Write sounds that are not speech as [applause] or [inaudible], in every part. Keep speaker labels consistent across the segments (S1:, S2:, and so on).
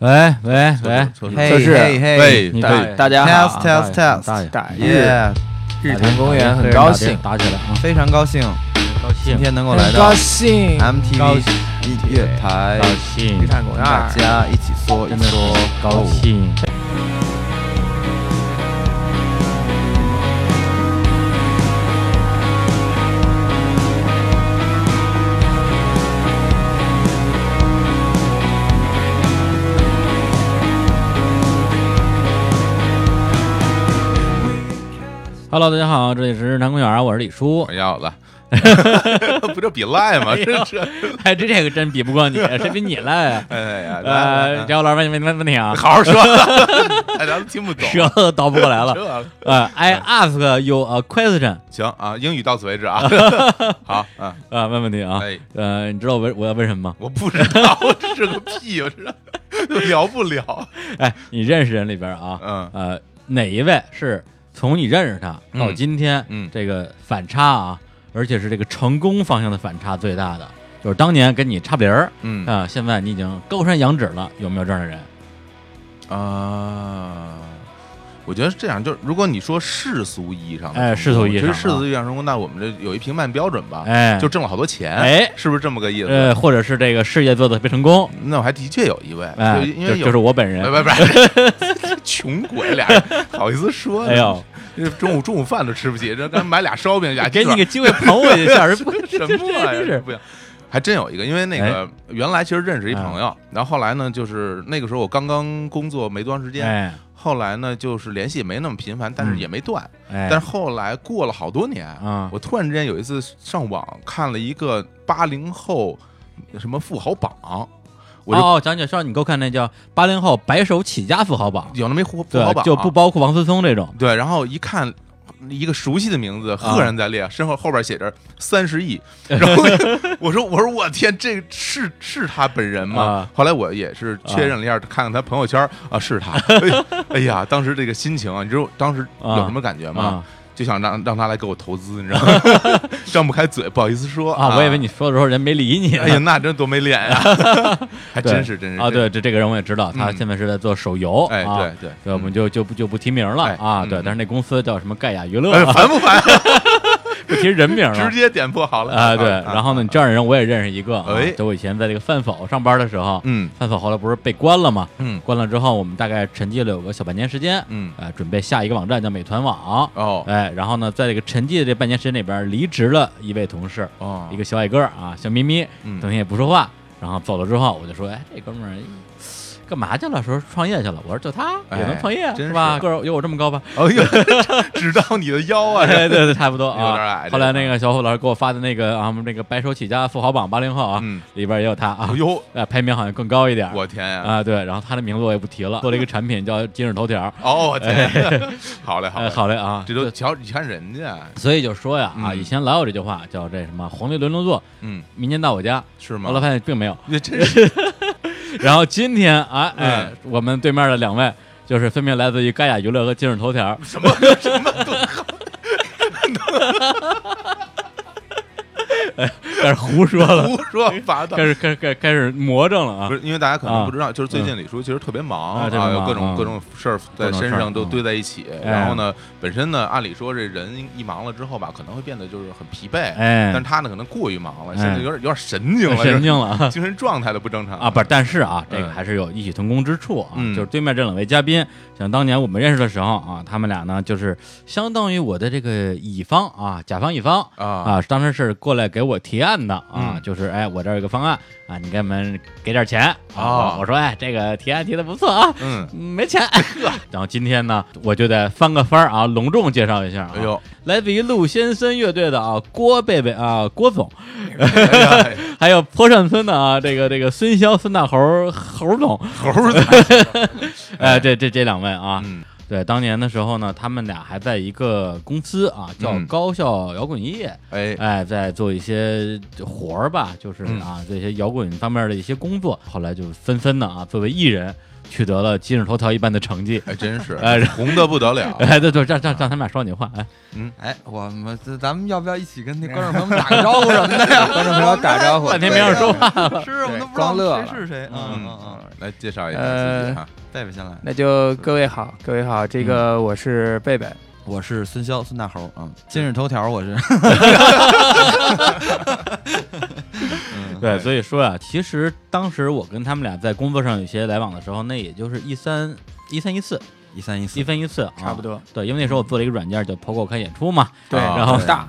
S1: 哎喂喂
S2: 哎
S1: 喂，
S3: 测
S4: 嘿
S3: 测试，
S4: 哎嘿嘿
S3: 喂，
S1: 你
S3: 大
S1: 大
S3: 爷
S1: 大
S4: 家
S1: 好
S4: test
S1: 大
S4: test
S1: 大爷
S4: test，
S3: 大爷
S4: 耶！日坛公园很高兴，
S1: 打起来啊！
S4: 非常高兴，
S1: 高
S4: 今
S1: 兴，
S4: 天能够来
S5: 很高
S4: 到
S5: 兴，
S4: MTV 音乐台
S1: 高，兴
S5: 地，产公园
S4: 大
S5: 儿，
S4: 家一起说一
S1: 真的
S2: [laughs]
S4: 说
S1: 是高兴。Hello，大家好，这里是日坛公园，我是李叔
S3: 我。要了， [laughs] 不就比赖吗？真是，
S1: [laughs] 哎，这这个真比不
S3: [laughs]
S1: 过你，谁比你赖啊？
S3: 哎呀，来
S1: 呃，
S3: 来
S1: 张老板，你问问问题啊
S3: 来， [laughs] 好好说，大家都哎听不懂。
S1: 舌头倒不过来了。
S3: 这
S1: 呃，I ask you a question，
S3: 行啊，英语到此为止啊。好，嗯，
S1: 啊，问问题啊，
S3: [laughs] 哎，
S1: 呃，你知道我为我要问什么吗？
S3: 我不知道，这是个屁，我知道，聊不了。
S1: 哎，你认识人里边啊，
S3: 嗯
S1: 呃，哪一位是从你认识他到
S3: 嗯
S1: 今天，
S3: 嗯
S1: 这个反差啊，而且是这个成功方向的反差最大的，就是当年跟你差不离儿
S3: 嗯
S1: 啊，现在你已经高山仰止了，有没有这样的人？
S3: 啊，我觉得是这样，就是如果你说世俗意义上的成功，
S1: 哎世俗意义上
S3: 其实世俗意义上成功，那我们这有一评判标准吧，
S1: 哎，
S3: 啊就挣了好多钱，
S1: 哎
S3: 是不是这么个意思？
S1: 呃，或者是这个事业做的特别成功，
S3: 那我还的确有一位，
S1: 哎，
S3: 嗯就因为
S1: 就
S3: 有
S1: 就是我本人
S3: 不，不不，
S1: [laughs]
S3: 穷鬼俩人好意思说呢？
S1: 哎呦，
S3: 这中午中午饭都吃不起，这咱买俩烧饼俩鸡
S1: 给你
S3: 爪
S1: 个机会捧我一
S3: [laughs]
S1: 下，不
S3: 什
S1: 这
S3: 么玩意
S1: 真
S3: 儿？
S1: 是哎
S3: 不行，还真有一个，因为那个原来其实认识一朋
S1: 啊
S3: 友，然后后来呢，就是那个时候我刚刚工作没多长时间，
S1: 哎
S3: 后来呢就是联系也没那么频繁，但是也没断。
S1: 哎，
S3: 但是后来过了好多年，
S1: 啊，
S3: 我突然之间有一次上网看了一个八零后什么富豪榜，我就
S1: 哦，讲解上你给我看那叫八零后白手起家富豪
S3: [laughs]
S1: 榜，
S3: 有那么一富富豪
S1: 对，
S3: 榜啊
S1: 就不包括王思聪这种，
S3: 对，然后一看一个熟悉的名字赫然在列，
S1: 啊
S3: 身后后边写着三十
S1: [laughs]
S3: 亿，然后我说我说我天，这个是是他本人吗？
S1: 啊
S3: 后来我也是确认了一下，看看他朋友圈啊，是他。哎哎呀，当时这个心情啊，你知道当时有什么感觉吗？
S1: 啊
S3: 就想让让他来给我投资，你知道吗？
S1: [laughs]
S3: 张不开嘴，不好意思说
S1: 啊，我以为你。说的时候人没理你呢，
S3: 哎呀，那真多没脸呀、
S1: [laughs]
S3: 还
S1: 对
S3: 真是真是
S1: 啊，
S3: 真
S1: 对，
S3: 是
S1: 这这个人我也知道，他
S3: 嗯
S1: 现在是在做手游，
S3: 哎
S1: 啊
S3: 对对
S1: 对，我们
S3: 嗯
S1: 就就不就不提名了
S3: 哎
S1: 啊，
S3: 嗯
S1: 对，但是那公司叫什么盖亚娱乐
S3: 哎，
S1: 啊，
S3: 烦
S1: [laughs]
S3: 不烦？
S1: 不提人名了
S3: 直。接点破好了
S1: 啊，对，然后呢，你这样的人我也认识一个啊
S3: 哎，
S1: 就我以前在这个饭否上班的时候，
S3: 嗯
S1: 饭否后来不是被关了吗？
S3: 嗯
S1: 关了之后，我们大概沉寂了有个小半年时间，
S3: 嗯
S1: 呃，准备下一个网站叫美团网。
S3: 哦
S1: 哎，然后呢，在这个沉寂的这半年时间里边，离职了一位同事，
S3: 哦
S1: 一个小矮个儿啊，小咪咪，
S3: 嗯
S1: 整天也不说话。然后走了之后，我就说，哎，这哥们儿干嘛去了？说创业去了。我说就他
S3: 哎
S1: 也能创业、啊
S3: 真
S1: 是吧？
S3: 是
S1: 个儿有我这么
S3: [laughs]
S1: 高吧？
S3: 哦呦，指到你的腰啊！
S1: 哎，
S3: 这
S1: 对对，差不多
S3: 有点
S1: 啊
S3: 矮。
S1: 后来那
S3: 这
S1: 个小虎老师给我发的那个啊，我们这个白手起家富豪榜八零后啊，
S3: 嗯，
S1: 里边也有他啊
S3: 哎，呦，
S1: 呃，排名好像更高一点儿。
S3: 我天呀！
S1: 啊，对，然后他的名字我也不提
S3: [laughs]
S1: 了，做了一个产品叫今日头条。
S3: 哦，我
S1: [laughs]
S3: 天，好嘞，好
S1: 哎，
S3: 嘞，
S1: 好嘞啊，
S3: 这都瞧，你看人家，
S1: 所以就说呀啊，
S3: 嗯
S1: 以前老有这句话叫这什么“黄鹂轮流坐，
S3: 嗯，
S1: 民间到我家”，
S3: 是吗
S1: 后来？发现并没有。 [laughs]
S3: 这真是
S1: 然后今天啊，哎
S3: 嗯，
S1: 我们对面的两位就是分别来自于盖亚娱乐和今日头条。
S3: 什么什么
S1: [laughs]
S3: 都
S1: 哎开始胡说了，
S3: 胡说
S1: [laughs]
S3: 八道
S1: 开。始开始开始开始魔怔了啊
S3: 不！是，因为大家可能
S1: 啊
S3: 不知道，就是最近李叔其实特别忙
S1: 啊特
S3: 啊，
S1: 别忙
S3: 有各
S1: 啊
S3: 种各种事儿在身上都堆在一起。
S1: 嗯
S3: 然后呢，本身呢，按理说这人一忙了之后吧，可能会变得就是很疲惫，
S1: 哎
S3: 但是他呢可能过于忙了，
S1: 哎
S3: 现在有点有点神经了，
S1: 神经了啊
S3: 精神状态都不正常
S1: 啊！不是，但是啊，这个
S3: 嗯
S1: 还是有异曲同工之处啊。
S3: 嗯
S1: 就是对面这两位嘉宾，想当年我们认识的时候啊，他们俩呢就是相当于我的这个乙方啊，甲方乙方
S3: 啊
S1: 啊，当时是过来给我提案的啊，
S3: 嗯
S1: 就是哎，我这儿有个方案啊，你给我们给点钱啊。
S3: 哦
S1: 我我说哎，这个提案提的不错啊，
S3: 嗯，
S1: 没钱。 [laughs] 然后今天呢，我就得翻个番儿啊，隆重介绍一下、啊。
S3: 哎呦，
S1: 来自于鹿先森乐队的啊，郭贝贝啊，郭总，
S3: 哎呀哎呀
S1: [laughs] 还有坡上村的啊，这个这个孙骁、孙大猴、猴总，
S3: 猴儿仔，
S1: [laughs] 哎，这这这两位啊，
S3: 嗯
S1: 对，当年的时候呢，他们俩还在一个公司啊，叫
S3: 嗯
S1: 高校摇滚音乐，
S3: 哎，
S1: 哎，在做一些活儿吧，就是
S3: 嗯
S1: 啊，这些摇滚方面的一些工作。后来就纷纷的啊，作为艺人取得了今日头条一般的成绩。
S3: 还真是
S1: [laughs] 哎，
S3: 红的不得了。
S1: [laughs] 哎，对对，让让让他们俩说两句话。哎，
S4: 哎，我们这咱们要不要一起跟那观众朋友们打个招呼什么的呀？观众朋友打招呼，
S1: 半天没让说话，
S5: [laughs] 是我们都不知
S4: 装乐
S5: 道
S4: 了
S5: 谁是谁。嗯
S3: 嗯
S5: 嗯嗯，，
S3: 来介绍
S1: 哎
S3: 一下
S5: 呃
S3: 自己哈。
S5: 贝贝先来。
S2: 那就各位好，各位好，这个我是贝贝，
S5: 我是孙骁，孙大猴啊。今日头条，
S4: [laughs]
S5: 我是。嗯
S1: 对，所以说啊，其实当时我跟他们俩在工作上有些来往的时候，那也就是一三一三一四
S5: 一三一四
S1: 一，分一次，
S4: 啊
S2: 差不
S1: 多。
S2: 多。
S1: 对，因为那时候我做了一个软件叫 POGO 看演出嘛，
S2: 对，
S3: 啊
S1: 然后
S3: 对
S2: 大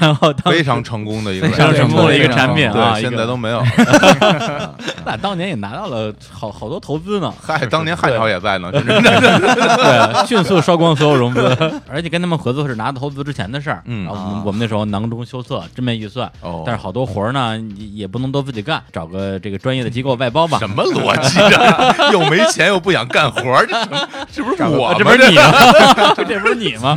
S1: 然后当
S3: 非常成功的一个
S1: 非常
S3: 人
S1: 成功的一个产品啊，
S3: 对，
S1: 一个
S3: 现在都没有。
S1: 咱俩当年也拿到了好好多投资呢， [laughs]
S3: 嗨，当年汉朝也在呢，真是
S1: 对，迅速烧光所有融资，而且跟他们合作是拿到投资之前的事儿。
S3: 嗯
S1: 然后我
S5: 啊
S1: 们我们那时候囊中羞涩，真没预算，
S3: 哦
S1: 但是好多活儿呢也也不能都自己干，找个这个专业的机构外包吧。
S3: 什么逻辑啊？又没钱又不想干活儿，这什么这不是 [laughs] 我
S1: 啊
S3: 吗？
S1: 这不是你吗？ [laughs] 这不是你吗？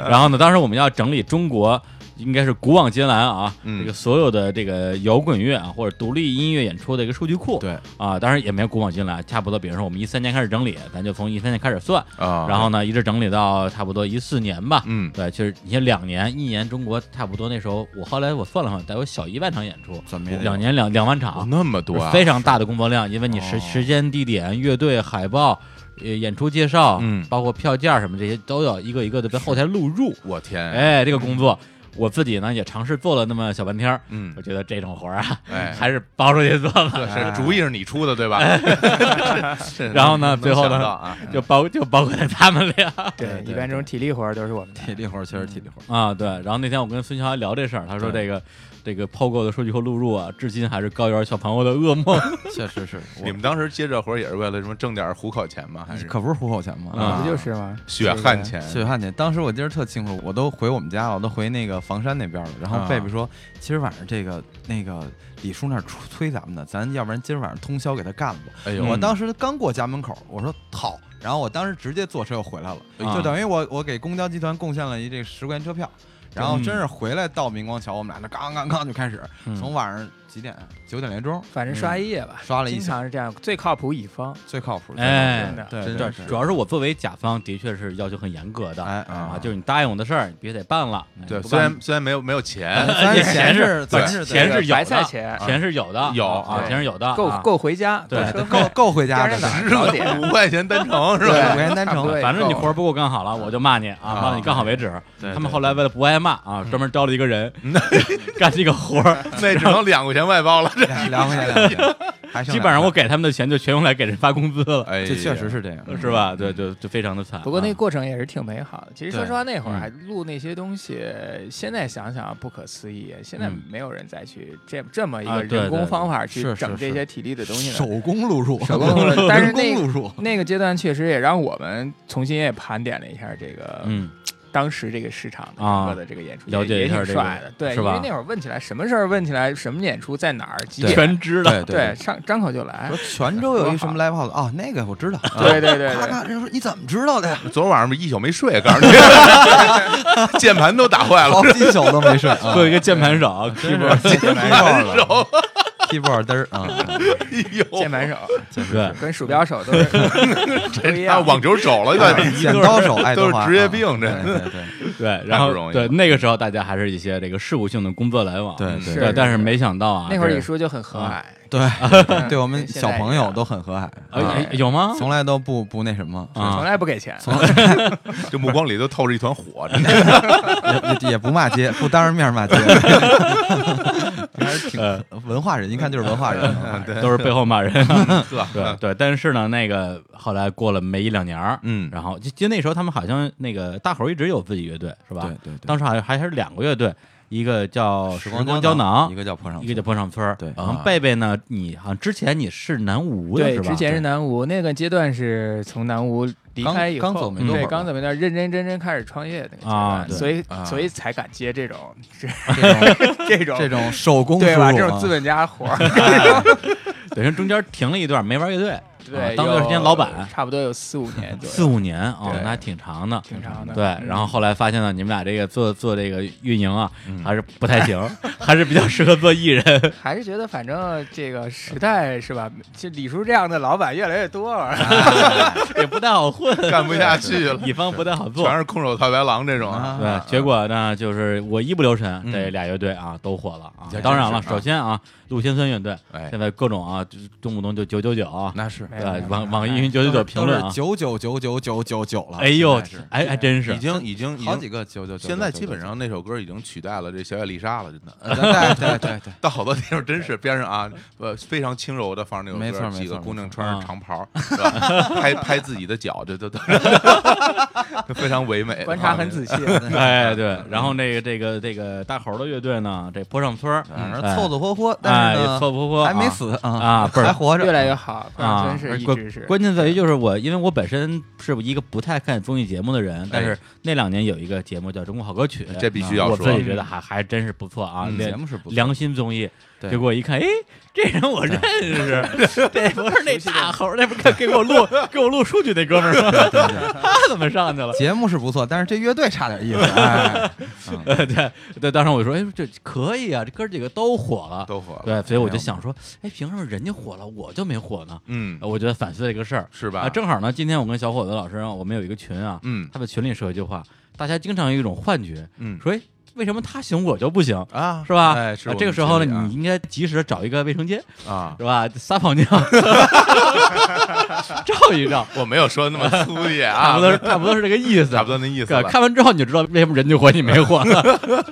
S3: [laughs] 啊
S1: 然后呢，当时我们要整理中国。应该是古往今来啊，
S3: 嗯
S1: 这个所有的这个摇滚乐啊，或者独立音乐演出的一个数据库，
S3: 对
S1: 啊，当然也没有古往今来，差不多，比如说我们一三年开始整理，咱就从一三年开始算，
S3: 啊，
S1: 然后呢，一直整理到差不多一四年吧。
S3: 嗯
S1: 对，就是你像两年，一年中国差不多那时候，我后来我算了算，得有小一万场演出，
S5: 怎么也得有
S1: 两年两两万
S3: 哦
S1: 场，
S3: [laughs] 那么多啊，
S1: 非常大的工作量，因为你时、
S3: 哦
S1: 时间、地点、乐队、海报、呃演出介绍，
S3: 嗯
S1: 包括票价什么这些，都要一个一个的在后台录入。
S3: 我天，
S1: 哎，这个工作。我自己呢也尝试做了那么小半天儿，
S3: 嗯
S1: 我觉得这种活儿啊，
S3: 哎
S1: 还是包出去做吧。
S3: [laughs] 这是主意是你出的对吧？
S1: [laughs]
S3: 是
S1: 哎然后呢
S3: 能
S1: 最后呢
S3: 想到啊，
S1: 就包就包括他们俩，
S2: 对，
S5: 对
S2: 一般这种体力活儿都是我们
S5: 体
S2: 的。
S5: 力活儿确实体力
S4: [laughs]
S5: 活儿。
S1: 啊，对。然后那天我跟孙乔还聊这事儿，他说
S5: 对
S1: 这个这个 POGO 的数据库录入啊，至今还是高原小朋友的噩
S3: [laughs]
S1: 梦。
S5: 确实是，
S3: 你们当时接这活儿也是为了什么挣点糊口钱吗？还是
S5: 可不是糊口钱吗？
S4: 嗯
S1: 啊
S2: 不就是吗？
S3: 血汗钱？
S5: 血汗钱，当时我记得特清楚，我都回我们家了，我都回那个房山那边了。然后
S3: 啊
S5: 贝贝说，今儿晚上这个那个李叔那儿催催咱们呢，咱要不然今儿晚上通宵给他干了吧。
S3: 哎
S4: 嗯
S1: 嗯
S3: 呦，
S5: 我当时刚过家门口，我说好，然后我当时直接坐车又回来了，
S1: 啊
S5: 就等于我我给公交集团贡献了一这十块钱车票。然后真是回来到明光桥，我们俩那刚刚刚就开始，
S1: 嗯
S5: 从晚上几点啊？九点来钟
S2: 反正刷一夜
S4: 嗯
S2: 吧，
S5: 刷了一
S2: 经
S5: 宿，
S2: 常是这样，最靠谱乙方。
S5: 最靠谱的。
S1: 哎
S2: 真的
S5: 对，
S1: 对
S5: 真的是
S1: 主要是我作为甲方，的确是要求很严格的。
S5: 哎
S1: 啊，
S5: 啊，
S1: 就是你答应我的事儿，你必须得办了。哎
S3: 对，
S1: 不
S3: 虽
S1: 办
S3: 然虽然没有没有
S1: [laughs]
S3: 钱， [laughs]
S5: 但是
S1: 钱
S5: 是
S1: 对
S5: 哎咱是
S1: 钱是有的
S2: 白菜钱
S1: 哎钱是有的，
S3: 有
S1: 啊，
S2: 对
S1: 钱是有的，
S2: 够
S1: 啊
S2: 够回家，
S1: 对
S2: 够车
S5: 够
S2: 费
S5: 够回家
S2: 第
S5: 的
S2: 二天早上
S5: 了，
S3: 十
S2: 早点
S3: 五块钱单程是
S5: 是吧？
S2: 对
S3: 吧？
S5: 五元单程，
S2: 对
S1: 反正你
S2: 够
S1: 活儿不够干好了，我就骂你啊，
S3: 啊
S1: 骂你干好为止。
S3: 对
S1: 他们后来为了不挨骂啊，专门招了一个人 [laughs] 干这个活儿，
S3: [laughs] 那只能两块钱外包了。
S5: 两两块钱，
S1: [laughs]
S5: 两块钱，还剩
S1: 基本上
S5: 两
S1: 我
S5: 块
S1: 给他们的钱就全用来给人发工资了，
S3: 哎呀，
S5: 钱，这确实是这样，
S1: 是吧？对，就就非常的惨。
S2: 不过那
S1: 啊
S2: 个过程也是挺美好的。其实说
S5: 对
S2: 实话，那会
S1: 嗯
S2: 儿还录那些东西，现在想想不可思议。现在
S1: 嗯
S2: 没有人再去这这么一
S1: 啊
S2: 个
S1: 对对
S2: 人工
S1: 对
S2: 方法去
S5: 是是
S2: 整这
S5: 是
S2: 些体力的东西
S5: 手
S2: 了。
S5: 工录入，
S2: 手工录入但是
S5: 人工
S2: 那
S5: 录
S2: [laughs]
S5: 入，
S2: 那个阶段确实也让我们重新也盘点了一下这个
S1: 嗯，
S2: 当时这个市场的
S1: 啊
S2: 整个的这个演出，
S1: 了解
S2: 也
S1: 一下
S2: 也
S1: 这
S2: 挺
S1: 个
S2: 帅的，对，
S1: 是
S2: 因
S1: 吧
S2: 为那会儿问起来什么事儿，问起来什么演出在哪儿几点，
S1: 全知道。
S5: 对
S2: 对，上张口就来
S5: 说，泉州有一什么 live house 啊，那个我知道。啊
S2: 对对对
S5: 咔
S2: 对
S5: 咔，人家说你怎么知道的
S1: [laughs]
S5: 呀？
S3: 昨晚上一宿没睡，啊告诉你， [laughs] 键盘都打坏了
S5: 好。几宿 [laughs] 都没睡，
S1: [laughs]
S5: 啊
S1: 做一个键盘手，keyboard，
S5: 键盘手了，keyboard 嘚儿啊，
S3: 哎
S2: 键
S3: 呦，
S2: 盘手
S1: 对，
S2: 跟鼠标手都
S1: [laughs]
S2: 是不一
S3: 那
S2: 样，
S3: 哎网球手了，对，
S5: 剪刀手爱德
S3: 都
S5: 华
S3: 是职业病这
S5: 啊对对对，
S1: 对，然后
S3: 不容易
S1: 对
S3: 了
S1: 那个时候大家还是一些这个事务性的工作来往，
S5: 对
S1: 对
S5: 对
S2: 是
S1: 但是没想到啊，
S2: 那会儿
S1: 这
S2: 一说就很和
S1: 啊
S2: 蔼，
S5: 对，对我们小朋友都很和蔼，
S1: 呃
S5: 啊
S1: 哎有吗？
S5: 从来都不不那什么，
S2: 从
S1: 啊，
S2: 来不给钱，
S5: 从
S3: 这目光里都透着一团火，真 [laughs] 的
S5: 也也也不骂街，不当着面骂街，还是挺
S1: 呃
S5: 文化人，一看就是文化人啊。对，
S1: 都是背后骂人。对
S2: 嗯
S3: 呵，
S1: 对，但是呢，那个后来过了没一两年儿，
S3: 嗯，
S1: 然后就就那时候他们好像那个大猴一直有自己乐队是吧？
S5: 对对对
S1: 当时好像还还是两个乐队，一个叫
S5: 时
S1: 光
S5: 光胶
S1: 胶
S5: 一个叫破上
S1: 一个叫坡上村儿。
S5: 对
S1: 然后
S3: 啊
S1: 贝贝呢，你好像之前你是南吴的
S2: 对，
S1: 是吧？
S2: 之前是南吴，那个阶段是从南吴离
S5: 刚
S2: 开以后，
S5: 刚走没
S1: 多会儿
S2: 对，
S5: 吧
S2: 刚走没段，认认真真开始创业那个阶段，
S1: 啊对
S2: 所以、
S3: 啊
S2: 所以才敢
S1: [laughs]
S2: 接这种这
S5: 这种
S2: 这种
S5: 这种手工
S2: 对
S5: 输
S2: 吧？
S5: 入
S2: 这种
S1: [laughs]
S5: 啊
S2: 资本家活儿，
S1: 等于中间停了一段没玩乐队，啊
S2: 对，
S1: 当段时间
S2: 有
S1: 老板
S2: 差不多有四五年左右，
S1: 四五年啊，
S2: 对
S1: 那还挺长的。
S2: 挺长的。嗯
S1: 对，然后后来发现呢，你们俩这个做做这个运营啊，
S2: 嗯
S1: 还是不太行， [laughs] 还是比较适合做艺
S2: [laughs]
S1: 人。
S2: 还是觉得反正这个时代是吧？就李叔这样的老板越来越多了，
S1: [laughs] 也不太好混，
S3: 干嗯不下去
S1: [laughs]
S3: [laughs] 了，
S1: 乙方不太好做
S3: 全。是空手套白狼这种啊。
S1: 对，结果呢，就是我一不留神，这俩乐队啊都火了啊。当然了，首先啊，陆先森乐队
S3: 哎
S1: 现在各种啊，就是动不动就九九九啊，
S5: 那是
S1: 对，网网易云九九九评论啊，
S5: 九九九九九九九了，
S1: 哎呦
S5: 啊现在是，
S1: 哎还真是
S3: 已，经已经已
S5: 好几
S3: 经，
S5: 个九九九，
S3: 现在基本上那首歌已经取代了这小野丽莎了，真的。
S5: 呃对对对对，
S3: [laughs] 到好多地方真是边上啊，呃，非常轻柔的放着那
S5: 没
S3: 首
S5: 错
S3: 歌，
S5: 没错
S3: 几个姑娘
S5: 没
S1: 错啊
S3: 穿着长袍，是吧？拍 [laughs] 拍自己的脚，这都都非常唯美，啊
S2: 观察很仔细。
S1: [laughs] 哎 [laughs] 对，然后那个这个这个大猴的乐队呢，这坡上村儿，
S5: 反正
S1: 哎
S5: 凑凑合合，但
S1: 哎
S5: 是，呢
S1: 凑合合
S5: 还没死啊，
S1: 啊，倍
S5: 还
S1: 儿
S5: 活着，
S2: 越来越好，
S1: 啊
S2: 真，是一直是
S1: 关关键在于就是我，因为我本身是一个不太看综艺节目的人，但是那两年有一个节目叫《中国好歌曲》，啊
S3: 这必须要
S1: 我
S3: 说
S1: 自己觉得还还真是不错啊，
S3: 嗯
S1: 那
S5: 节目是不错
S1: 良心综艺。
S5: 对
S1: 结果一看，哎，这人我认识， [laughs] 这不是那大
S3: [laughs]
S1: 猴儿，那不是给我录 [laughs] 给我录数据那哥们儿吗？ [laughs] 他怎么上去了？
S5: 节目是不错，但是这乐队差点意思，哎，
S1: 呃，对对，当时我就说，哎，这可以啊，这哥几个都火了，
S3: 都火了，
S1: 对，所以我就想说，哎，凭什么人家火了，我就没火呢？
S3: 嗯，
S1: 我觉得反思这个事儿，
S3: 是
S1: 啊，
S3: 吧？
S1: 正好呢，今天我跟小伙子老师啊，我们有一个群啊，
S3: 嗯
S1: 他们群里说一句话，大家经常有一种幻觉，
S3: 嗯
S1: 说哎，为什么他行我就不行？
S3: 啊，
S1: [laughs] 是吧？
S3: 哎，是
S1: 啊
S3: 我们
S1: 这个时候
S3: 群里啊
S1: 呢，你应该及时找一个卫生间，
S3: 啊，
S1: 是吧？撒泡尿， [laughs] 照一照，
S3: 我没有说那么粗野
S1: [laughs] 差
S3: 啊
S1: 不，多，差不多是这个意思，
S3: 差不多那意思
S1: 对
S3: 了。
S1: 看完之后你就知道为什么人家火你没火了。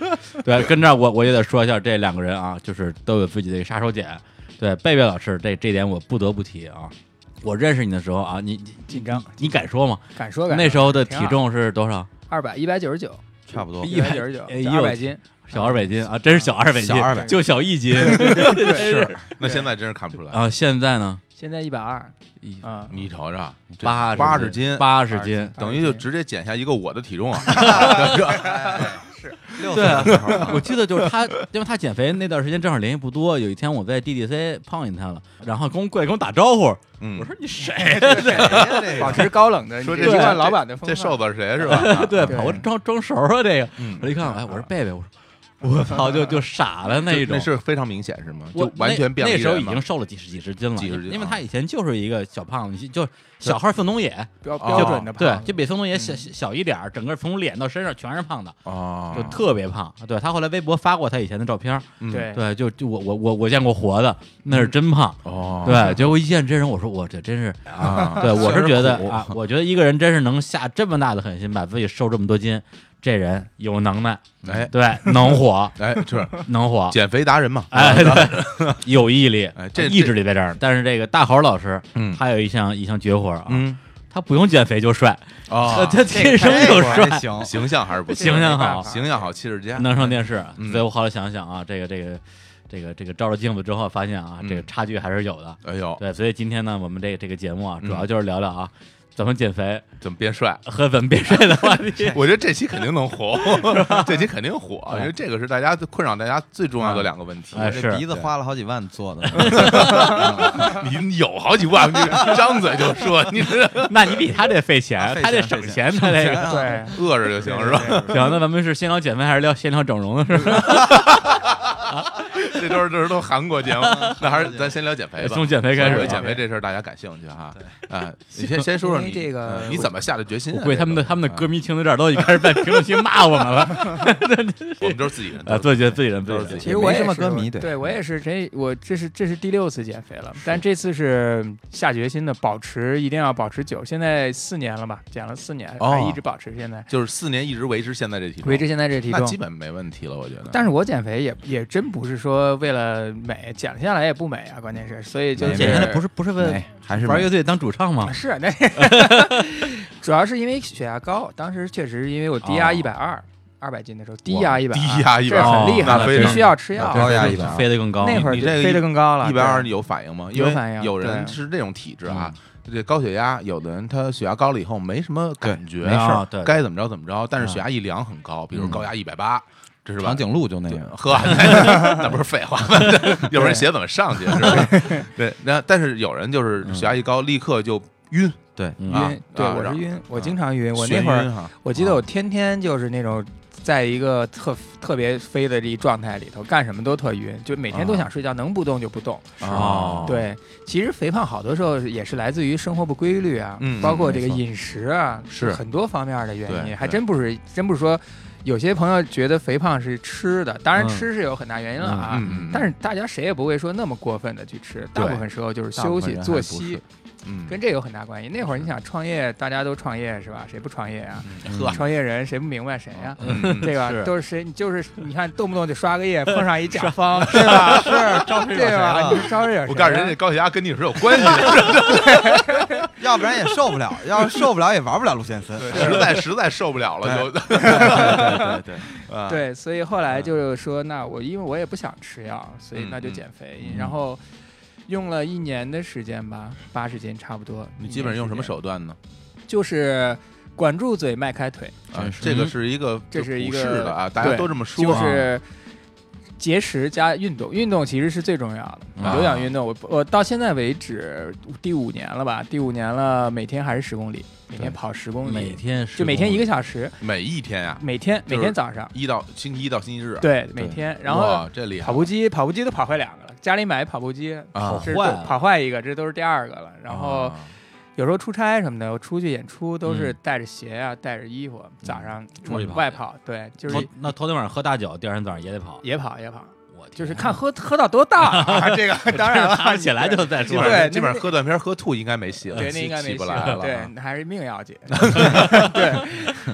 S1: [laughs] 对，跟这儿我我也得说一下这两个人啊，就是都有自己的杀手锏。对，贝贝老师这这点我不得不提啊。我认识你的时候啊，你你
S2: 紧张，
S1: 你敢说吗？
S2: 敢说敢说。
S1: 那时候的
S2: 挺
S1: 体
S2: 好
S1: 重是多少？
S2: 二百一百九十九，
S5: 差不多，
S1: 一
S2: 一
S1: 百
S2: 百九十九，
S1: [laughs] 哎呦
S2: 二百斤，
S1: 小二百斤啊，真是小二百斤，
S5: 小200
S1: 就小一斤 [laughs]
S2: 是
S3: 那现在真是看不出来，
S1: 啊。现在呢，
S2: 现在一百二啊，
S3: 你瞅瞅，这
S1: 八
S3: 八十斤，
S1: 八十斤。
S3: 等于就直接减下一个我的体重啊。
S5: 哎
S1: [laughs]
S5: 六
S1: 对
S5: 岁的时候啊，
S1: [laughs] 我记得就是他，因为他减肥那段时间正好联系不多。有一天我在 DDC 碰见他了，然后跟我过来跟我打招呼，
S3: 嗯
S1: 我，说你 [laughs] 谁？[laughs]
S2: 保持高冷的，
S3: 说
S2: 你
S3: 这
S2: 一贯
S3: 这
S2: 老板的风
S3: 这
S2: 范
S3: 瘦子是谁是吧？
S1: 对，
S2: 对
S1: 我装装熟啊这个。
S3: 啊嗯
S1: 我一看，哎，我说贝贝，我说我操，就就傻了那一
S3: 就
S1: 种
S3: 那。是非常明显是吗？
S1: 我
S3: 就完全变了
S1: 那那
S3: 一
S1: 时候
S3: 人
S1: 已
S3: 嘛
S1: 经瘦了几十几十斤了，
S3: 几十斤
S1: 因为
S3: 啊
S1: 他以前就是一个小胖子，就小孩儿宋冬野，
S2: 标
S3: 哦
S2: 标准的
S1: 对
S2: 胖，子
S1: 就比宋冬野
S3: 嗯
S1: 小小一点儿，整个从脸到身上全是胖的，
S3: 啊，
S1: 就特别胖。对他后来微博发过他以前的照片儿，
S3: 嗯
S2: 对
S1: 对，就就我我我我见过活的，那是真胖。
S3: 哦，
S1: 对，结果一见真人，我说我这真
S5: [laughs]
S1: 是，
S3: 啊，
S1: 对我是觉得
S5: 确实苦 [laughs]
S1: 啊，我觉得一个人真是能下这么大的狠心，把自己瘦这么多斤，这人有能耐，
S3: 哎
S1: 对，能火，
S3: 哎，是
S1: 能火，
S3: 减肥达人嘛？
S1: 哎，对， [laughs] 有毅力
S3: 哎，这
S1: 意志力在这儿。但是这个大猴老师，
S3: 嗯
S1: 他有一项一项绝活啊，
S3: 嗯
S1: 他不用减肥就帅，
S3: 啊
S1: [laughs] 呃，他天生就帅，
S5: 还行，
S3: 形象还是不错，
S1: 形象好，
S3: 形象好，气质佳，
S1: 能上电视。
S3: 嗯
S1: 所以我后来想想啊，这个这个这个这个照着镜子之后，发现啊，
S3: 嗯
S1: 这个差距还是有的。
S3: 哎呦，
S1: 对，所以今天呢，我们这这个节目啊，
S3: 嗯
S1: 主要就是聊聊啊，怎么减肥
S3: 怎么
S1: [laughs]
S3: 变帅？
S1: 和怎么变帅的话
S3: [laughs]
S1: 题。
S3: 我觉得这期肯定能火， [laughs] 这期肯定火，因为这个是大家困扰大家最重要的两个问题。
S1: 嗯哎，
S5: 这
S1: 是
S5: 鼻子花了好几万做的，
S3: 你有好几万，你张嘴就说，你这
S1: [laughs] 那你比他这费钱，
S5: 费
S1: 他这
S5: 钱
S1: 省
S5: 费
S1: 钱，他这
S2: [laughs]
S1: 个。
S2: 对，
S3: 饿着就行是吧？
S1: [laughs] 行，那咱们是先聊减肥还是聊先聊整容的事儿？
S3: 这都是这都是韩国节目，
S1: 嗯
S3: 那还是咱先聊减肥吧。
S1: 从减肥开
S3: 我觉得
S1: 始啊。
S3: 减肥这事儿大家感兴趣哈？啊，你先先说说
S2: 因为
S3: 你
S2: 这个
S3: 嗯你怎么下的决心啊？
S1: 我估计他们的
S3: 这个
S1: 他们的歌迷听到这儿都已经开始在评论区骂我们了。
S3: 我们都是自己人，
S1: [laughs] 啊，
S3: 都
S1: 自
S3: 是
S1: 己人自己人自己
S3: 都是
S1: 人
S3: 自
S2: 其
S3: 己
S2: 实
S5: 也
S2: 我
S5: 没
S2: 也
S5: 什么
S2: 是
S5: 歌
S2: 我
S5: 迷对
S2: 对我也是这我这是这是第六次减肥了，但这次是下决心的保持，一定要保持久。现在四年了吧，减了四年，
S3: 哦
S2: 还一直保持现在，
S3: 就是四年一直维持现在这体重，
S2: 维持现在这体
S3: 那基
S2: 重。
S3: 本没问题了，我觉得。
S2: 但是我减肥也也真不是说为了美，减下来也不美啊，关键是，所以就
S5: 没
S2: 是啊
S1: 减下来不是不是为
S5: 哎还是
S1: 玩乐队当主唱吗？
S2: 是那主要是因为血压高，当时确实因为我低压
S1: 哦
S2: 一百二二百斤的时候，低压一百
S3: 低压
S2: 这
S3: 120
S2: 很厉害
S1: 那
S2: 了，
S1: 非
S2: 必
S1: 常
S2: 须要吃药。
S5: 高压一百二，
S1: 飞得更高。
S2: 那会儿
S3: 哦你
S2: 就
S3: 这个
S2: 飞
S3: 一
S2: 得更高了，
S3: 一
S2: 对
S3: 百二有反应吗？因
S2: 有反
S3: 为
S2: 应
S3: 有人
S2: 对
S3: 是这种体质啊，这高血压，有的人他血压高了以后没什么感觉，
S1: 啊没事儿对
S3: 该怎么着怎么着，但是
S1: 嗯
S3: 血压一量很高，比如
S5: 嗯
S3: 高压一百八。这是吧
S5: 长？颈鹿就那样。
S3: 呵，那不是废话 [laughs] 吗？要不然鞋怎么上去？是吧？对，那但是有人就是血压一高，立刻就晕，
S5: 对，
S1: 嗯
S3: 啊
S2: 晕，对
S3: 啊
S2: 我
S3: 然
S2: 是
S3: 后
S2: 晕，我经常晕，我那
S3: 眩
S2: 会儿
S3: 晕啊哈
S2: 我记得我天天就是那种在一个特特别飞的一状态里头，干什么都特晕，就每天
S3: 啊
S2: 都想睡觉，能不动就不动。
S5: 啊
S1: 哦，，
S2: 对，其实肥胖好多时候也是来自于生活不规律啊，
S3: 嗯
S2: 包括这个
S5: 没错
S2: 饮食啊，
S3: 是
S2: 很多方面的原
S3: 对
S2: 因，还
S3: 对
S2: 真不是真不是说有些朋友觉得肥胖是吃的，当然
S5: 嗯
S2: 吃是有很大原因了啊，
S3: 嗯，嗯
S2: 但是大家谁也不会说那么过分的去吃，大
S5: 对
S2: 部分时候就是
S5: 大
S2: 休
S5: 部分
S2: 息
S5: 人还
S2: 作
S5: 不
S2: 息
S5: 是，
S3: 嗯
S2: 跟这有很大关系。那会儿你想创业，大家都创业是吧？谁不创业啊？
S3: 呵，
S2: 创业人谁不明白谁呀、
S3: 嗯嗯
S2: [laughs] 这
S1: 是
S2: 个都是谁？你就是你看，动不动就刷个夜，碰上一甲方，对吧？是招
S5: 惹
S2: 对吧？
S5: 谁了
S2: 你招惹谁啊
S3: 我告诉人
S2: 了
S3: 家，高血压跟你是有关系的，
S5: 要不然也受不了，要是受不了也玩不了陆先森。 [laughs]
S3: 实在实在受不了了，
S1: [laughs]
S3: 就
S5: 对对对，
S3: 啊
S2: 对，所以后来就是说，那我因为我也不想吃药，所以那就减肥，
S5: 嗯嗯
S2: 然后用了一年的时间吧，八十斤差不多。
S3: 你基本上用什么
S2: 一年时
S3: 手段呢？
S2: 间？就是管住嘴，迈开腿，
S3: 啊
S5: 真，是
S3: 这个
S1: 嗯
S3: 是一个
S2: 这是一个
S3: 普世的啊，大家
S2: 对
S3: 都这么说，
S2: 就
S3: 啊
S2: 是节食加运动，运动其实是最重要的。
S3: 啊
S2: 有氧运动，我我到现在为止第五年了吧，第五年了，每天还是十公里，每天跑十公
S1: 啊每
S2: 里，
S1: 天
S2: 就每天一
S1: 个
S2: 个小时，
S3: 每一天啊，
S2: 每天
S3: 就是
S2: 每天早上，
S3: 一到星期一到星期日啊，
S2: 对，每天，然后
S3: 哇这厉害
S2: 跑，步机，跑步机都跑坏两个了，家里买跑步机。
S3: 啊
S2: 这是
S1: 坏
S2: 都
S1: 了
S2: 跑坏一个，这都是第二个了。然后
S3: 啊
S2: 有时候出差什么的，我出去演出都是
S1: 嗯
S2: 带着鞋啊，带着衣服，早上
S1: 出去跑
S2: 外跑，对，就是
S1: 头那头天晚上喝大酒，第二天早上也得跑，
S2: 也跑也跑，
S1: 我
S2: 就是看喝喝到多大 [laughs] 啊，这个当然
S1: 爬
S2: 了，
S1: [laughs] 起来就再
S3: 基
S1: 说
S3: 本
S2: 对
S3: 上
S2: 那
S3: 基本上喝断片儿喝吐应该没戏了，
S2: 对，那应该
S3: 起
S2: 没
S3: 不
S2: 戏
S3: 来了。
S2: 对
S3: 啊，，
S2: 还是命要紧。
S3: [laughs]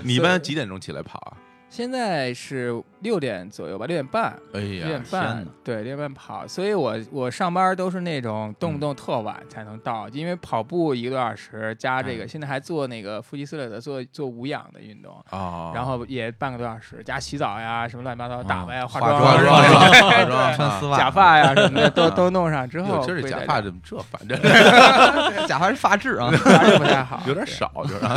S3: 你一般几点钟起来跑啊？
S2: 现在是六点左右吧，六点半，
S3: 哎
S2: 六点
S3: 呀，
S2: 半
S5: 天哪，
S2: 对，六点半跑。所以我我上班都是那种
S3: 嗯
S2: 动不动特晚才能到，因为跑步一个多小时加这
S3: 嗯
S2: 个，现在还做那个腹肌斯勒的，做做无氧的运动。
S3: 哦，
S2: 然后也半个多小时，加洗澡呀，什么乱七八糟，打扮呀，化
S5: 化
S2: 妆
S3: 化
S2: 啊、
S3: 妆
S2: 是吧
S3: [laughs] 化妆嗯
S2: 对
S5: 穿丝袜，
S2: 假发呀什么的都都弄上之后，
S3: 哟，今儿这
S2: 会
S3: 假
S2: 在
S3: 发怎么这反正
S5: [laughs] 假发是发质啊。
S2: 还是不太好，
S3: 有点少，就是啊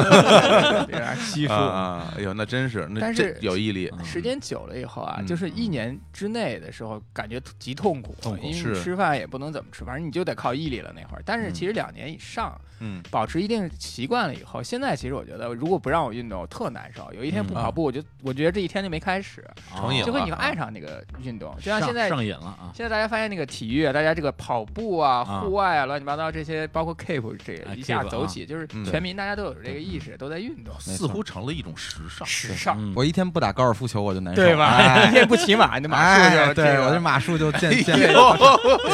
S2: [laughs] 对，有点 [laughs] 稀疏
S3: 啊。啊！哎呦，那真是，那
S2: 但
S3: 这
S2: 是
S3: 有毅
S1: 嗯
S3: 力，
S2: 时间久了以后啊，
S3: 嗯
S2: 就是一年之内的时候，感觉极痛苦，
S1: 痛苦
S2: 因为
S3: 是
S2: 你吃饭也不能怎么吃，反正你就得靠毅力了那会儿。但
S1: 嗯
S2: 是其实两年以上，
S3: 嗯，
S2: 保持一定习惯了以后，现在其实我觉得，如果不让我运动，特难受。有一天不
S3: 嗯啊
S2: 跑步，我就我觉得这一天就没开始，
S1: 哦
S3: 成瘾
S2: 就会你
S3: 了啊
S2: 爱上那个运动，就像
S1: 上
S2: 现在。
S1: 上瘾了啊，
S2: 现在大家发现那个体育，啊，大家这个跑步啊、
S1: 啊
S2: 户外啊、乱七八糟这些，包括 keep 这个
S1: 哎
S2: 一下
S1: keep 啊
S2: 走起，就是
S3: 嗯
S2: 全民大家都有这个意识，都在运动，
S3: 似乎成了一种时
S2: [laughs]
S3: 尚。
S2: 时尚
S1: 嗯
S5: 我一天不打高尔夫球我就难受，
S2: 对吧？
S5: 哎
S2: 一天不骑 [laughs] 马，你的马术
S5: 哎，
S2: 就
S5: 对
S2: 个
S5: 我这马术就
S3: 哎
S5: 见见
S3: 呦，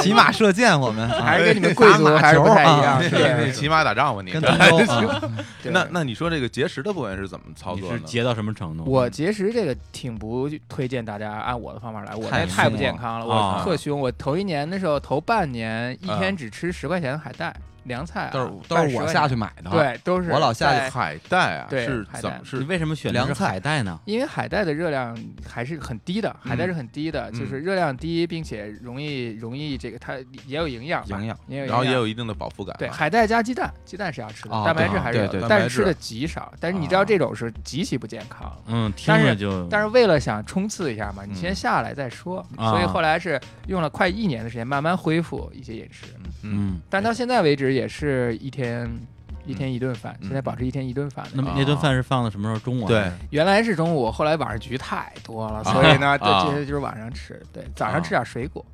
S5: 骑马射箭，我们
S2: 还是跟你们
S5: 哎
S2: 贵族
S5: 打马
S2: 还是不
S5: 球
S2: 太一
S5: 啊
S2: 样
S5: 对
S3: [laughs]
S2: 对
S3: 你骑马打仗吧你
S5: 跟？通州啊
S2: [laughs] 对
S3: [laughs] 那那你说这个节食的部分是怎么操
S1: 你
S3: 作
S1: 是
S3: 呢？
S1: 节到什么程度？嗯
S2: 我节食这个挺不推荐大家按我的方法来，我
S5: 太
S2: 那太不
S5: 凶
S2: 健
S5: 了
S2: 康了，
S1: 啊
S2: 我特凶。我头一年的时候，头半年一天只吃十块钱的海带、凉菜啊，
S5: 都是都是我下去买的，，
S2: 对，都是
S5: 我老下去
S2: 在
S3: 海带啊，
S2: 对
S3: 是
S2: 海带
S3: 怎么
S1: 你
S3: 是？
S1: 为什么选的是
S5: 凉菜
S1: 海带呢？
S2: 因为海带的热量还是很低的，海带
S3: 嗯
S2: 是很低的，就是热量低，并且容易容易这个它也有营养吧，
S5: 营养
S2: 也有
S3: 然后
S2: 营
S3: 也
S2: 养
S3: 有一定的饱腹感啊。
S2: 对，海带加鸡蛋，鸡蛋是要吃的，
S5: 哦
S2: 蛋白质还是有的，
S5: 对
S3: 对
S2: 但
S3: 蛋白
S2: 是
S3: 质哦
S2: 吃的极少。但是你知道这种是极其不健康。
S1: 嗯，听
S2: 但是
S1: 着就，
S2: 但是为了想冲刺一下嘛，你
S3: 嗯
S2: 先下来再说。
S1: 啊
S2: 所以后来是用了快一年的时间慢慢恢复一些饮食，
S3: 嗯，
S1: 嗯，
S2: 但到现在为止也是一天。一天一顿饭，
S3: 嗯
S2: 现在保持一天一顿饭的。
S1: 那么那顿饭是放的什么时候？中午啊
S3: 对，
S2: 原来是中午，后来晚上局太多了，
S3: 啊
S2: 所以呢，对
S3: 啊
S2: 这些就是晚上吃。对，早上吃点水果，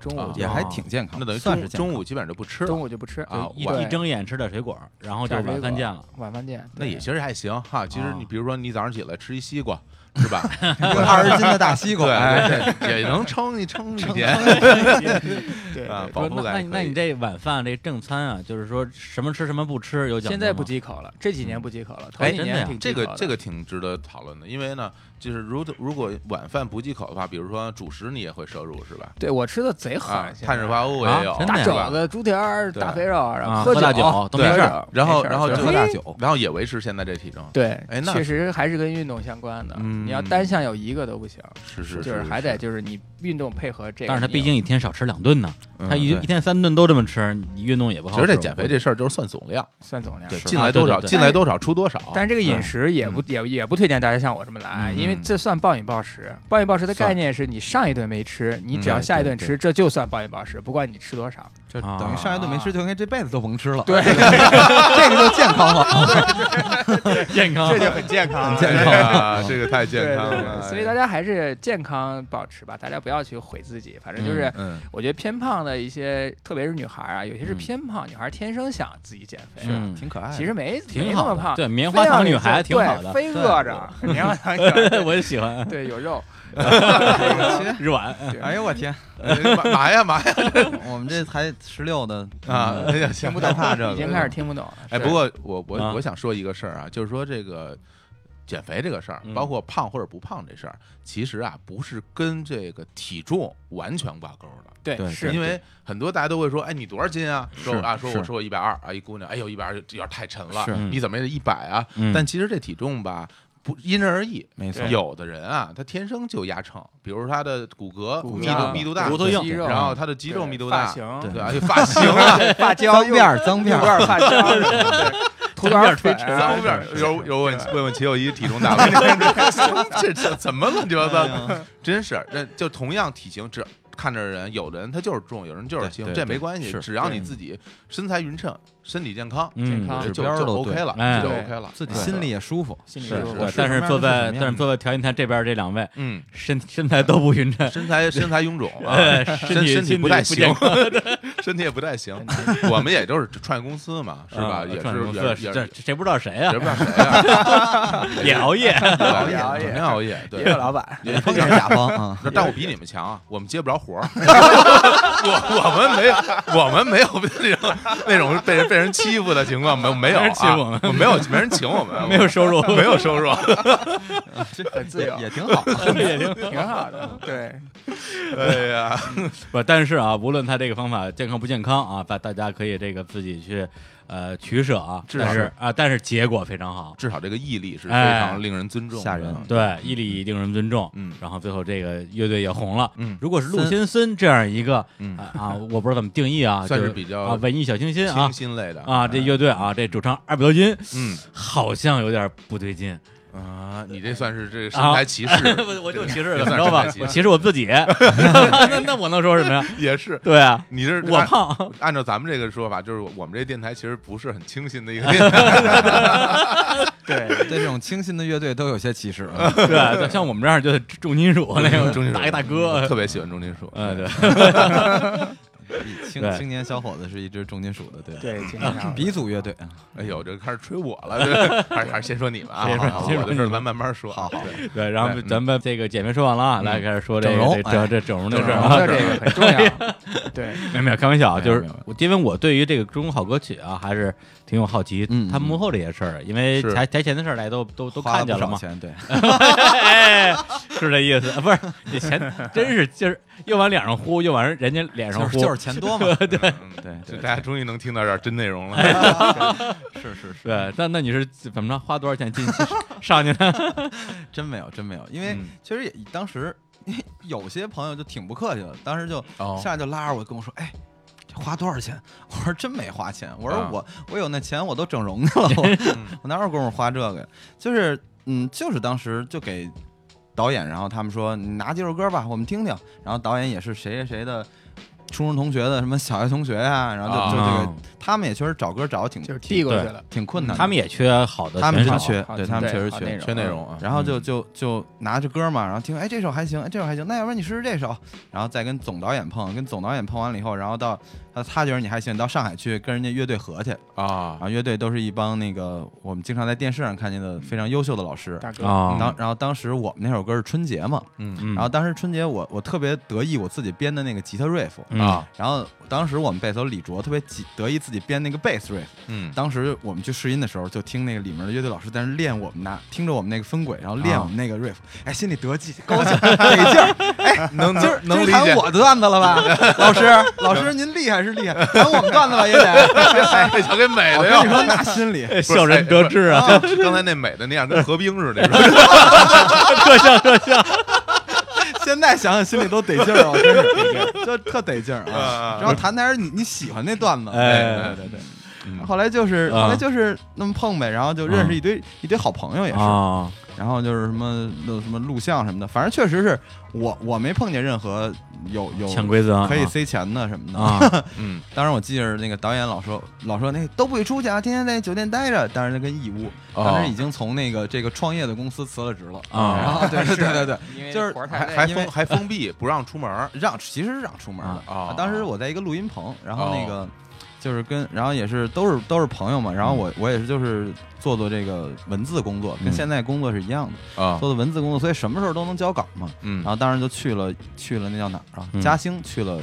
S2: 中午
S3: 啊
S2: 就
S5: 也还挺健康，
S3: 那等于
S5: 算
S3: 中
S5: 是健康
S3: 中午基本上就不吃
S2: 中
S3: 了，
S2: 午就不吃，
S3: 啊
S1: 一
S2: 晚
S1: 一睁眼吃点水果，然后就
S2: 点水
S1: 晚
S2: 果
S1: 饭见了。
S2: 晚饭见。
S3: 那
S2: 对
S3: 也其实还行哈。其实你
S1: 啊
S3: 比如说你早上起来吃一西瓜，是吧？
S5: [laughs] 二十斤的
S2: [laughs]
S5: 大西瓜，哎
S3: 对对，也能撑一撑一年。
S2: [laughs]
S3: [laughs]
S2: 对
S3: 啊
S2: 对
S3: 饱
S1: 说
S3: 腹
S1: 那
S3: 感
S1: 那
S3: 可
S1: 你那
S3: 以
S1: 你这晚饭这正餐啊，就是说什么吃什么不吃有讲究
S2: 现在不
S1: 吗
S2: 忌口了，这几年不忌口了，头
S1: 哎
S2: 几
S1: 真的呀
S2: 年挺
S3: 这
S2: 忌口
S3: 个
S2: 的
S3: 这个挺值得讨论的，因为呢，就是如如果晚饭不忌口的话，比如说主食你也会摄入是吧？
S2: 对我吃的贼狠
S3: 啊，，
S2: 现在
S3: 碳水化合物
S1: 啊
S3: 也有，
S1: 真的
S2: 大
S1: 呀
S3: 是吧
S2: 肘子、猪蹄儿、
S3: 对
S2: 大肥肉，然
S1: 啊
S2: 后
S1: 喝大
S2: 酒
S1: 酒都
S2: 喝
S1: 没事儿
S2: 酒
S3: 然后
S2: 没事儿
S3: 然后
S2: 对
S3: 就
S5: 喝大酒，
S3: 然后也维持现在这体重。
S2: 对，
S3: 哎那
S2: 确实还是跟运动相关的。
S3: 嗯
S2: 你要单项有一个都不行，
S3: 是是
S2: 就是还得就是你运动配合这个。
S1: 但是他毕竟一天少吃两顿呢，
S3: 嗯
S1: 他一
S3: 对
S1: 一天三顿都这么吃，你运动也不好
S3: 其
S1: 受。
S3: 实这减肥这事儿就是算总量，
S2: 算总量，
S3: 对，
S1: 是
S3: 进
S1: 啊
S3: 来
S1: 对
S3: 多
S1: 对
S3: 少，
S1: 对
S3: 进来多少出多少。啊
S2: 但是这个饮食也不也也不推荐大家像我这么来，因为这算暴饮暴食。暴饮暴食的概念是你上一顿没吃，你只要下一顿吃，这就算暴饮暴食，不管你吃多少。
S5: 就
S1: 啊
S5: 等于上一顿没吃，就应该这辈子都甭吃了。
S2: 对，
S5: [laughs] 这个就健康
S2: [laughs]
S5: 了。
S1: [laughs] 健康
S2: 这就很健康了。
S5: 健
S3: 哎
S5: 康
S3: [laughs] 呀，这个太
S2: 对
S3: 健康
S2: 对
S3: 了
S2: 对，。所以大
S3: 哎
S2: 家还是健康保持吧，大家不要去毁自己。反正就是，
S3: 嗯，
S2: 我觉得偏胖的一些，特别是女孩啊，有些是
S3: 嗯
S2: 偏胖，女孩天生想自己减肥，
S1: 嗯
S5: 挺可爱的，
S2: 其实
S3: 哎
S2: 没没
S1: 挺
S2: 那
S1: 好
S2: 么
S1: 的
S2: 胖，
S1: 对，棉
S2: 棉
S1: 花糖女孩挺好的，
S2: 非饿着，棉花
S3: [laughs]
S2: 糖女孩
S1: [laughs] 我也喜欢
S2: 对有肉，
S1: 日晚。
S2: 对
S5: 哎呦我
S2: [laughs]
S5: 天，
S3: 嘛嘛呃呀嘛呀
S5: 我们这才十六的嗯
S3: 啊！哎呀，
S2: 听
S3: 行
S2: 不
S3: 害
S2: 懂
S3: 怕这
S2: [laughs]
S3: 个，
S2: 已经开始听不懂了。
S3: 哎，
S2: 是
S3: 不过我
S1: 啊
S3: 我我想说一个事儿啊，就是说这个减肥这个事儿
S1: 嗯，
S3: 包括胖或者不胖这事儿，其实啊不是跟这个体重完全挂钩的，
S2: 对
S1: 对
S2: 是
S3: 因为很多大家都会说，哎，你多少斤啊？说
S5: 是
S3: 啊，说
S5: 是
S3: 我说我一百二啊，一姑娘，哎呦一百二有点太沉了
S5: 是，
S3: 你怎么也得一百啊？
S1: 嗯
S3: 但其实这体重吧。不因人而异，
S5: 没
S2: 错对
S3: 有的人啊，他天生就压秤，比如说他的骨骼
S2: 骨
S3: 密
S2: 架
S3: 度密度大，
S1: 骨头硬
S2: 肌肉
S3: 然后他的肌肉密度大
S2: 发，型
S3: 对，而且发型
S5: [laughs]
S3: 啊，
S2: 发胶
S5: 脏
S2: 又
S5: 辫儿脏辫
S2: 有
S3: [laughs]
S5: 儿，
S2: 点发胶，对涂点水啊
S3: 三边有有问问问齐友一体重大了，这这怎么乱七八
S5: 哎
S3: 糟？真是，那就同样体型，只看着人，有的人他就是重，有人就是轻，
S5: 对对
S3: 这没关系
S5: 是，
S3: 只要你自己身材匀称，身体健康，
S1: 嗯
S2: 健康
S3: 就就
S5: 指标都
S3: OK
S5: 对
S3: 了，
S1: 哎
S3: 就
S2: 对
S3: OK 了，
S5: 自己
S3: 对
S5: 心里也舒服。
S2: 心里
S1: 是
S2: 舒
S1: 是
S2: 服
S1: 对，但是坐在
S5: 什么样的
S1: 但是坐在调音台这边这两位
S3: 嗯，
S1: 身身材都不匀称，
S3: 身材身材臃肿啊 [laughs]
S1: 呃，身
S3: 身
S1: 体
S3: 体
S1: 身
S3: 不太
S1: 不
S3: 行
S1: 健，
S3: [laughs]
S1: 康，
S3: 身体也不太行。我们也就是创业公司嘛，是吧？
S1: 啊
S3: 也
S1: 转
S3: 是
S1: 公
S3: 也
S1: 司
S3: 也
S1: 这
S3: 也
S1: 谁不知道谁呀
S3: 不？知道谁啊，
S1: 也熬夜，[laughs]
S3: [laughs] 熬夜
S2: 熬夜
S3: 整天熬夜，对
S2: 也，有老
S3: [laughs]
S2: 板，
S3: 也
S5: 碰见甲方啊，
S3: 那但我比你们强啊，我们接不着活儿， [laughs] 我我们没有，我们没有那种那种被人被人欺负的情况，没没
S1: 没
S3: 有啊
S1: 人欺负我们
S3: 没有没人请我们，
S1: 没有收入，
S3: [laughs] 没有
S1: [laughs]
S3: 收入，
S5: [laughs]
S2: 很自由
S5: 也，也挺好。 [laughs]
S1: 也挺
S2: 挺好的。对，
S3: 哎呀，
S1: 不，但是啊，无论他这个方法健康不健康啊，大大家可以这个自己去呃取舍啊，
S3: 至少
S1: 但是
S3: 是
S1: 啊，但是结果非常好，
S3: 至少这个毅力是非
S1: 哎
S3: 常令人尊重的，
S5: 吓人
S1: 对，毅力令人尊重，
S3: 嗯
S1: 然后最后这个乐队也红了，
S3: 嗯
S1: 如果是陆先森这样一个
S3: 嗯
S1: 啊啊，我不知道怎么定义啊，
S3: 算
S1: 就是
S3: 比较
S1: 啊文艺小清新啊
S3: 清新类的
S1: 啊，这乐队啊，这主唱二百多斤，
S3: 嗯
S1: 好像有点不对劲，
S3: 啊，你这算是这个身材
S1: [laughs]
S3: 歧视，
S1: 我我就歧视了，你
S3: 也
S1: 知
S3: 算
S1: 道吧
S3: 是太？极
S1: 我歧视我自己，那那我能说什么呀？
S3: 也是。
S1: 对啊，
S3: 你这
S1: 我
S3: 按
S1: 胖，
S3: 按照咱们这个说法，就是我们这电台其实不是很清新的
S5: [laughs]
S3: 一个电台，
S2: 对，
S5: 对这种清新的乐队都有些歧视啊，
S1: [laughs] 对，像我们这样就是重金属那种，
S3: 重金属
S1: 大一大哥，
S3: 嗯特别喜欢重金属。
S1: 嗯，对，
S5: 青
S1: 对
S5: 青年小伙子是一支重金属的队，
S2: 对，经
S3: [laughs]
S2: 常
S5: 鼻祖乐队。
S3: 哎呦，这开始吹我了，这还是还是先说你们啊，
S1: 先说
S3: 好好
S1: 先说
S3: 我的事儿咱慢慢说。
S5: 好 [laughs] 好
S3: 对嗯
S1: 对，然后咱们这个减肥说完了啊，来开始说这
S5: 整容
S1: 个这这这整容的
S2: 整
S1: 事儿
S2: 容
S1: 啊
S2: 的。这个很重要。对，
S1: 没有没有，开玩笑啊，
S5: 没
S1: 就
S5: 有
S1: 是
S5: 没有没
S1: 我因为我对于这个中国好歌曲啊，还是挺有好奇
S5: 嗯，
S1: 他幕后这些事儿，因为
S3: 是
S1: 台台前的事儿大家都都都
S5: 花
S1: 看见
S5: 不
S1: 了
S5: 少
S1: 嘛，
S5: 钱对，
S1: 哎， [laughs] 是这意思，啊不是这钱真是就是又往脸上呼，又往人家脸上
S5: 就是
S1: 呼，
S5: 就是钱多嘛。
S3: 嗯对
S5: 对
S3: 就
S5: 对
S3: 大家终于能听到这儿真内容 [laughs] 了。
S5: [laughs] 是是是，
S1: 对，那那你是怎么着？花多少钱进去上去呢？
S5: 真没有真没有，因为
S1: 嗯
S5: 其实也当时有些朋友就挺不客气的，当时就 [laughs]
S3: 哦
S5: 下来就拉着我跟我说，哎。这花多少钱？ [laughs] 我说真没花钱。我说
S3: 啊
S5: 我我有那钱我都整容去了，我
S3: 嗯
S5: 我哪有功夫花这个呀？就是嗯，就是当时就给导演，然后他们说你拿几首歌吧，我们听听。然后导演也是谁谁谁的初中同学的什么小学同学呀、然后就、就这个
S1: 啊，
S5: 他们也确实找歌找的挺
S2: 就是递过去了。
S5: 挺困难的，
S1: 他们也缺好的
S5: 他
S1: 选
S5: 们
S1: 手
S5: 是
S1: 啊，
S5: 缺
S2: 好，
S5: 对他们确实
S2: 好
S5: 缺
S2: 内容
S3: 缺内容啊，
S5: 然后
S1: 嗯
S5: 就就就拿着歌嘛，然后听，哎，这首还行，哎，这首还行，那要不然你试试这首，然后再跟总导演碰，跟总导演碰完了以后，然后到他他觉得你还行，你到上海去跟人家乐队合去，
S3: 啊
S5: [laughs] 然，后乐队都是一帮那个我们经常在电视上看见
S3: 嗯
S5: 的非常优秀的老师。
S2: 大哥，
S1: 啊，
S5: 当然后当时我们那首歌是春节嘛，
S3: 嗯
S1: 嗯
S5: 然后当时春节我我特别得意我自己编的那个吉他 riff，
S3: 嗯
S1: 啊，
S5: 然后当时我们贝斯手李卓特别急得意自己编那个 bass riff，
S3: 嗯
S5: 当时我们去试音的时候，就听那个里面的乐队老师在那练我们拿听着我们那个分轨，然后
S3: 啊
S5: 练我们那个 riff，、哎，心里得劲
S3: [laughs]
S5: 高兴得劲儿，哎，能今儿
S3: 能
S5: 今儿
S3: 理
S5: 喊
S3: 解
S5: 我的段子了吧？老师，老师您厉害是厉害，喊我们段子吧也得。哎
S3: [laughs] 哎，瞧 [laughs] 给美
S5: 我
S3: 的
S5: 跟
S3: 呀
S5: 你！说，那
S3: [laughs]
S5: 心里
S1: [laughs] 哎小人得志
S5: [laughs]
S1: 啊，
S3: 刚刚才那美的那样，跟何冰似的，是吧
S1: 这像这像，
S5: 现在想想心里都得劲儿啊，我
S1: [laughs]
S5: 真是就特得劲儿啊
S3: 啊。
S5: 然后谈的还是你你喜欢那段子，
S1: 哎，
S3: 对对，
S5: 后来就是
S1: 啊
S5: 后来就是那么碰呗，然后就认识一堆一堆好朋友也是，
S1: 啊，
S5: 然后就是什么那什么录像什么的，反正确实是我我没碰见任何有有
S1: 潜规则
S5: 可以塞钱的什么的。
S1: 啊，
S3: 嗯
S5: 当时我记着那个导演老说老说那都不许出去啊，天天在酒店待着。当时那跟义乌，
S3: 哦
S5: 当时已经从那个这个创业的公司辞了职了
S2: 哎
S1: 啊
S5: 然后对对对对对，
S2: 因为
S5: 就是
S2: 活儿太
S3: 还
S2: 累
S3: 还
S5: 因为
S3: 封还封闭不让出门儿
S5: 让其实是让出门的
S1: 啊。
S3: 啊
S5: 当时我在一个录音棚，然后那个就是跟，然后也是都是都是朋友嘛，然后我我也是就是做做这个文字工作，跟
S1: 嗯
S5: 现在工作是一样的，
S3: 啊
S5: 做做文字工作，所以什么时候都能交稿嘛。
S3: 嗯
S5: 然后当时就去了去了那叫哪儿啊
S1: 嗯？
S5: 嘉兴去了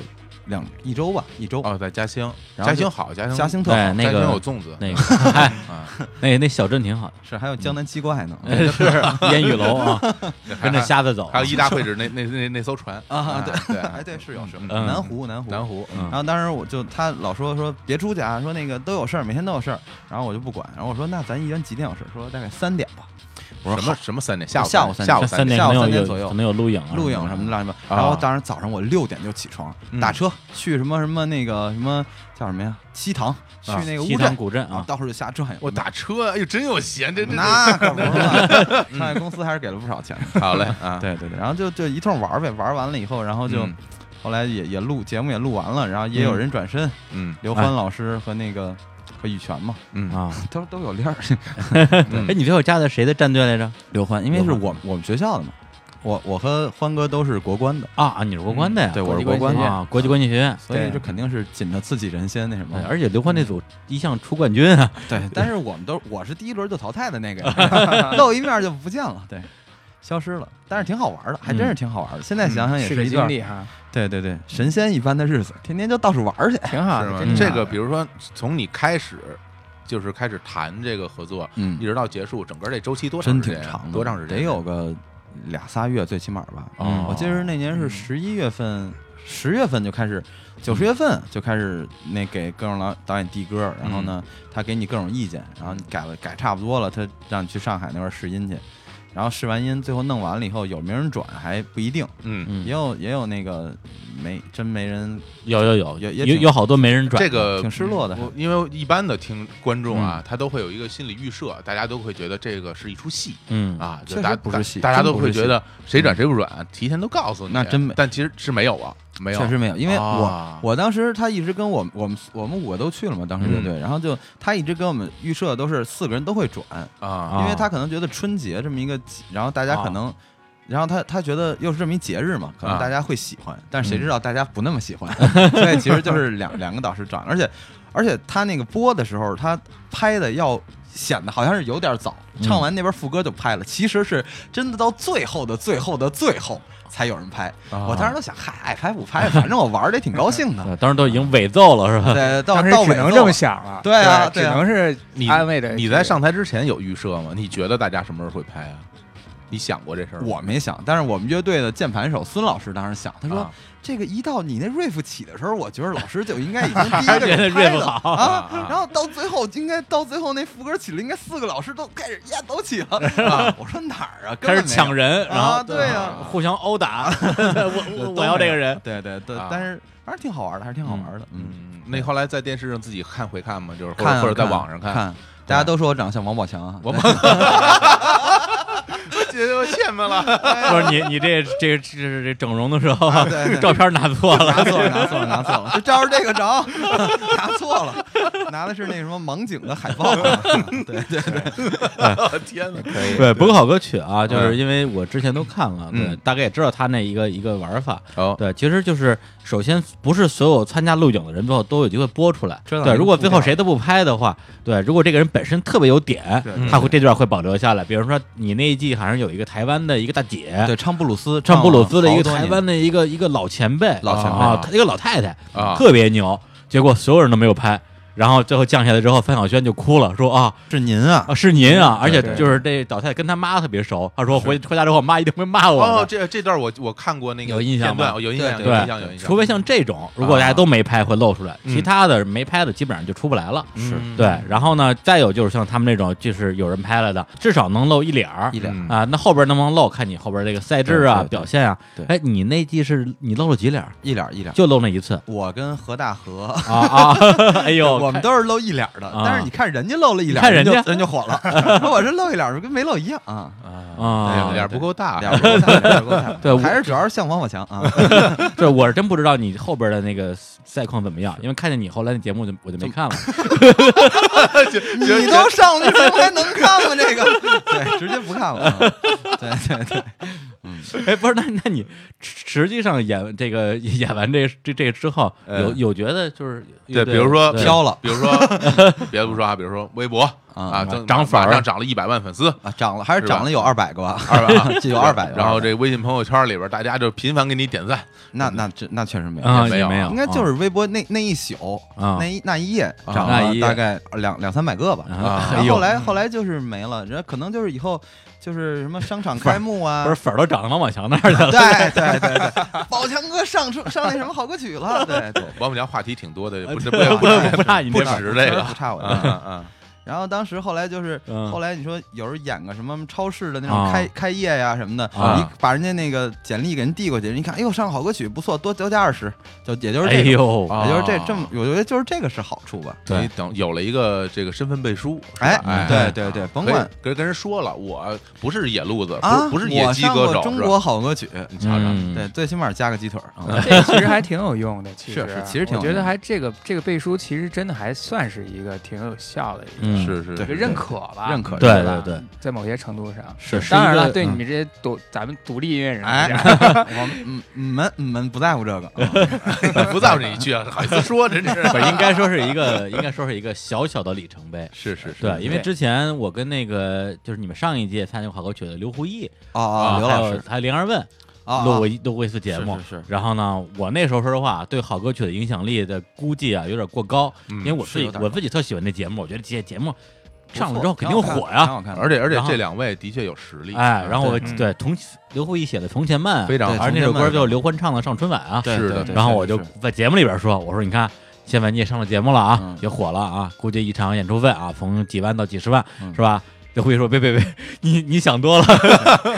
S5: 两一周吧，一周。
S3: 哦，在嘉兴，
S5: 然
S3: 嘉
S5: 后就
S3: 兴好，嘉兴
S5: 嘉兴特好
S1: 对，哎那
S3: 嘉兴有
S1: 个
S3: 粽子，
S1: 那个，
S5: [laughs]
S1: 哎，
S3: 啊，
S1: 那那小镇挺好的，
S5: 是还有江南七怪呢。
S1: 哎是烟雨楼啊，
S5: [laughs]
S1: 跟着瞎子走，啊
S3: 还有一大会址那那那那艘船
S5: 啊
S3: 对嗯
S5: 哎，对，是有是有南湖南湖
S3: 南湖，
S1: 嗯
S5: 然后当时我就他老说说别出去啊，说那个都有事儿，每天都有事儿。然后我就不管，然后我说那咱一般几点有事儿？说大概三点吧。我说
S3: 什么什么三点，午
S5: 下
S3: 下
S5: 午三点
S3: 下午
S1: 三
S3: 三
S1: 点
S5: 下
S1: 可
S5: 午
S1: 能有
S5: 三点
S1: 有
S5: 左右
S1: 可能有录影啊，
S5: 录影什么乱七八
S3: 啊
S5: 糟。然后当时早上我六点就起床，
S3: 嗯
S5: 打车去什么什么那个什么叫什么呀？西塘，去
S1: 啊
S5: 那个
S1: 西
S5: 乌
S1: 塘
S5: 镇
S1: 古镇
S5: 啊
S1: 啊，，
S5: 到处就瞎转悠。
S3: 我打车，哎呦，真有闲，这这
S5: 那可不是嘛，创业公司还是给了不少钱的。
S3: 好嘞
S5: [laughs]
S3: 啊，
S5: 嗯对对对，然后就就一通玩儿呗，玩儿完了以后，然后就
S3: 嗯
S5: 后来也也录节目也录完了，然后也有人转身，
S3: 嗯
S5: 刘欢老师和那个和羽泉嘛，
S3: 嗯
S1: 啊，
S5: 都都有链儿。
S1: 哎，你最后加的谁的战队来着？
S5: 刘欢，因为是我我们学校的嘛，我我和欢哥都是国关的，
S1: 啊啊，你是国关的呀？
S5: 对，我是
S2: 国
S5: 国
S2: 际关
S5: 关
S2: 系
S5: 的，
S1: 啊，国际关系学院。
S5: 所以这肯定是紧着自己人先那什么
S1: 哎。而且刘欢那组一向出冠军啊，
S5: [laughs] 对，但是我们都我是第一轮就淘汰的那个呀，
S2: [laughs]
S5: 露一面就不见了，对，消失了。但是挺好玩的，还真是挺好玩的。现在想想也
S2: 嗯是个
S5: 一段
S2: 经，历哈，
S5: 对对对，神仙一般的日子，天天就到处玩儿去。
S2: 挺好
S3: 是
S2: 的，
S3: 吗
S2: 真？
S3: 这
S2: 挺好
S3: 个
S2: 的
S3: 比如说从你开始就是开始谈这个合作，
S5: [laughs] 嗯
S3: 一直到结束，整个这周期多长
S5: 真
S3: 时
S5: 挺
S3: 间呀
S5: 长的，
S3: 多长时间？
S5: 得有个俩仨月最起码吧。嗯
S3: 哦
S5: 我记得那年是十一月份，十、月份就开始，九十月份就开始那给各种导导演递歌，然后呢，
S3: 嗯
S5: 他给你各种意见，然后你改了改差不多了，他让你去上海那边试音去。然后试完音，最后弄完了以后，有没有人转还不一定，
S3: 嗯。
S1: 嗯
S5: 也有也有那个没真没人，
S1: 有有有
S5: 也
S1: 有
S5: 也挺
S1: 有好多没人转
S3: 这个嗯
S5: 挺失落的嗯
S3: 我因为一般的听观众啊，他都会有一个心理预设，大家都会觉得这个是一出戏
S1: 嗯
S3: 啊，就
S5: 确实
S3: 大
S5: 不是戏
S3: 大大家
S5: 真
S3: 都
S5: 不是
S3: 会觉
S5: 戏嗯
S3: 得谁转谁不转，提前都告诉你，
S5: 那真没
S3: 但其实是没有啊，没有，
S5: 确实没有，因为我
S3: 啊
S5: 我当时他一直跟我们我们我们五个都去了嘛，当时乐
S3: 嗯
S5: 队，然后就他一直跟我们预设的都是四个人都会转，
S3: 啊
S1: 啊
S5: 因为他可能觉得春节这么一个节，然后大家
S2: 啊
S5: 可能，然后他他觉得又是这么一节日嘛，可能
S3: 啊
S5: 大家会喜欢，但
S2: 嗯
S5: 是谁知道大家不那么喜欢， [laughs] 所以其实就是两两个导师转，而且而且他那个播的时候，他拍的要。显得好像是有点早，
S2: 嗯
S5: 唱完那边副歌就拍了，其实是真的到最后的最后的最后才有人拍。
S2: 啊
S5: 我当时都想，嗨，爱拍不拍，反正我玩的也挺高
S2: [laughs]
S5: 兴的。
S1: 啊当时都已经伪造了是吧？
S5: 对，到
S2: 当时
S5: 到尾
S2: 只能
S5: 奏
S2: 这
S5: 了
S2: 么想了，
S5: 对啊
S2: 只
S5: 对啊
S2: 能是
S3: 你
S2: 安慰着
S3: 你在上台之前有预设吗？你觉得大家什么时候会拍啊？你想过这事儿吗？
S5: 我没想，但是我们乐队的键盘手孙老师当时想，他说、
S3: 啊
S5: 这个一到你那 riff 起的时候，我觉得老师就应该已经第一
S1: 还
S5: 个
S1: [laughs] 觉得
S5: 给拍
S1: riff
S5: 了
S1: 好
S5: 啊
S3: 啊，
S5: 然后到最后应该到最后那副歌起了，应该四个老师都开始呀都
S1: [laughs]
S5: 起了、啊我说哪儿啊？
S1: 开始抢
S5: 人，
S1: 人，然
S5: 啊
S1: 后
S5: 对呀
S1: 啊互相殴打， [laughs] 我我我要这个人，
S5: 对对对，
S3: 啊
S5: 但是还是挺好玩的，还是挺好玩的，嗯，
S3: 嗯，那后来在电视上自己看回看吗？就是或者
S5: 看啊
S3: 或者在网上
S5: 看，
S3: 看，嗯
S5: 大家都说我长得像王宝强啊，
S3: 我觉得我羡慕了。
S1: 不是你你这这这这这整容的时候
S5: 啊对对
S1: [laughs] 照片拿错了，
S5: 拿错了，拿错了，拿错了，就照着这个找， [laughs] 拿错了，拿的是那什么盲井的海报，啊对对对，哎
S3: 天哪！
S1: 对，不过好歌曲啊，就是因为我之前都看了，对，
S3: 嗯
S1: 大概也知道他那一个一个玩法。
S3: 哦，
S1: 对，其实就是首先不是所有参加录影的人最后都有机会播出来。
S5: 知道
S1: 对，
S5: 你
S1: 如果
S5: 不
S1: 最后
S5: 知道
S1: 谁都不拍的话，对，如果这个人本身特别有点，
S5: 对嗯
S1: 他会这段会保留下来。比如说你那一季好像有有一个台湾的一个大姐，
S5: 对，哎唱布鲁斯，
S1: 唱布鲁斯的一个
S5: 好多
S1: 台
S5: 年
S1: 湾的一个一个老前辈，
S5: 老前辈
S1: 啊，她一个老太太，
S3: 啊，
S1: 特别牛。结果所有人都没有拍，然后最后降下来之后，范晓萱就哭了，说啊
S5: 是您啊，
S1: 啊是您啊，而且
S2: 对
S1: 就是这老太太跟她妈特别熟，她说回回家之后，我妈一定会骂我
S3: 哦，
S1: 的。
S3: 这这段我我看过那个
S1: 有印象
S3: 片段
S1: 吧
S3: 哦有印象，有
S1: 对
S3: 印象，有印象。
S1: 除非像这种，如
S5: 啊
S1: 果大家都没拍会露出来，
S3: 嗯
S1: 其他的没拍的基本上就出不来了。
S5: 嗯
S3: 是
S1: 对，然后呢，再有就是像他们这种，就是有人拍了的，至少能露一脸儿
S5: 一脸
S3: 嗯
S1: 啊。那后边能不能露，看你后边这个赛制啊、
S5: 对对对
S1: 表现啊
S5: 对。
S1: 哎，你那季是你露了几脸儿？
S5: 一脸儿一脸儿。
S1: 就露那一次
S5: 我跟何大河， [laughs]
S1: 啊啊！ [laughs] 哎呦，
S5: 我们都是露一脸的
S1: 啊，
S5: 但是你看人家露了一脸，
S1: 看人家
S5: 就人就 [laughs] 火了，我这露一脸跟没露一样啊，
S1: 啊
S3: 哎，脸不够大，
S5: 脸不够看，脸不够看，
S1: 对我
S5: 还是主要是像王宝强 [laughs] 啊，
S1: 对，我是真不知道你后边的那个赛况怎么样，因为看见你后来的节目就我就没看了。
S3: [laughs]
S5: 你都上去了，还能看吗？这个， [laughs] 对，直接不看了啊，对对对，
S1: [laughs] 哎，不是，那那你实际上演这个 [laughs] 演完这这这之后，有有觉得就是
S3: 对比如说
S1: 对
S5: 飘了
S3: 比如说，别的不说啊，比如说微博啊，
S5: 啊
S3: 增
S1: 涨粉儿
S3: 马上涨了一百万粉丝，
S5: 啊，涨了还是涨了有二百个吧，
S3: 二百万
S5: [laughs] 就有200
S3: 然后这微信朋友圈里边，大家就频繁给你点赞，
S5: 那那这那确实没有，
S1: 啊，
S3: 也没
S1: 也
S3: 有
S1: 没有，
S5: 应该就
S1: 啊
S5: 是微博那那一宿
S1: 啊
S5: 那一那一夜涨
S1: 那
S5: 了
S1: 一夜
S5: 大概两两三百个吧，
S1: 啊哎
S5: 然后
S1: 呦
S5: 后来后来就是没了，然后可能就是以后就是什么商场开幕啊，
S1: 不是粉儿都涨到王宝强那儿去
S5: [laughs]
S1: 了。
S5: 对对对对，宝强哥上出上那什么好歌曲
S3: [laughs]
S5: 了，对对，
S3: 王宝强话题挺多的，
S1: [laughs]
S3: 不
S1: 不
S3: 不
S1: 不不差你
S3: 不
S1: 这份儿
S3: 止这
S5: [laughs]
S3: 个
S5: 不差我这
S3: 嗯。嗯嗯
S5: 然后当时后来就是，
S1: 嗯
S5: 后来你说有时候演个什么超市的那种
S1: 啊
S5: 开、开业呀什么的，
S1: 啊
S5: 你把人家那个简历给人递过去，人一看，哎呦上好歌曲不错，多多加二十，就也就是
S1: 哎
S5: 这个，
S1: 呦，
S3: 啊
S5: 也就是这这么，我觉得就是这个是好处吧。
S1: 对
S3: 你等有了一个这个身份背书，是吧
S5: 哎，
S3: 哎，
S5: 对对对，甭
S3: 可以
S5: 管
S3: 跟跟人说了，我不是野路子，
S5: 啊，
S3: 不是不是野
S5: 我
S3: 鸡
S5: 上
S3: 歌
S5: 过
S3: 手，
S5: 中
S3: 是吧
S5: 国好歌曲，
S1: 你瞧瞧
S5: 对，最起码加个鸡腿儿
S1: 嗯
S5: 啊。
S2: [laughs] 这其实还挺有用的，其实啊
S5: 是是其实挺有
S2: 我觉
S5: 用
S2: 得
S5: 的
S2: 还这个这个背书其实真的还算是一个挺有效的一
S1: 嗯
S2: 个
S3: 是是
S2: 一个
S3: 是，
S2: 认可吧，
S5: 认可
S1: 对
S2: 对吧
S1: 对对，
S2: 在某些程度上。
S1: 是是
S2: 当然
S1: 一个
S2: 了，对你
S1: 嗯
S2: 们这些独咱们独立音乐人啊来
S5: 哎
S2: 讲，，
S5: 我们你们你们嗯不在乎这个，
S1: 嗯
S3: 不在乎这一句啊，好意思说，真 [laughs] 是
S1: 不是应该说是一个，应该说是一个小小的里程碑。
S3: 是是是，
S1: 对，因为
S2: 对
S1: 之前我跟那个就是你们上一届参加过好歌曲的刘胡毅
S5: 哦哦，刘老
S1: 啊还有
S5: 师
S1: 还有灵儿问
S5: 啊，
S1: 录
S5: 啊
S1: 过一录过一次节目，
S5: 是是是
S1: 然后呢，我那时候说实话，对好歌曲的影响力的估计啊，有点过高，
S3: 嗯
S1: 因为我自
S5: 是
S1: 己
S5: 有点
S1: 我自己特喜欢那节目，我觉得这节目
S5: 不
S1: 上了
S5: 错
S1: 之后肯定
S5: 挺好
S1: 火
S5: 看挺
S1: 呀，
S5: 好看的
S3: 而且而且
S1: 然后
S3: 这两位的确有实力，啊
S1: 哎，然后我
S2: 对嗯
S1: 对同刘胡毅写的《从前慢》，
S3: 非常
S5: 对
S3: 好
S1: 而那首歌
S5: 从前慢
S1: 就是刘欢唱的《上春晚》啊，
S5: 对
S3: 是
S5: 对
S3: 的
S5: 对
S1: 然后
S5: 是
S1: 我就是在节目里边说，我说你看。现在你也上了节目了啊，
S5: 嗯
S1: 也火了啊，估计一场演出费啊，从几万到几十万，
S5: 嗯
S1: 是吧？刘胡毅说：“别别别，你你想多了，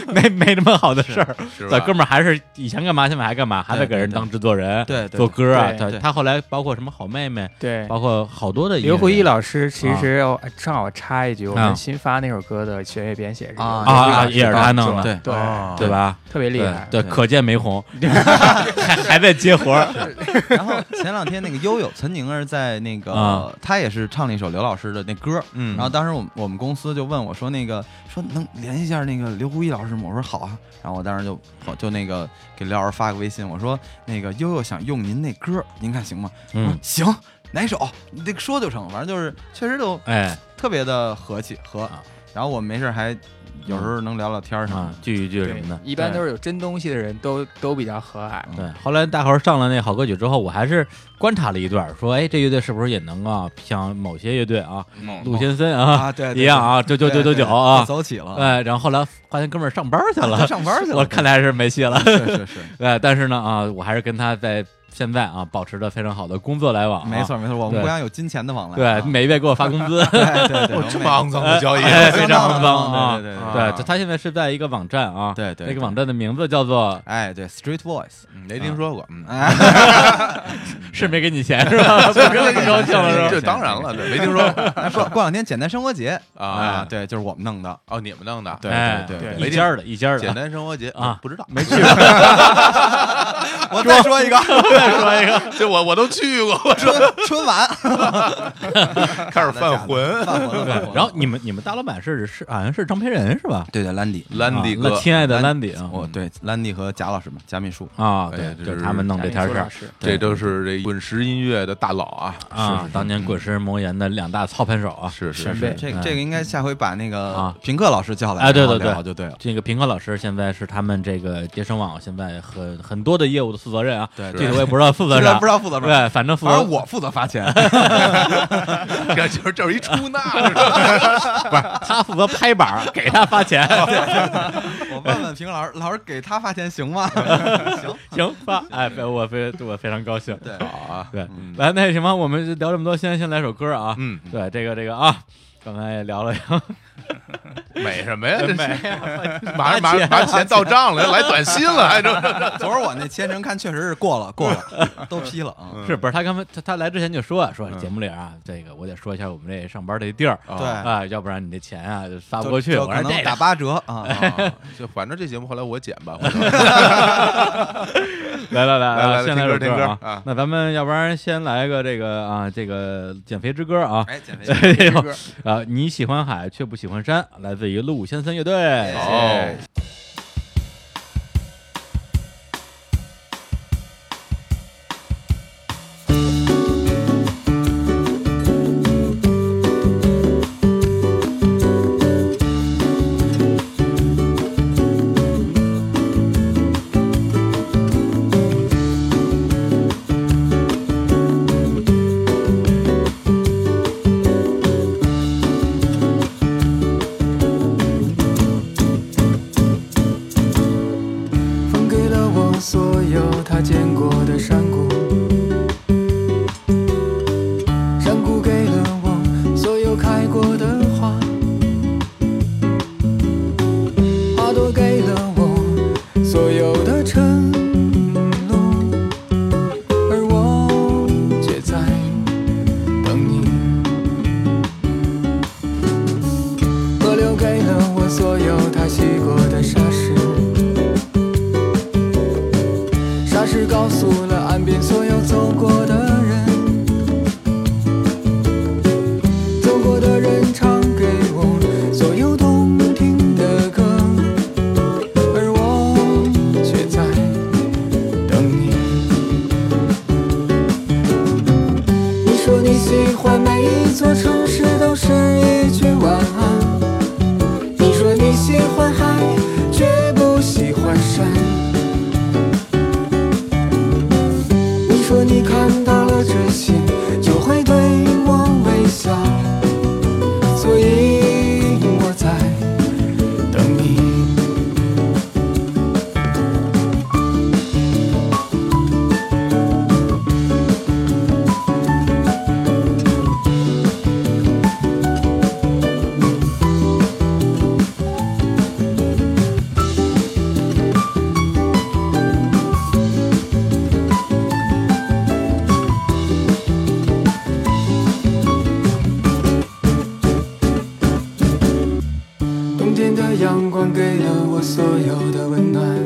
S1: [laughs] 没没那么好的事儿。
S3: 是吧
S1: 对，哥们儿还是以前干嘛，现在还干嘛，还在
S5: 对
S1: 给人
S5: 对对
S1: 当制作人，
S5: 对对
S1: 做歌啊。
S2: 对
S1: 他
S5: 对
S1: 他后来包括什么好妹妹，
S2: 对，
S1: 包括好多的音乐
S2: 刘胡一
S1: 人
S2: 老师其实我正好插一句，我
S1: 啊
S2: 们新发那首歌的弦乐编写是
S5: 啊
S1: 啊
S2: 刘胡一
S1: 啊，
S2: 老师
S1: 也是他弄
S2: 做
S1: 的，
S5: 对
S2: 对，
S3: 哦
S1: 对吧？
S2: 特别厉
S1: 对
S2: 害。
S1: 对，
S5: 对
S1: 可见没红，还还在接活儿。
S5: 然后前两天那个悠悠岑宁儿在那
S1: 啊
S5: 个，她也是唱了一首刘老师的那歌，
S3: 嗯
S5: 然后当时我们我们公司就问我说那个说能联系一下那个刘胡一老师吗？我说好啊，然后我当时就我就那个给刘老师发个微信，我说那个悠悠想用您那歌，您看行吗？
S1: 嗯，
S5: 啊行，哪首？你这个说就成，反正就是确实都
S1: 哎
S5: 特别的和气和
S1: 啊。
S5: 然后我们没事儿还有时候能聊聊天儿什么
S1: 啊
S5: 的，，
S1: 聚一聚
S2: 对
S1: 什么的。
S2: 一般都是有真东西的人都都比较和
S5: 嗯
S1: 嗯
S2: 蔼。
S1: 啊对，后来大伙儿上了那好歌曲之后，我还是观察了一段儿，说，哎，这乐队是不是也能啊，像某些乐队啊，陆先森啊
S5: 啊，对，
S1: 一
S5: 对
S1: 样，啊，九九九九九啊，
S5: 走起了，啊
S1: 哎，然后后来发现哥们儿上班儿去了，
S5: 上班去了，
S1: 我看来还是没戏了。
S5: 是是是。
S1: [laughs] 对，但是呢啊，我还是跟他在现在啊保持着非常好的工作来往、
S5: 没。错没错，啊我
S1: 啊对
S5: 们互相有金钱的往来。
S1: 对，每月给我发
S5: [laughs]
S1: 工资，
S5: 对对对，
S3: 哦这么肮脏的交易，
S1: 哎非常肮脏啊
S5: 啊！对对对
S1: 对，他现在是在一个网站啊，
S5: 对对对
S1: 那个网啊站的名字叫做
S5: 哎对，Street Voice，
S3: 嗯没听说过，嗯。
S5: 哎，
S1: 是没给你钱是
S5: [laughs]
S1: 吧？不跟你高兴了是吧？
S3: 这当然了，对没听说过
S5: 过过两天简单生活节
S3: 啊
S5: 哎对，就是我们弄
S1: 啊
S5: 的，
S3: 哦，你们弄的，
S5: 对
S1: 哎
S5: 对对
S2: 对
S1: 一家儿的，一家儿
S3: 简
S1: 的，
S3: 单生活节
S1: 啊
S3: 不知道，
S1: 没去过，
S5: 我再说一个
S1: 再说一个，
S3: 这我我都去过，我
S5: 春春晚，
S3: 开始犯浑。
S5: 犯浑了犯浑了
S1: 然后你们你们大老板是是好像是张培仁是吧？
S5: 对对，兰迪，
S3: 兰迪
S1: 啊
S3: 哥
S1: 那，亲爱的兰迪啊，
S5: 哦对，兰迪和贾老师嘛，贾秘书，
S1: 啊，
S3: 哎
S1: 对，
S3: 这
S1: 就是
S3: 是
S1: 他们弄这
S2: 天
S1: 摊事儿
S2: 是
S3: 这都是这滚石音乐的大佬啊，
S1: 啊，当年滚石魔岩的两大操盘手啊，
S3: 是是
S2: 前
S3: 是，
S2: 辈
S5: 嗯这
S1: 嗯
S5: 这个应该下回把那个
S1: 啊
S5: 平克老师叫来，
S1: 哎对
S5: 然后
S1: 对对
S5: 聊就对了，
S1: 这个平科老师现在是他们这个蝶声网现在很很多的业务的负责人啊，
S5: 对
S1: 具
S5: 对
S1: 体我也不知道负责
S5: 虽然
S1: 啥，
S5: 不知道负责什么，
S1: 对，反正负
S5: 反
S1: 责
S5: 正我负责
S1: [laughs]
S5: 发钱，
S3: 这就是这是一出纳，这是
S1: 他负责拍板儿，给他发
S5: [laughs]
S1: 钱， [laughs]
S5: 我问问平克老师，老师给他发钱行吗？行，
S1: 行发，哎，我非我非常高兴，
S5: 对，
S3: 好 [laughs] 啊，
S1: 对
S3: 嗯，
S1: 来那什么，我们就聊这么多，先先来首歌啊，
S3: 嗯，
S1: 对，这个这个啊。刚才也聊了聊，
S3: 美什么呀？
S5: 哎
S3: 这
S1: 美
S3: 是马上马上马上钱到账了，来短信了，还这这
S5: [laughs] 昨儿我那签证看确实是过了，过了，
S1: [laughs]
S5: 都批了啊。
S1: [laughs] 是不是？他刚才他他来之前就说啊
S5: 嗯
S1: 说节目里啊，这个我得说一下我们这上班这地儿
S3: 啊
S5: 对
S1: 啊，要不然你这钱啊就发
S5: 哎就
S1: 不过去。
S5: 就
S1: 我
S5: 可
S1: 说
S5: 能
S1: 这
S5: 打
S1: 个
S5: 八折
S1: [laughs]
S3: 啊，
S5: 啊，
S3: 就反正这节目后来我剪吧，回头
S1: 来来来
S3: 来来
S1: 先来首
S3: 听歌听歌
S1: 啊
S3: 啊！
S1: 那咱们要不然先来个这个啊，这个减肥之歌啊。
S5: 哎，减肥
S1: 这
S5: 药
S1: 这首啊，你喜欢海却不喜欢山，来自于陆先森乐队。
S5: 好
S3: 哦，
S6: 风给了我所有他见过的山谷，山谷给了我所有开过的花，花朵给了我所有的承诺，而我却在等你。河流给了我所有他洗过的沙石。沙石告诉了岸边所有走过的人，走过的人唱给我所有动听的歌，而我却在等你。你说你喜欢每一座城市都是一句晚安，你说你喜欢海，却不喜欢山。你说你看到了这些，就会对我微笑，所以我在等你。冬天的阳光给了我所有的温暖，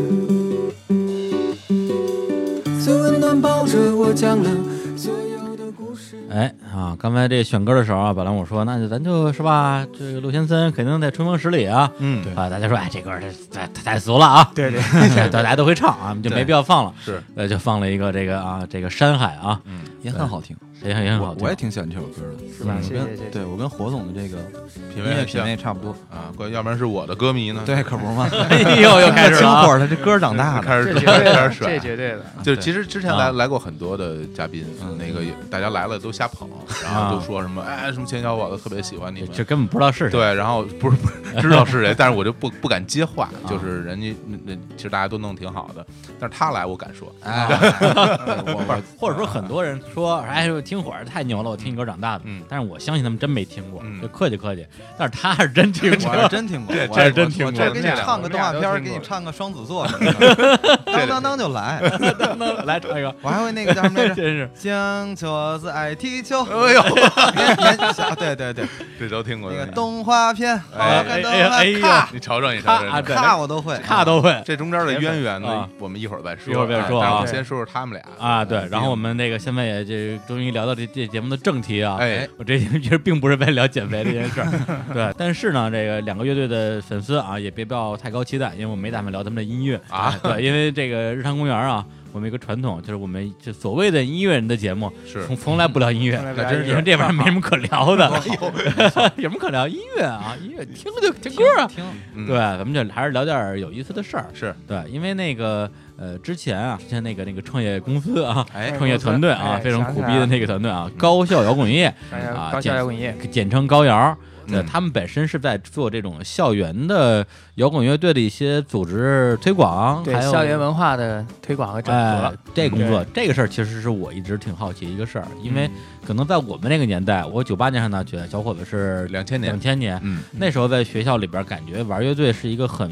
S6: 最温暖抱着我讲了所有的故事。
S1: 哎啊，刚才这选歌的时候啊，本来我说那就咱就是吧，这个陆先森肯定在春风十里啊。
S3: 嗯
S1: 啊，大家说哎，这歌儿太太太俗了啊，
S2: 对对，
S1: [laughs] 大大家都会唱啊，就没必要放了。
S3: 是，
S1: 呃，就放了一个这个啊，这个山海啊，
S5: 也很好听，
S1: 也很也很好
S5: 我
S1: 听
S5: 我也挺喜 [laughs] 欢这首歌的，是
S2: 吧
S5: 我
S2: 谢谢谢谢
S5: 跟对我跟火总的这个
S3: 品
S5: 音
S3: 味
S5: 乐
S3: 很
S5: 品
S3: 像
S5: 味差不
S1: 嗯
S5: 多，
S3: 啊，关要不然是我的歌迷呢，
S5: 对，可不
S1: [laughs]
S5: 嘛，
S1: 哎呦，又开始
S5: 小
S1: 了啊
S5: 伙儿他这歌长
S3: [laughs]
S5: 大了，
S3: 开始
S2: 这绝
S3: 开
S2: 对
S3: 始开
S2: 的，这
S3: 始甩。啊
S2: 绝对的。
S3: 就是其实之前
S1: 啊嗯
S3: 来来过很多的嘉宾，那个也大家来了都瞎捧，然后
S1: 啊
S3: 都说什么哎什么钱小宝特别喜欢你们，
S1: 这根本不知道是谁。
S3: 对，然后不是不是知道是谁，但是我就不不敢接话，
S1: 啊
S3: 就是人家那那
S1: [laughs]
S3: 其实大家都弄挺好的，但是他来我敢说，
S5: 哎，对我
S1: 或者说很多人说哎，我听会儿太牛了，我听你歌长大的。
S3: 嗯
S1: 但是我相信他们真没听过，
S3: 嗯
S1: 就客气客气。但是他是真听过，
S3: [laughs]
S5: 我是真听过，
S3: 对
S5: 我
S1: 这是
S5: 我
S1: 真听
S5: 我
S1: 过
S5: 这给你唱个动画片
S2: 我
S5: 儿，
S2: 们俩都听过
S5: 给你唱个双子座什么的，当当当就来。
S1: [laughs] 来唱
S3: [laughs]
S1: 一个，
S5: 我还会那个叫什么来
S1: [laughs] 真
S5: 着？
S1: 是
S5: 江球子爱踢球。
S3: 哎呦，
S1: [laughs]
S5: 年年小对对对，
S3: 这都听过
S5: 那
S3: 的。
S5: 个动画片，好
S3: 哎
S5: 看
S1: 哎
S5: 动
S1: 哎
S5: 画
S1: 哎
S5: 片
S1: 呦，
S3: 你瞧瞧，你
S1: 咔
S3: 瞧
S1: 啊，
S3: 瞧，
S1: 对，
S5: 看我都会，
S1: 咔都会
S3: 啊这中间的渊源呢
S1: 啊，
S3: 我们一会儿再说，
S1: 一会儿再说啊
S3: 哎但是我
S2: 对
S3: 先说说他们俩。嗯
S1: 啊，对。然后我们那个现在也这终于聊到这这节目的正题啊，
S3: 哎，
S1: 我这其实并不是为了聊减肥这件事
S3: [laughs]
S1: 儿，对。但是呢，这个两个乐队的粉丝啊，也别抱太高期待，因为我没打算聊他们的音乐
S3: 啊。
S1: 对，因为这个日常公园啊，我们有一个传统，就是我们这所谓的音乐人的节目， [laughs]
S3: 是
S1: 从从来不聊音乐，
S2: 从来不
S1: 对
S2: 聊音乐
S1: 因为这玩意儿没什么可聊
S2: [laughs]
S1: 的， [laughs] 有什么可聊？音乐啊，音乐听就听歌啊。
S5: 听
S3: 嗯
S1: 对，咱们就还是聊点儿有意思的事儿。
S3: 是
S1: 对，因为那个呃，之前啊，之前那个那个创业公司啊，
S5: 哎
S1: 创业团队啊，非
S2: 哎
S1: 常苦逼的那个团队
S2: 嗯
S1: 啊， [laughs] 高校摇滚乐，啊
S2: 高校摇滚乐，
S1: 简称高摇。对，
S3: 嗯
S1: 他们本身是在做这种校园的摇滚乐队的一些组织推广，
S2: 对
S1: 还有
S2: 校园文化的推广和整
S1: 哎
S2: 合，，
S1: 这工
S2: 嗯
S1: 作这个事儿其实是我一直挺好奇一个事儿，因为可能在我们那个年代，我九八年上大学，小伙子是
S3: 两千
S1: 两
S3: 年，
S1: 千年，
S3: 嗯，
S1: 那时候在学校里边，感觉玩乐队是一个很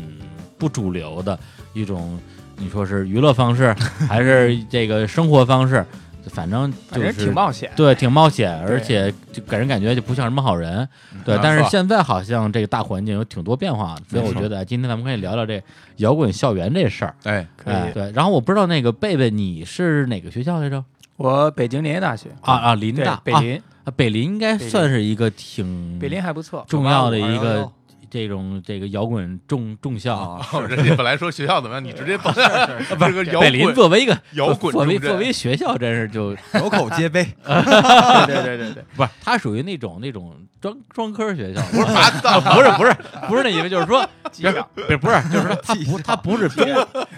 S1: 不主流的一种，你说是娱乐方式，还
S2: [laughs]
S1: 是这个生活方式，反正
S2: 反
S1: 就
S2: 正
S1: 是
S2: 挺冒险。
S1: 对，挺冒险，而
S2: 对嗯
S1: 且就给人感觉就不像什么好人。对，但是现在好像这个大环境有挺多变化，所以我觉得今天咱们可以聊聊这摇滚校园这事儿。
S3: 哎，
S2: 可
S1: 哎
S2: 以，
S1: 对，然后我不知道那个贝贝你是哪个学校来着？
S2: 我北京林业大学
S1: 啊啊，林
S2: 对
S1: 大，
S2: 北
S1: 啊
S2: 林，
S1: 啊北林应该
S2: 北林
S1: 算是一个挺
S2: 北林还不错。
S1: 重要的一
S5: 985
S1: 个这种这个摇滚重重校 [laughs] 啊。
S5: 啊，
S3: [laughs] 哦人家本来说学校怎么样，你直接把 [laughs] 这个摇
S1: 北林
S3: 滚
S1: 作为一个
S3: 摇滚
S1: 作为
S3: 重镇
S1: 作
S3: [laughs]
S1: 为学校，真是就
S5: 有口皆碑，
S2: 对对对对对，
S1: 不是它属于那种那种专专科学校，
S3: [laughs]
S1: 啊
S3: 不是拔档，
S1: 不是不是不是那意思，就是
S3: [laughs]
S1: 说，
S2: 基本上
S1: 不是不是，就是说它不它不是综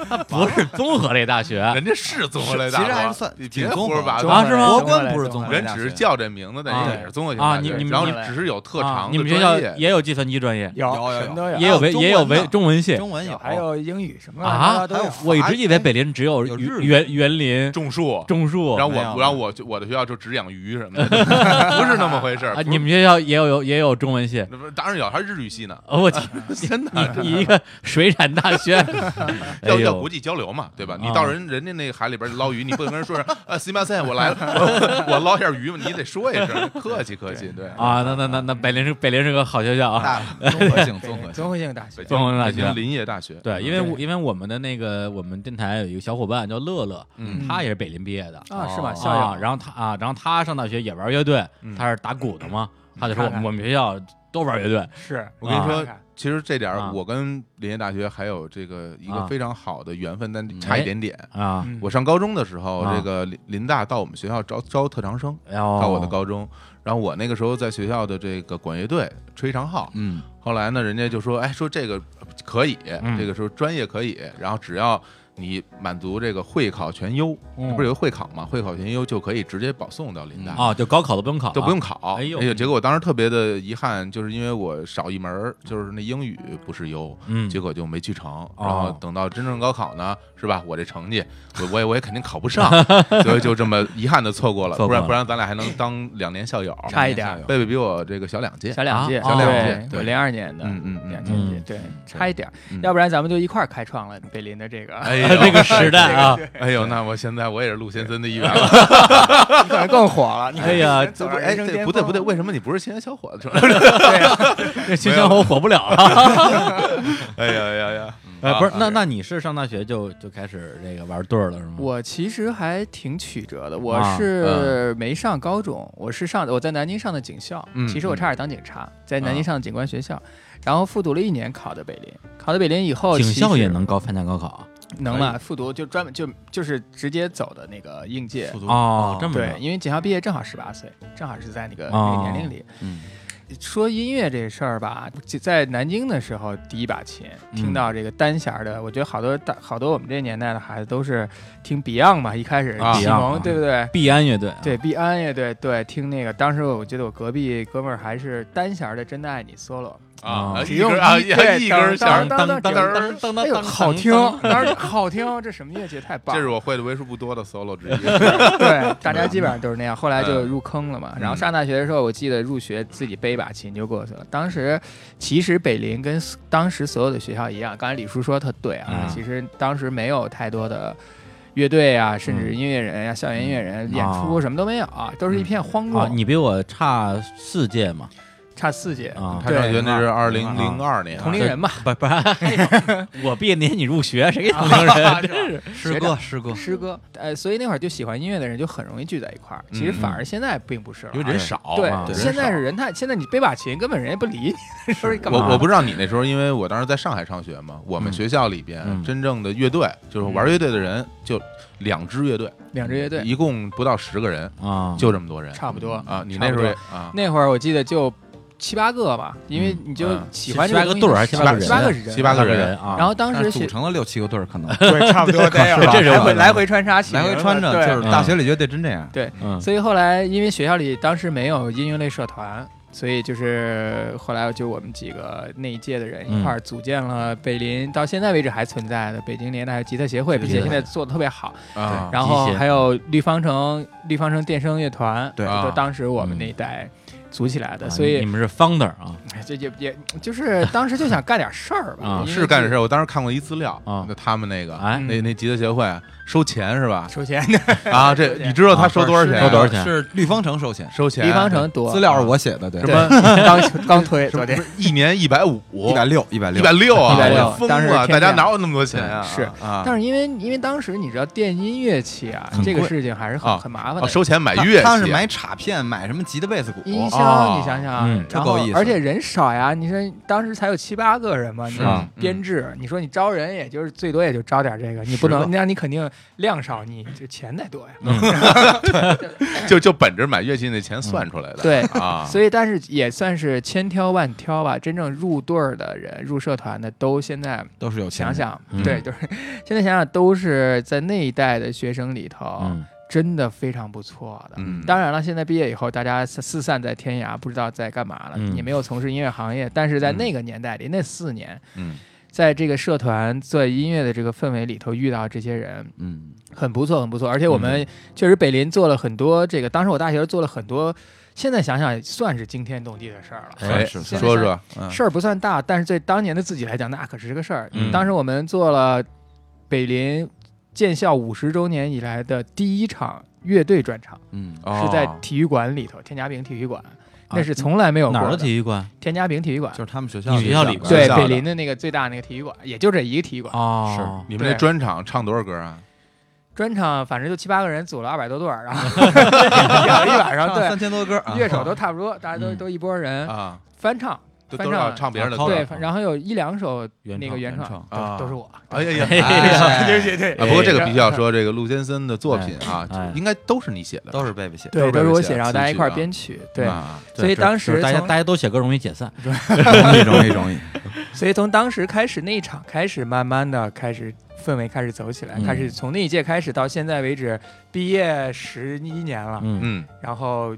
S1: 它不是综合类大学
S3: 人家是综合类大
S5: 其
S3: 学，
S5: 实还是算
S3: 你别
S5: 挺
S3: 胡
S5: 综
S3: 说
S5: 合
S3: 八
S2: 综
S3: 道。
S2: 合
S1: 啊
S2: 类
S1: 是吗
S2: 综
S5: 国
S2: 合
S5: 关
S2: 类
S5: 不是
S2: 综
S5: 综
S2: 合
S5: 合
S2: 类
S3: 人
S5: 类大
S3: 只
S5: 学
S3: 是叫这名字，但人
S1: 啊
S3: 家也是综合性
S1: 啊
S3: 大
S1: 你
S3: 学
S1: 你们
S3: 然后
S2: 学校
S3: 只是有特
S1: 啊。
S3: 长
S1: 你
S3: 的
S1: 们学校
S3: 专业，
S1: 也有计算机专业，
S2: 有
S5: 有有
S2: 什么都
S1: 也有
S5: 还
S1: 维
S5: 有中
S1: 也有
S5: 文的
S1: 维中文系
S5: 中文有哦
S2: 还有英语什么乱七八
S1: 啊
S2: 糟都有。
S5: 还
S1: 我一直以为北林只有
S5: 有
S1: 园
S5: 日语
S1: 园园林、
S3: 种树。
S1: 种树
S3: 然后
S5: 没有
S3: 我，然后我就我的学校就只养鱼什么的，不是那么回事儿
S1: 啊。。
S3: 不
S1: 你们学校也有有也有中文系。
S3: 那不当然有，还是日语系呢，
S1: 哦，我
S3: [laughs]
S1: 天，
S3: 真的
S1: 你你一个水产大学，哎
S3: 啊 [laughs] 要要
S1: 呦
S3: 国，际交流嘛，对吧？你
S1: 啊
S3: 到人人家那个海里边捞鱼，你不能跟人说是啊，西马赛，我来了，我我捞一下鱼嘛，你得说一声，客气客气，对。
S1: 啊，那那那那北林是北林是个好学
S3: [laughs]
S1: 校啊，
S5: 大综合性综
S2: [laughs]
S5: 合性，
S2: 综合性大学
S3: 北，
S1: 综合大
S3: 北京
S1: 学。
S3: 林业大学，
S1: 对，因为我
S2: 对
S1: 因为我们的那个我们电台有一个小伙伴叫乐乐，
S3: 嗯哦
S1: 他也是北林毕业的
S2: 啊是吧？校
S1: 啊，
S2: 友
S1: 然后他啊，然后他上大学也玩乐队
S3: 嗯，
S1: 他是打鼓的嘛，他就说我
S2: 看
S1: 们
S2: 看
S1: 我们学校都玩乐队
S2: 是
S3: 我跟你
S2: 看
S3: 说
S2: 看，
S3: 其实这点
S1: 啊
S3: 儿我跟林业大学还有这个一
S1: 啊
S3: 个非常好的缘分，但差一点点。
S1: 啊，
S2: 嗯
S3: 我上高中的时候，
S1: 啊
S3: 这个林林大到我们学校招招特长生，
S1: 然后
S3: 到我的高中，然后我那个时候在学校的这个管乐队吹长号，
S5: 嗯，
S3: 后来呢，人家就说，哎，说这个可以，
S1: 嗯
S3: 这个时候专业可以，然后只要你满足这个会考全优，
S1: 嗯
S3: 不是有个会考吗？会考全优就可以直接保送到林大。
S1: 啊，就高考都不用考了，
S3: 都不用考，
S1: 哎呦
S3: 结果我当时特别的遗憾，就是因为我少一门儿，就是那英语不是优，
S1: 嗯，
S3: 结
S1: 果
S3: 果就没去成。然后等到真正高考呢，是吧？我这成绩，我我也我也肯定考不上，所以就这么遗憾的错过了。
S1: 错
S3: 不
S1: 过了
S3: 然不然咱俩还能当两年校友。
S2: 差一点儿，
S3: 贝贝比我这个小两届，
S2: 小两届，
S1: 啊小两
S3: 届
S2: 对
S3: 对
S2: 我零二年的，
S3: 嗯嗯嗯
S2: 两千届，
S1: 嗯
S2: 对，差一点儿
S3: 嗯，
S2: 要不然咱们就一块儿开创了北林的这
S1: [laughs]
S2: 个，
S3: 哎
S1: 这个时代啊，
S3: [laughs] 哎呦，那我现在我也是陆先生的一员了。 [laughs]
S2: 你可能更火了。你可能
S1: [laughs] 哎呀
S2: 走上
S3: 哎，
S2: 人生
S3: 对，
S2: 巅峰
S3: 不对不对，，为什么你不是青年小伙子？
S1: 这新生活火不了了。
S3: 哎呀哎呀哎呀！
S1: 哎， [laughs]
S3: 啊
S1: 不是，那那你是上大学就就开始这个玩对儿了是吗？
S2: 我其实还挺曲折的，我
S1: 啊
S2: 是没上高中，我是上我在南京上的警校，
S3: 嗯
S2: 其实我差点当警察，在南
S1: 啊
S2: 京上的警官学校，然后复读了一年，考的北林，考的北林以后，
S1: 警校也
S2: 其实
S1: 能高参加高考啊
S2: 能嘛？复读就专门就就是直接走的那个应届，
S1: 哦，这么
S2: 对，
S1: 着
S2: 因为警校毕业正好十八岁，正好是在那个、
S1: 哦
S2: 那个年龄里。
S5: 嗯，
S2: 说音乐这事儿吧，就在南京的时候，第一把琴听
S1: 嗯
S2: 到这个单弦儿的，我觉得好多大好多我们这年代的孩子都是听 Beyond 嘛，一开始
S3: 啊
S2: 启
S1: Beyond
S2: 蒙，
S1: 啊
S2: 对不对？
S1: 必安乐队啊
S2: 对 b 安乐队，对，听那个，当时我记得我隔壁哥们儿还是单弦儿的《真的爱你》solo，
S3: 啊，
S2: 只
S3: 一
S2: 用
S3: 根啊，
S2: 一
S3: 啊
S2: 对
S3: 一根
S2: 当
S3: 弦，
S2: 当当当
S3: 当
S2: 当哎呦，好听，当时好听，这什么乐器太棒
S3: 这
S2: 了！
S3: 是我会的为数不多的 solo 之一。
S2: 对，大家基本上都是那样。后来
S3: 嗯
S2: 就入坑了嘛。然后上大学的时候，我记得入学自己背一把琴就过去了。当时其实北林跟 s- 当时所有的学校一样，刚才李叔说得特对啊，
S1: 嗯
S2: 其实当时没有太多的。乐队
S3: 嗯
S2: 啊，甚至音乐人啊，校园音乐人演出
S3: 哦
S2: 什么都没有啊，都是一片荒
S1: 啊，
S2: 漠。
S1: 你比我差四届嘛
S2: 差四届，
S1: 啊，
S3: 哦他上学那是
S5: 对
S3: 二零零二年，
S2: 同龄人嘛，
S1: 不啊不，哎呦我毕业那年你入学，谁给同龄人？真
S2: [laughs]
S1: 是
S5: 师
S2: 学
S5: 哥，师哥，
S2: 师哥，呃，所以那会儿就喜欢音乐的人就很容易聚在一块儿。其实反而现在并不是了啊，
S3: 因为嗯人少。
S2: 对
S1: 啊，对
S2: 现在是人太，现在你背把琴根本人家不理你， [laughs] 说你干嘛？
S3: 我我不知道你那时候，因为我当时在上海上学嘛，我们
S1: 嗯
S3: 学校里边
S1: 嗯
S3: 真正的乐队就是玩乐队的人就两支乐队，
S2: 两支乐队
S3: 一共不到十个人，
S1: 啊，
S3: 就这么多人
S2: 差不多
S3: 啊。你
S2: 差
S3: 那
S2: 不
S3: 时候
S2: 多
S3: 也啊，
S2: 那会儿我记得就七八个吧，因为你就
S3: 嗯
S2: 喜欢
S1: 七
S2: 这
S1: 八
S2: 东
S1: 个
S2: 西
S1: 队儿还是
S2: 喜欢
S1: 七
S2: 七
S1: 八个
S2: 八个
S1: 人
S2: 人，
S3: 七八
S1: 个
S3: 个人
S1: 人啊，
S2: 然后当
S5: 但
S2: 时
S5: 是
S2: 写
S5: 组成了六七个队儿，可能
S4: 对，差不
S5: [laughs]
S4: 多这样吧。
S1: 这是
S2: 来
S1: 我
S2: 回来回穿插起
S5: 来回穿着，
S2: 对
S5: 就是大学里乐队真这样。
S1: 嗯
S2: 所以后来因为学校里当时没有音乐类社团，所以就是后来就我们几个那一届的人一块儿组建了北林，到现在为止还存在的北京联大吉他协会，并且现在做的特别好。
S3: 啊，
S2: 然后
S1: 集协
S2: 还有绿方城绿方城电声乐团，
S5: 对
S2: 就
S3: 啊
S2: 当时我们那一代组起来的，
S1: 啊
S2: 所以
S1: 你们是 founder 啊，
S2: 哎，这也也就是当时就想干点事儿吧，
S1: 啊
S2: 因为
S3: 是干这事
S2: 儿。
S3: 儿。我当时看过一资料
S1: 啊
S3: 那他们那
S2: 嗯
S3: 个
S1: 哎，
S3: 那那吉他协会收钱
S2: [laughs]
S3: 是吧？
S2: 首先，
S3: 啊，这
S2: 收钱
S3: 你知道他
S1: 啊
S3: 收多少
S5: 是
S3: 钱？
S1: 收多少钱
S5: 是绿方城收钱，
S3: 收钱？
S2: 地方城多
S5: 啊
S2: 啊
S5: 资料是我写的，对
S3: 什，
S2: 对
S3: 么
S5: [laughs]
S2: 刚刚推昨天
S3: 不是一年一百五，
S5: 一百六，一百
S3: 一
S5: 六
S3: 百，六啊，
S2: 160
S3: 我疯
S2: 当时
S3: 了！
S2: 天
S3: 大家
S2: 价
S3: 哪有那么多钱啊？
S2: 是
S3: 啊，
S2: 但是因为因为当时你知道电音乐器啊
S5: 很，
S2: 这个
S5: 贵
S2: 事情还是很、
S3: 啊
S2: 很麻烦的。
S3: 哦收钱买乐器，
S5: 他是买镲片，买什么吉他贝斯鼓，
S2: 音箱，
S3: 哦
S2: 你想想，
S1: 嗯
S2: 然
S5: 特
S2: 后
S5: 够意思
S2: 而且人少呀，你说当时才有七八个人嘛，你
S3: 是啊
S2: 编制，你说你招人也就是最多也就招点这个，你不能，那你肯定量少，你这钱得
S3: [laughs]
S2: 多呀。
S3: 就就本着买乐器那钱算出来的。
S2: 对
S3: 啊，
S2: 所以，但是也算是千挑万挑吧，真正入队儿的人、入社团的都现在
S5: 都是有钱
S2: 想
S5: 人。
S2: 想，
S1: 嗯
S2: 对，就是现在想想都是在那一代的学生里头，
S1: 嗯
S2: 真的非常不错的。
S3: 嗯
S2: 当然了，现在毕业以后，大家四四散在天涯，不知道在干嘛了，
S1: 嗯
S2: 也没有从事音乐行业。但是在那个年代里，那四年，
S3: 嗯，
S2: 在这个社团、做音乐的这个氛围里头遇到这些人，
S5: 嗯，
S2: 很不错，很不错。而
S1: 嗯
S2: 且我们确实北林做了很多这个，当时我大学做了很多，现在想想算是惊天动地的事儿了。
S3: 哎，
S5: 是
S2: 是
S3: 说说，嗯
S2: 事儿不算大，但是对当年的自己来讲，那可是个事儿。
S1: 嗯
S2: 当时我们做了北林建校五十周年以来的第一场乐队专场，
S5: 嗯，
S3: 哦
S2: 是在体育馆里头，天家坪体育馆，那是从来没有过
S1: 啊哪儿的
S2: 的
S1: 体育馆
S2: 天家坪体育馆
S5: 就，是他们学校
S1: 你学校里边
S2: 对
S1: 学校
S2: 北林的那个最大那个体育馆，也就这一个体育馆。
S1: 哦，
S3: 你们那
S2: 对
S3: 专场唱多少歌啊？
S2: 专场反正就七八个人组了二百多对儿，然后演了一晚上，
S5: 唱三
S2: 对，
S5: 千多歌， [laughs] 啊
S2: 乐手都差不多，大家都
S1: 嗯
S2: 都一波人
S3: 啊，
S2: 翻唱，
S3: 都
S2: 翻
S3: 都要
S2: 唱
S3: 唱别人的
S1: 啊
S3: 歌
S2: 对，然后有一两首那个原创，
S3: 啊，
S2: 都都是我。
S1: [laughs]
S3: 哎呀
S1: 哎
S3: 呀！
S5: 哎
S2: 对对对
S3: 啊，不过这个必须要说，这个陆先森的作品啊
S1: 哎，
S3: 应该都是你写的吧，
S5: 都是贝贝写的。
S2: 对，都
S3: 都是
S2: 是我
S3: 写
S2: 写，然后
S3: 词
S2: 大家一
S3: 曲
S2: 块儿
S3: 啊
S2: 编曲，对。
S3: 啊
S2: 所以
S1: 这嗯
S2: 当
S1: 就是
S2: 时
S1: 大家
S2: 从
S1: 大家都写歌容易解散，
S5: 容易容易容易，
S2: 所以从当时开始那一场开始，慢慢的开始氛围开始走起来，
S1: 嗯
S2: 开始从那一届开始到现在为止，毕业十一年了，
S1: 嗯
S3: 嗯，
S2: 然后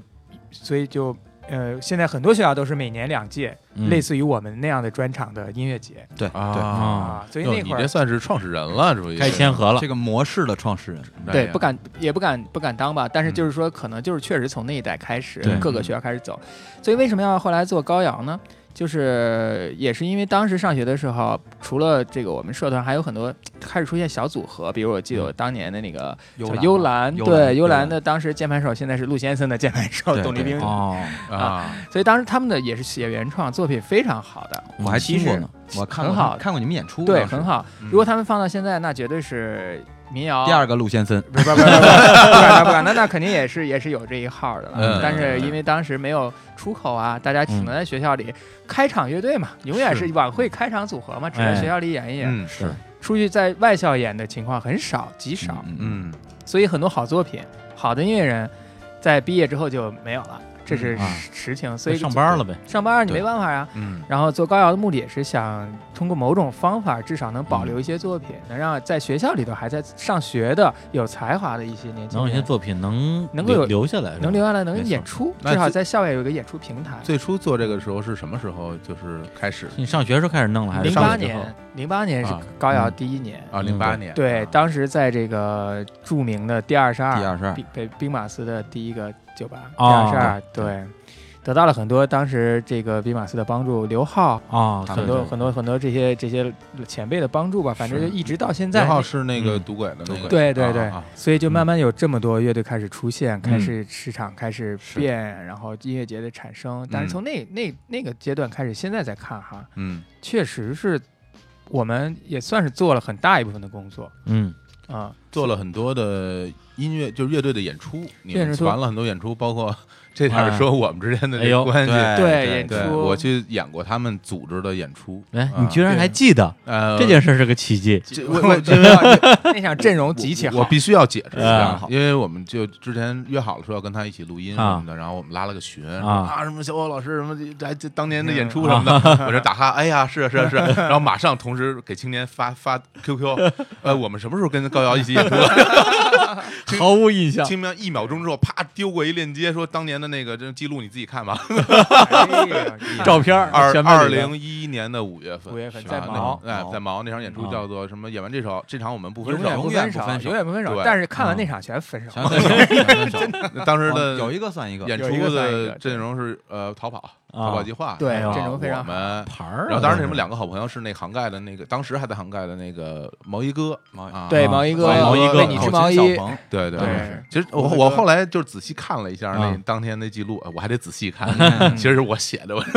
S2: 所以就呃，现在很多学校都是每年两届，
S1: 嗯
S2: 类似于我们那样的专场的音乐节
S5: 对对，
S3: 啊，
S1: 啊，
S2: 啊，所以
S3: 哟
S2: 那
S3: 你
S2: 会
S3: 这
S2: 儿。
S3: 算是创始人了，属于
S1: 开先河了
S5: 这，个模式的创始人，
S2: 对，不敢也不敢不敢当吧，但是就是说，可能就是确实从那一代开始
S1: 对，
S2: 各个学校开始走，所以为什么要后来做高阳呢？就是也是因为当时上学的时候，除了这个我们社团，还有很多开始出现小组合，比如我记得我当年的那个叫幽兰，对幽兰的当时键盘手现在是陆先生的键盘手
S5: 对
S2: [laughs] 董立
S5: 对
S2: 兵，
S1: 哦，
S3: 啊，
S2: 所以当时他们的也是写原创作品非常好的，
S1: 嗯
S5: 我还
S2: 其
S5: 听过
S2: 实
S5: 呢，我看过
S2: 很好
S5: 看过你们演出，
S2: 对，
S5: 当时
S2: 很。好。
S3: 嗯
S2: 如果他们放到现在，那绝对是民谣
S5: 第二个陆先森，
S2: 不是不是不是不是不敢当不敢当，那肯定也是也是有这一号的
S3: 嗯
S2: 了。但是因为当时没有出口啊，大家只能在学校里开场乐队嘛，永远是晚会开场组合嘛，只能
S1: 哎
S2: 在学校里演一演。
S3: 嗯
S1: 是
S2: 出去在外校演的情况很少，极少，
S5: 嗯，
S3: 嗯，
S2: 所以很多好作品、好的音乐人，在毕业之后就没有了。这是
S1: 啊
S2: 实实情。所以
S1: 上班了呗，
S2: 上班儿你
S1: 对
S2: 没办法呀。
S3: 嗯，
S2: 然后做高瑶的目的也是想通过某种方法，至少能保留一些作品，
S1: 嗯
S2: 能让在学校里头还在上学的有才华的一些
S1: 能
S2: 年轻
S1: 有一些
S2: 人
S1: 作品能
S2: 能够有
S1: 留留下来，
S2: 能留下来，
S1: 没
S2: 能
S1: 错
S2: 演出，
S3: 那
S2: 至少
S3: 最
S2: 在校外有一个演出平台。
S3: 最初做这个时候是什么时候？就是开始
S1: 你上学时候开始弄了还是
S2: 零
S1: 上
S2: 八
S1: 学之后
S2: 年，零八年是
S3: 啊
S2: 高瑶第一年。
S3: 啊，
S1: 嗯
S3: 零八年
S2: 对，当时在这个著名的第二十二
S5: 第二十二
S2: 兵北兵马司的第一个酒吧，第
S1: 哦
S2: 二十二，对，得到了很多当时这个兵马司的帮助，刘浩
S1: 啊，
S2: 很
S1: 对
S2: 多
S1: 对
S2: 很多很多这些这些前辈的帮助吧，反正
S3: 是
S2: 就一直到现
S3: 然
S2: 在。
S3: 后是那个
S1: 嗯
S3: 赌鬼的那个，
S2: 对对对
S3: 啊啊
S2: 所以就慢慢有这么多乐队开始出现，开始市场开始变，然后音乐节的产生。但是从那那那个阶段开始，现在再看哈，
S3: 嗯，
S2: 确实是我们也算是做了很大一部分的工作
S1: 嗯
S2: 啊。
S3: 做了很多的音乐，就是乐队的演出，你
S2: 演
S3: 们
S2: 出
S3: 传了很多演出，包括 [laughs] 这点儿
S1: 哎
S3: 说我们之间的
S1: 哎
S3: 这
S1: 呦
S3: 个关系。
S5: 对
S2: 对演
S3: 对，
S2: 出
S3: 我去演过他们组织的演出。
S1: 哎，
S3: 啊
S1: 你居然
S2: 对
S1: 还记得
S3: 呃，
S1: 这件事是个奇迹
S3: 这我
S1: [laughs]
S3: 我因为要
S2: 那场阵容极其
S3: 我
S2: [laughs]
S3: 我
S2: 好，
S3: 必须要解释一下
S1: 啊，
S3: 因为我们就之前约好了说要跟他一起录音什么的，然后我们拉了个群
S1: 啊哎
S3: 什么小欧老师什么这还这当年的演出什么的，我这打哈，哎呀是啊是
S1: [laughs]
S3: 啊是啊，然后马上同时给青年发发 QQ，呃，我们什么时候跟高瑶一起演出？这
S1: 毫无印象，
S3: 青年一秒钟之后，啪丢过一链接，说当年的那个这记录你自己
S2: [laughs]
S3: 看吧。
S2: 哎
S1: 照片儿
S3: 二
S1: 全班
S3: 二
S1: 里边
S3: 零一一年的五月份，
S2: 五月份
S3: 是
S2: 在
S3: 吧
S2: 毛
S3: 那哎
S5: 毛
S3: 在毛那场演出
S1: 啊
S3: 叫做什么？演完这首这场我们不分
S2: 永远
S3: 手
S2: 不，
S5: 永
S2: 分
S5: 远不
S2: 手
S5: 分，手
S2: 永远不分手。
S3: 对
S2: 但是看完
S1: 嗯
S2: 那场全分手，
S5: 全分手，全分手
S3: 当时的
S5: 哦有一个算一个，
S3: 演
S2: 有一个
S3: 出
S2: 算一个
S3: 的
S2: 对
S3: 阵容是呃逃跑
S1: 啊
S3: 逃跑计划，
S2: 对
S3: 然后
S2: 阵容非常
S3: 我
S2: 好
S3: 们。
S1: 牌儿啊，
S3: 然后当时那
S1: 这
S3: 什么
S1: 是
S3: 两个好朋友是那个杭盖的那个，当时还在杭盖的那个毛衣哥，
S5: 毛衣
S3: 啊
S2: 对
S1: 啊
S2: 毛衣哥，
S1: 毛衣哥
S2: 为你织毛衣，
S3: 对对
S2: 对
S3: 是其实我我后来就是仔细看了一下那
S1: 啊
S3: 当天那记录，呃我还得仔
S2: [laughs]
S3: 细看，其实是我写的，我 [laughs]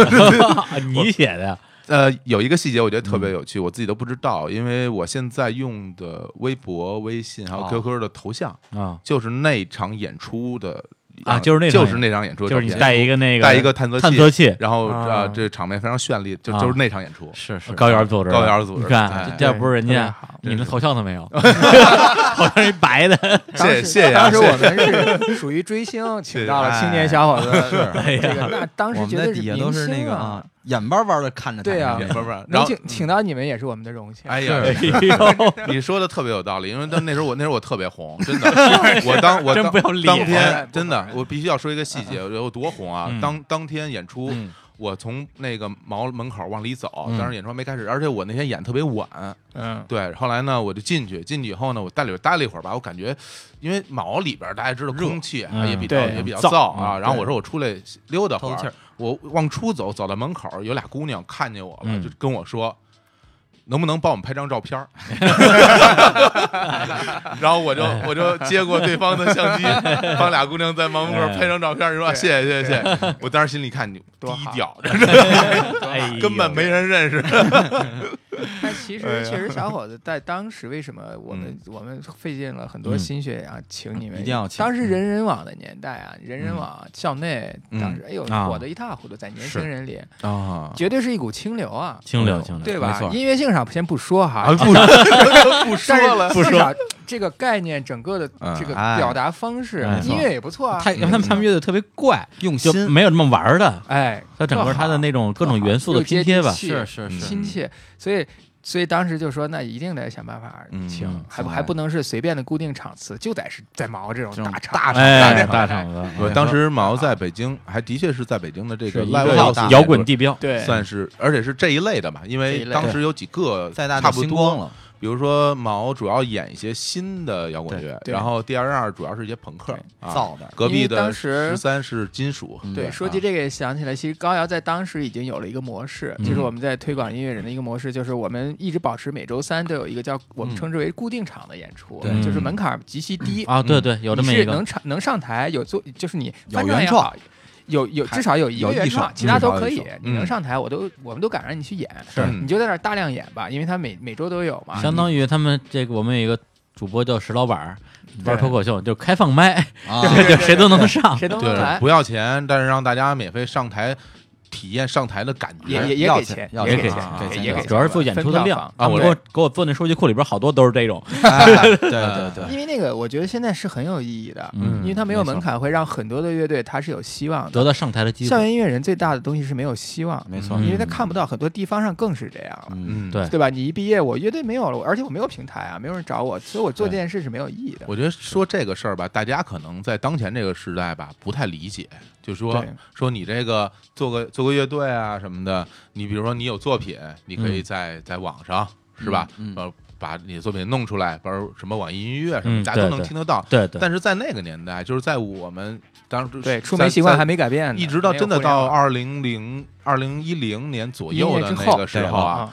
S1: 啊 [laughs] 你写的呀
S3: 呃，有一个细节我觉得特
S1: 嗯
S3: 别有趣，我自己都不知道，因为我现在用的微博、微信还有
S5: 哦
S3: QQ 的头像，
S1: 啊
S3: 就是那场演出的
S1: 啊
S3: 就
S1: 就是那场
S3: 是那场演出的
S1: 就
S3: 照
S1: 是
S3: 片，
S1: 你带一个那个
S3: 带一个探测
S1: 探测器，
S3: 然后
S2: 啊
S3: 呃，这场面非常绚丽，就
S1: 啊
S3: 就是那场演出，
S5: 是是
S1: 高原组织的，
S3: 高原组织
S1: 你看
S3: 哎
S1: 这要不是人
S2: 对特别
S1: 家
S2: 好，
S1: 你们头像都
S3: [laughs]
S1: 没有， [laughs] 头像一白的，
S2: 当时
S3: 谢谢谢啊
S2: 当时
S3: 谢谢
S2: 我们是属于追星，请到了青年小伙
S3: [laughs]
S2: 子，
S1: [laughs] 哎
S2: 这
S1: 呀，
S2: 个那当
S5: 我
S2: 时
S5: 们
S2: 觉
S5: 在
S2: 得
S5: 底下
S2: 明
S5: 都是那
S2: 星
S5: 个
S2: 啊
S5: 啊，，眼巴巴的看着他
S2: 对啊
S3: 不
S5: 们
S3: 是不是，然
S2: 能
S3: 后
S2: 请请到你们也是我们的荣幸。
S3: 哎呀，
S1: 哎
S3: 你说的特别有道理，因为当那时候我那时候我特别红，
S1: [laughs]
S3: 真的，我当我
S1: 真
S3: 当
S1: 不要脸
S2: 不好
S3: 当天
S2: 意思
S3: 真的，我必须要说一个细节，我有多红啊！
S1: 嗯
S3: 当当天演出，
S1: 嗯
S3: 我从那个毛门口往里走，
S1: 嗯
S3: 当时演出还没开始，而且我那天演特别晚，
S2: 嗯，
S3: 对，后来呢，我就进去，进去以后呢，我在里边待了一会儿吧，我感觉，因为毛里边大家知道空气啊
S1: 嗯
S3: 也比较
S2: 对
S3: 也比较
S1: 燥
S3: 燥啊，
S1: 嗯
S3: 然后我说我出来溜达会
S5: 透气
S3: 儿
S5: 儿，
S3: 我往出走，走到门口有俩姑娘看见我了，
S1: 嗯
S3: 就跟我说。能不能帮我们拍张照片儿？ [laughs] 然后我就我就接过对方的相机，帮俩姑娘在忙门口拍张照片儿，说啊谢谢谢谢谢谢。我当时心里看你低
S2: 多好
S3: 调，
S1: 哎
S2: 哎
S1: 呦
S3: 根本没人认识。
S2: 但其实确实，小伙子在当时为什么我们我们费尽了很多
S1: 嗯
S2: 心血啊，请你们
S5: 一定要请
S2: 当时人人网的年代啊，人人网校内当时哎呦
S1: 啊
S2: 火的一塌糊涂，在年轻
S3: 是
S2: 人里
S3: 啊，
S2: 绝对是一股清流啊，
S1: 清流清流，
S2: 对
S1: 没
S2: 吧
S1: 错？啊
S2: 音乐性上先不说哈，
S3: 不不
S2: [laughs] 但
S3: 说了
S2: 是，至少这个概念整个的这个
S5: 哎
S2: 表达方式
S1: 没，错
S2: 音乐也不错啊，
S1: 他他们他们乐队特别怪，
S5: 用
S1: 就
S5: 心
S1: 没有这么玩儿的，
S2: 哎，
S1: 它整个它的那种各种元素的
S2: 又接
S1: 拼贴
S2: 地
S1: 吧，
S2: 气
S5: 是是是，
S2: 亲切，所以所以当时就说，那一定得想办法
S3: 嗯
S2: 请，
S1: 嗯
S2: 还不
S5: 请
S2: 还
S5: 来
S2: 不能是随便的固定场次，就得是在毛这种
S5: 这种
S2: 大厂
S1: 哎，
S2: 厂
S1: 大
S2: 厂
S1: 厂子，
S3: 我当时
S2: 啊
S3: 毛在北京，还的确是在北京的这
S1: 是
S3: 个
S1: 一
S3: live
S1: 个
S3: house
S1: 摇滚地标，
S2: 对
S3: 算是，而且是这一类的吧，因
S2: 这一
S3: 为
S2: 类
S3: 当时有几个
S5: 再大
S3: 差
S5: 就
S3: 不
S5: 星光
S3: 多，
S5: 了，
S3: 比如说毛主要演一些新的摇滚乐，
S2: 对对
S3: 然后 D R 二主要是一些朋克
S2: 对，
S3: 啊
S5: 造的
S3: 隔壁
S2: 因为
S3: 的
S2: 当时
S3: 十三是金属，啊
S5: 嗯
S1: 啊
S2: 对，说起这个也想起来，其实高瑶在当时已经有了一个模式，
S1: 嗯
S2: 就是我们在推广音乐人的一个模式，就是我们一直保持每周三都有一个叫我们称之为固定场的演出，
S1: 嗯对嗯
S2: 就是门槛极其低，
S1: 啊，对对，有这么
S2: 你
S1: 一
S2: 是
S1: 个
S2: 能上能上台有做，就是你
S5: 有
S2: 翻唱也
S5: 原创
S2: 好，有有
S5: 还
S2: 至少有一个
S5: 有
S2: 原
S5: 一
S2: 创
S5: 首，
S2: 其他
S5: 至少
S2: 都可
S5: 有一
S2: 以
S5: 首。
S2: 你能
S3: 嗯
S2: 上台，我都我们都赶让你去演，
S3: 是
S2: 你就在那儿大量演吧，因为他每每周都有嘛。
S1: 嗯相当于他们这个我们有一个主播叫石老板儿，玩
S2: 对
S1: 脱口秀就开放麦，
S5: 啊，
S1: [laughs] 就谁都能上，
S2: 谁都能
S3: 对，
S2: 来。
S3: 不要钱，但是让大家免费上台体验上台的感觉。
S2: 也也也
S5: 要
S2: 给
S5: 钱
S2: 钱，
S5: 要
S2: 也
S5: 钱
S2: 给
S5: 啊
S2: 钱，
S5: 给
S2: 也
S5: 钱
S2: 也给
S5: 给钱
S2: 钱
S1: 主要是做演出的量啊，
S2: 分
S1: 我给我给我做那数据库里边好多都是这种，
S5: 哎对对对，
S2: 因为那个我觉得现在是很有意义的，
S1: 嗯
S2: 因为它没有
S5: 没错
S2: 门槛，会让很多的乐队它是有希望的。
S1: 得到上台的机
S2: 校
S1: 会，
S2: 园音乐人最大的东西是没有希望，
S5: 没错，
S2: 因为
S1: 嗯
S2: 他看不到，很多地方上更是这样了。
S5: 嗯，
S3: 嗯，
S1: 对
S2: 对吧？你一毕业，我乐队没有了，我而且我没有平台啊，没有人找我，所以我做这
S5: 对
S2: 件事是没有意义的。
S3: 我觉得说这个事儿吧，大家可能在当前这个时代吧，不太理解，就说
S2: 对
S3: 说你这个做个做个乐队啊什么的，你比如说你有作品，你可
S2: 嗯
S3: 以在、在网上是吧，
S5: 嗯嗯
S3: 呃，把你的作品弄出来，包括什么网易音乐什么，
S1: 嗯
S3: 大家都
S1: 对
S3: 能
S1: 对
S3: 听得到。
S1: 对对，
S3: 但是在那个年代，就是在我们当时
S2: 对，
S3: 在
S2: 出门习惯
S3: 在
S2: 还没改变呢，
S3: 一直到真的
S2: 没有互
S3: 到
S2: 联网
S3: 二零零二零一零年左
S2: 一
S3: 右
S2: 年
S3: 的
S2: 之
S3: 那
S2: 后
S3: 个时
S5: 对
S3: 候啊，
S2: 啊，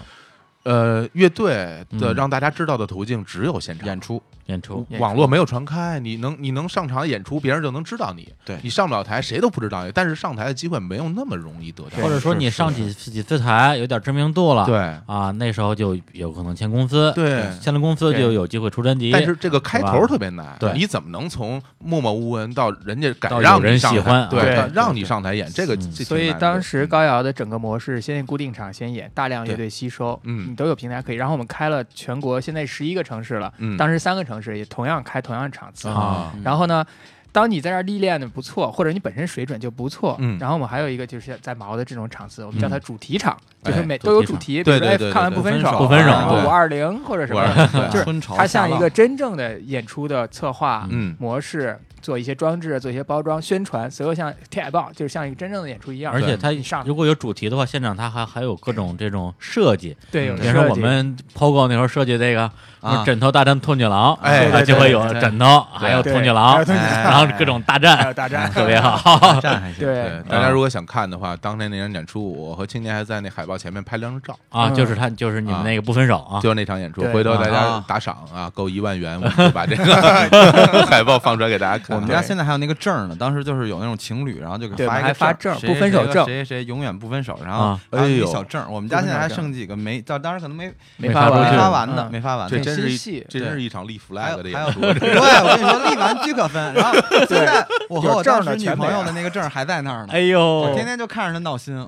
S3: 呃，乐队的
S1: 嗯
S3: 让大家知道的途径只有现场
S5: 演出
S1: 演出，
S2: 演
S3: 嗯网
S2: 出
S3: 络没有传开，你能你能上场演出，别人就能知道你。
S5: 对
S3: 你上不了台，谁都不知道你。但是上台的机会没有那么容易得到。
S1: 或者说你上几几次台有点知名度了，
S3: 对
S1: 啊，那时候就有可能签公司，
S3: 对
S1: 签了公司
S2: 对
S1: 就有机会出专辑，
S3: 但是这个开
S1: 是
S3: 头
S1: 吧
S3: 特别难，
S1: 对
S3: 你怎么能从默默无闻到人家敢
S1: 到
S3: 让
S1: 有人
S3: 你上
S1: 喜
S3: 台
S1: 欢
S3: 对，
S2: 对
S3: 让
S5: 对
S3: 让你上台演这个
S1: 嗯
S3: 这挺难的，嗯
S2: 所以当时高瑶的整个模式，先固定场，先演，大量乐
S3: 对
S2: 队吸收，
S3: 嗯
S2: 你都有平台可以。然后我们开了全国现在十一个城市了，
S3: 嗯
S2: 当时三个城市也同样开同样场次。
S3: 啊，
S2: 然后呢，当你在这儿历练的不错，或者你本身水准就不错，
S3: 嗯
S2: 然后我们还有一个就是在毛的这种场次，我们
S1: 嗯
S2: 叫它主题场，
S3: 哎
S2: 就是每
S1: 主题
S2: 都有主
S1: 场
S2: 题，
S3: 对
S2: 比如说
S3: 对
S2: 哎
S3: 对
S2: 看完
S3: 对
S2: 不分
S5: 分手
S2: 手，
S1: 不分手
S2: 然后
S1: 对
S2: 五二零或者什
S3: 我
S2: 么，
S3: 对
S2: 就是
S5: 春潮
S2: 它
S5: 下
S2: 像一
S5: 浪
S2: 个真正的演出的策划
S3: 嗯
S2: 模式，做一些装置，做一些包装、宣传，所有像贴海报，就是像一个真正的演出一样。
S1: 而且它
S2: 你上
S1: 如果有主题的话，现场它还还有各种这种设计，
S2: 对，有
S1: 比如说
S2: 设
S1: 嗯我
S2: 计
S1: 们 POGO 那时候设计这个什么
S5: 啊
S1: 枕头大战兔女郎，
S3: 哎
S1: 啊
S2: 对对
S1: 就会有
S2: 对
S1: 枕头，还有
S2: 对
S1: 兔女
S2: 还
S1: 郎
S2: 有，兔女郎
S1: 然后各种大
S2: 还
S1: 战，
S2: 有大战，
S1: 特别好，
S5: 站还行，
S2: 对
S3: 对，大家如果想看的话，当天那场演出，我和青年还在那海报前面拍了张照，
S1: 啊，
S2: 嗯
S1: 就是他就是你们那个不分手啊，
S3: 就是那场演出，
S2: 对
S3: 回头大家
S5: 啊
S3: 打赏啊，够一万元，我们就把这个 [laughs] 海报放出来给大家看。
S5: 我们家现在还有那个证儿呢，当时就是有那种情侣，然后就给
S2: 对
S5: 发
S2: 我们
S5: 一
S2: 还
S5: 个
S2: 发证
S5: 证
S2: 儿
S5: 儿，
S2: 不分手证
S5: 谁谁谁谁永远不分手，然后
S1: 啊
S5: 还有
S3: 哎
S5: 一
S3: 呦
S5: 小证儿。我们家现在还剩几个没，到当时可能没
S2: 没
S1: 没发
S2: 发
S1: 出
S2: 完，
S1: 去
S5: 没发完呢，
S2: 嗯
S5: 没发完
S3: 这
S5: 呢。
S3: 真
S2: 新
S3: 是一 [laughs]
S2: 戏
S3: 这真
S5: 对
S3: 是一场立 flag
S5: 还有
S3: 的
S5: 还
S3: 演
S5: 有
S3: 出 [laughs]
S5: 多，对，我跟你说，立完即可分。然后现在我和我当时女朋友的那个证儿还在那儿呢
S1: 哎，
S5: 我
S1: 呦，
S5: 天天就看着她闹心。
S2: [laughs]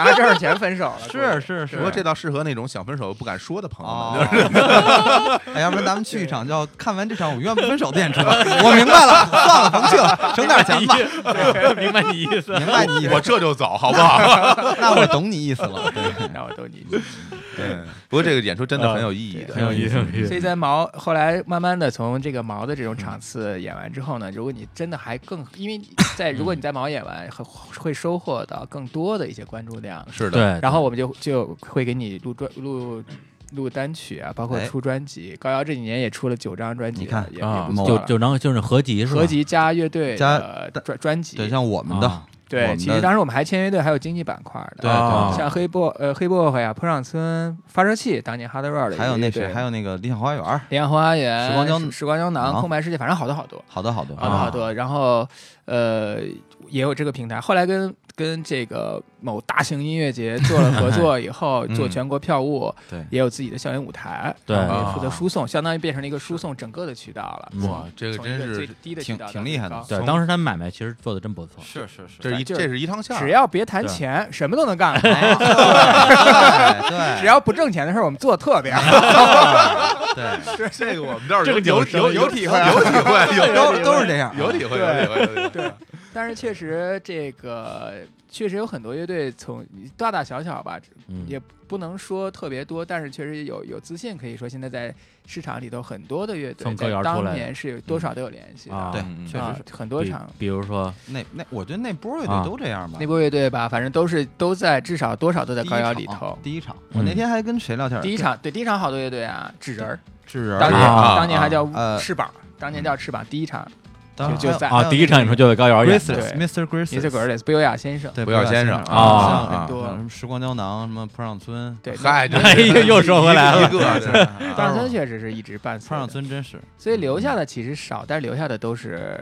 S2: 拿证儿钱分手了，
S5: 是是
S3: 不过
S5: 是，
S3: 这倒适合那种想分手又不敢说的朋友们。
S5: 哦， [laughs] 哎，要不然咱们去一场叫看完这场我永远不分手的演出吧。 [laughs] 我明白了，算了，甭去了，省点钱吧。
S1: 明白你意思，
S5: 明
S3: [laughs]
S5: 白你意思，
S3: 我这就走，好不好？
S5: 那我懂你意思了。对，
S2: 然后都你。
S3: [laughs] 对，不过这个演出真的很有意义
S1: 很有
S3: 的。
S1: 意思，很有意
S2: 所
S1: 思
S2: 以在毛后来慢慢的从这个毛的这种场次演完之后呢，如果你真的还更，因为在如果你在毛演完，会会收获到更多的一些关注量。
S3: 是的，
S1: 对，
S2: 然后我们就就会给你录专录录单曲啊，包括
S5: 哎
S2: 出专辑。高瑶这几年也出了九张专辑了，
S5: 你看
S2: 也
S1: 啊
S2: 也不，错
S1: 就
S2: 了
S1: 就能就是合集是吧？
S2: 合集加乐队
S5: 加
S2: 的专专辑
S5: 对，。像我们的
S1: 啊，
S5: 我
S2: 对，
S5: 们
S2: 其
S5: 的
S2: 实当时我们还签乐队，还有经济板块的，
S5: 对
S1: 啊
S5: 对，
S2: 像黑薄呃黑薄荷呀、坡上村、发射器，当年 Hard Rock 的一个乐队，
S5: 还有那谁，还有那个理想花园儿，
S2: 《莲花园》、
S5: 时光胶
S2: 时光胶囊、
S5: 囊啊
S2: 空白世界，反正好多好多，
S5: 好多好多
S2: 好多啊好多。然后呃，也有这个平台。后来跟跟这个某大型音乐节做了合作以后，
S3: 嗯
S2: 做全国票务，
S5: 对
S2: 也有自己的校园舞台，
S1: 对
S2: 然后
S3: 啊
S2: 也负责输送，相当于变成了一个输送整个的渠道了。
S1: 嗯
S3: 哇，这个
S2: 从一
S3: 真
S2: 个最
S3: 是，
S2: 低的
S5: 挺
S2: 渠道到
S5: 挺
S2: 最
S5: 厉害的
S2: 高
S1: 对，
S3: 从
S1: 当时他买卖其实做的真不错，
S5: 是是是
S3: 这是一
S2: 就
S3: 这是一趟线儿，
S2: 只要别谈
S1: 对
S2: 钱，什么都能干。
S5: 哎对
S2: [laughs]
S5: 对，
S2: 只要不挣钱的事儿，我们做得特别好。
S5: 对
S2: [laughs]
S3: 这个我们倒是
S1: 这
S3: 有
S1: 个有
S3: 有有有
S1: 有
S3: 体会，啊有体会，有
S5: 都都是这样，
S3: 有体会，有体会，有体会。
S2: 对，但是确实这个确实有很多乐队从大大小小吧，
S1: 嗯，
S2: 也不能说特别多，但是确实有有自信，可以说现在在市场里头很多的乐队
S1: 从高
S2: 在
S1: 窑出来的
S2: 当年是有多少都有联系的，
S1: 啊
S5: 对
S3: 嗯，
S5: 确
S2: 啊
S5: 实是
S2: 很多
S1: 比
S2: 场。
S1: 比如说
S5: 那那我觉得那波乐
S1: 啊
S5: 队都这样吧
S2: 那。波乐队吧，反正都是都在，至少多少都在
S5: 第一
S2: 高窑
S5: 场啊
S2: 里头。
S5: 第一场，
S1: 嗯
S5: 我那天还跟谁聊天？
S2: 第一场对第一场好多乐队啊，纸人儿，
S5: 是人
S2: 当
S5: 儿，
S2: 年
S1: 啊
S2: 当年还叫
S5: 呃
S2: 翅膀，当年叫翅膀。第一场
S5: 当
S2: 就就在
S1: 啊，第一场演出就有高瑶演
S5: Graceless
S2: 对
S5: Mr. Graceless
S2: 尼斯格尔斯、不优雅先生，
S5: 对
S3: 不要先生
S5: 不要
S1: 啊
S5: 像
S2: 很多
S5: 像什么时光胶囊，什么坡上村，
S2: 对，
S3: 嗨，这
S1: 哎呦又说回来了
S3: 一个一个的
S2: 那坡上村确实是一直伴随
S5: 嗯坡上嗯
S2: 的，
S5: 村真是
S1: 嗯
S2: 所以留下的其实少，但是留下的都是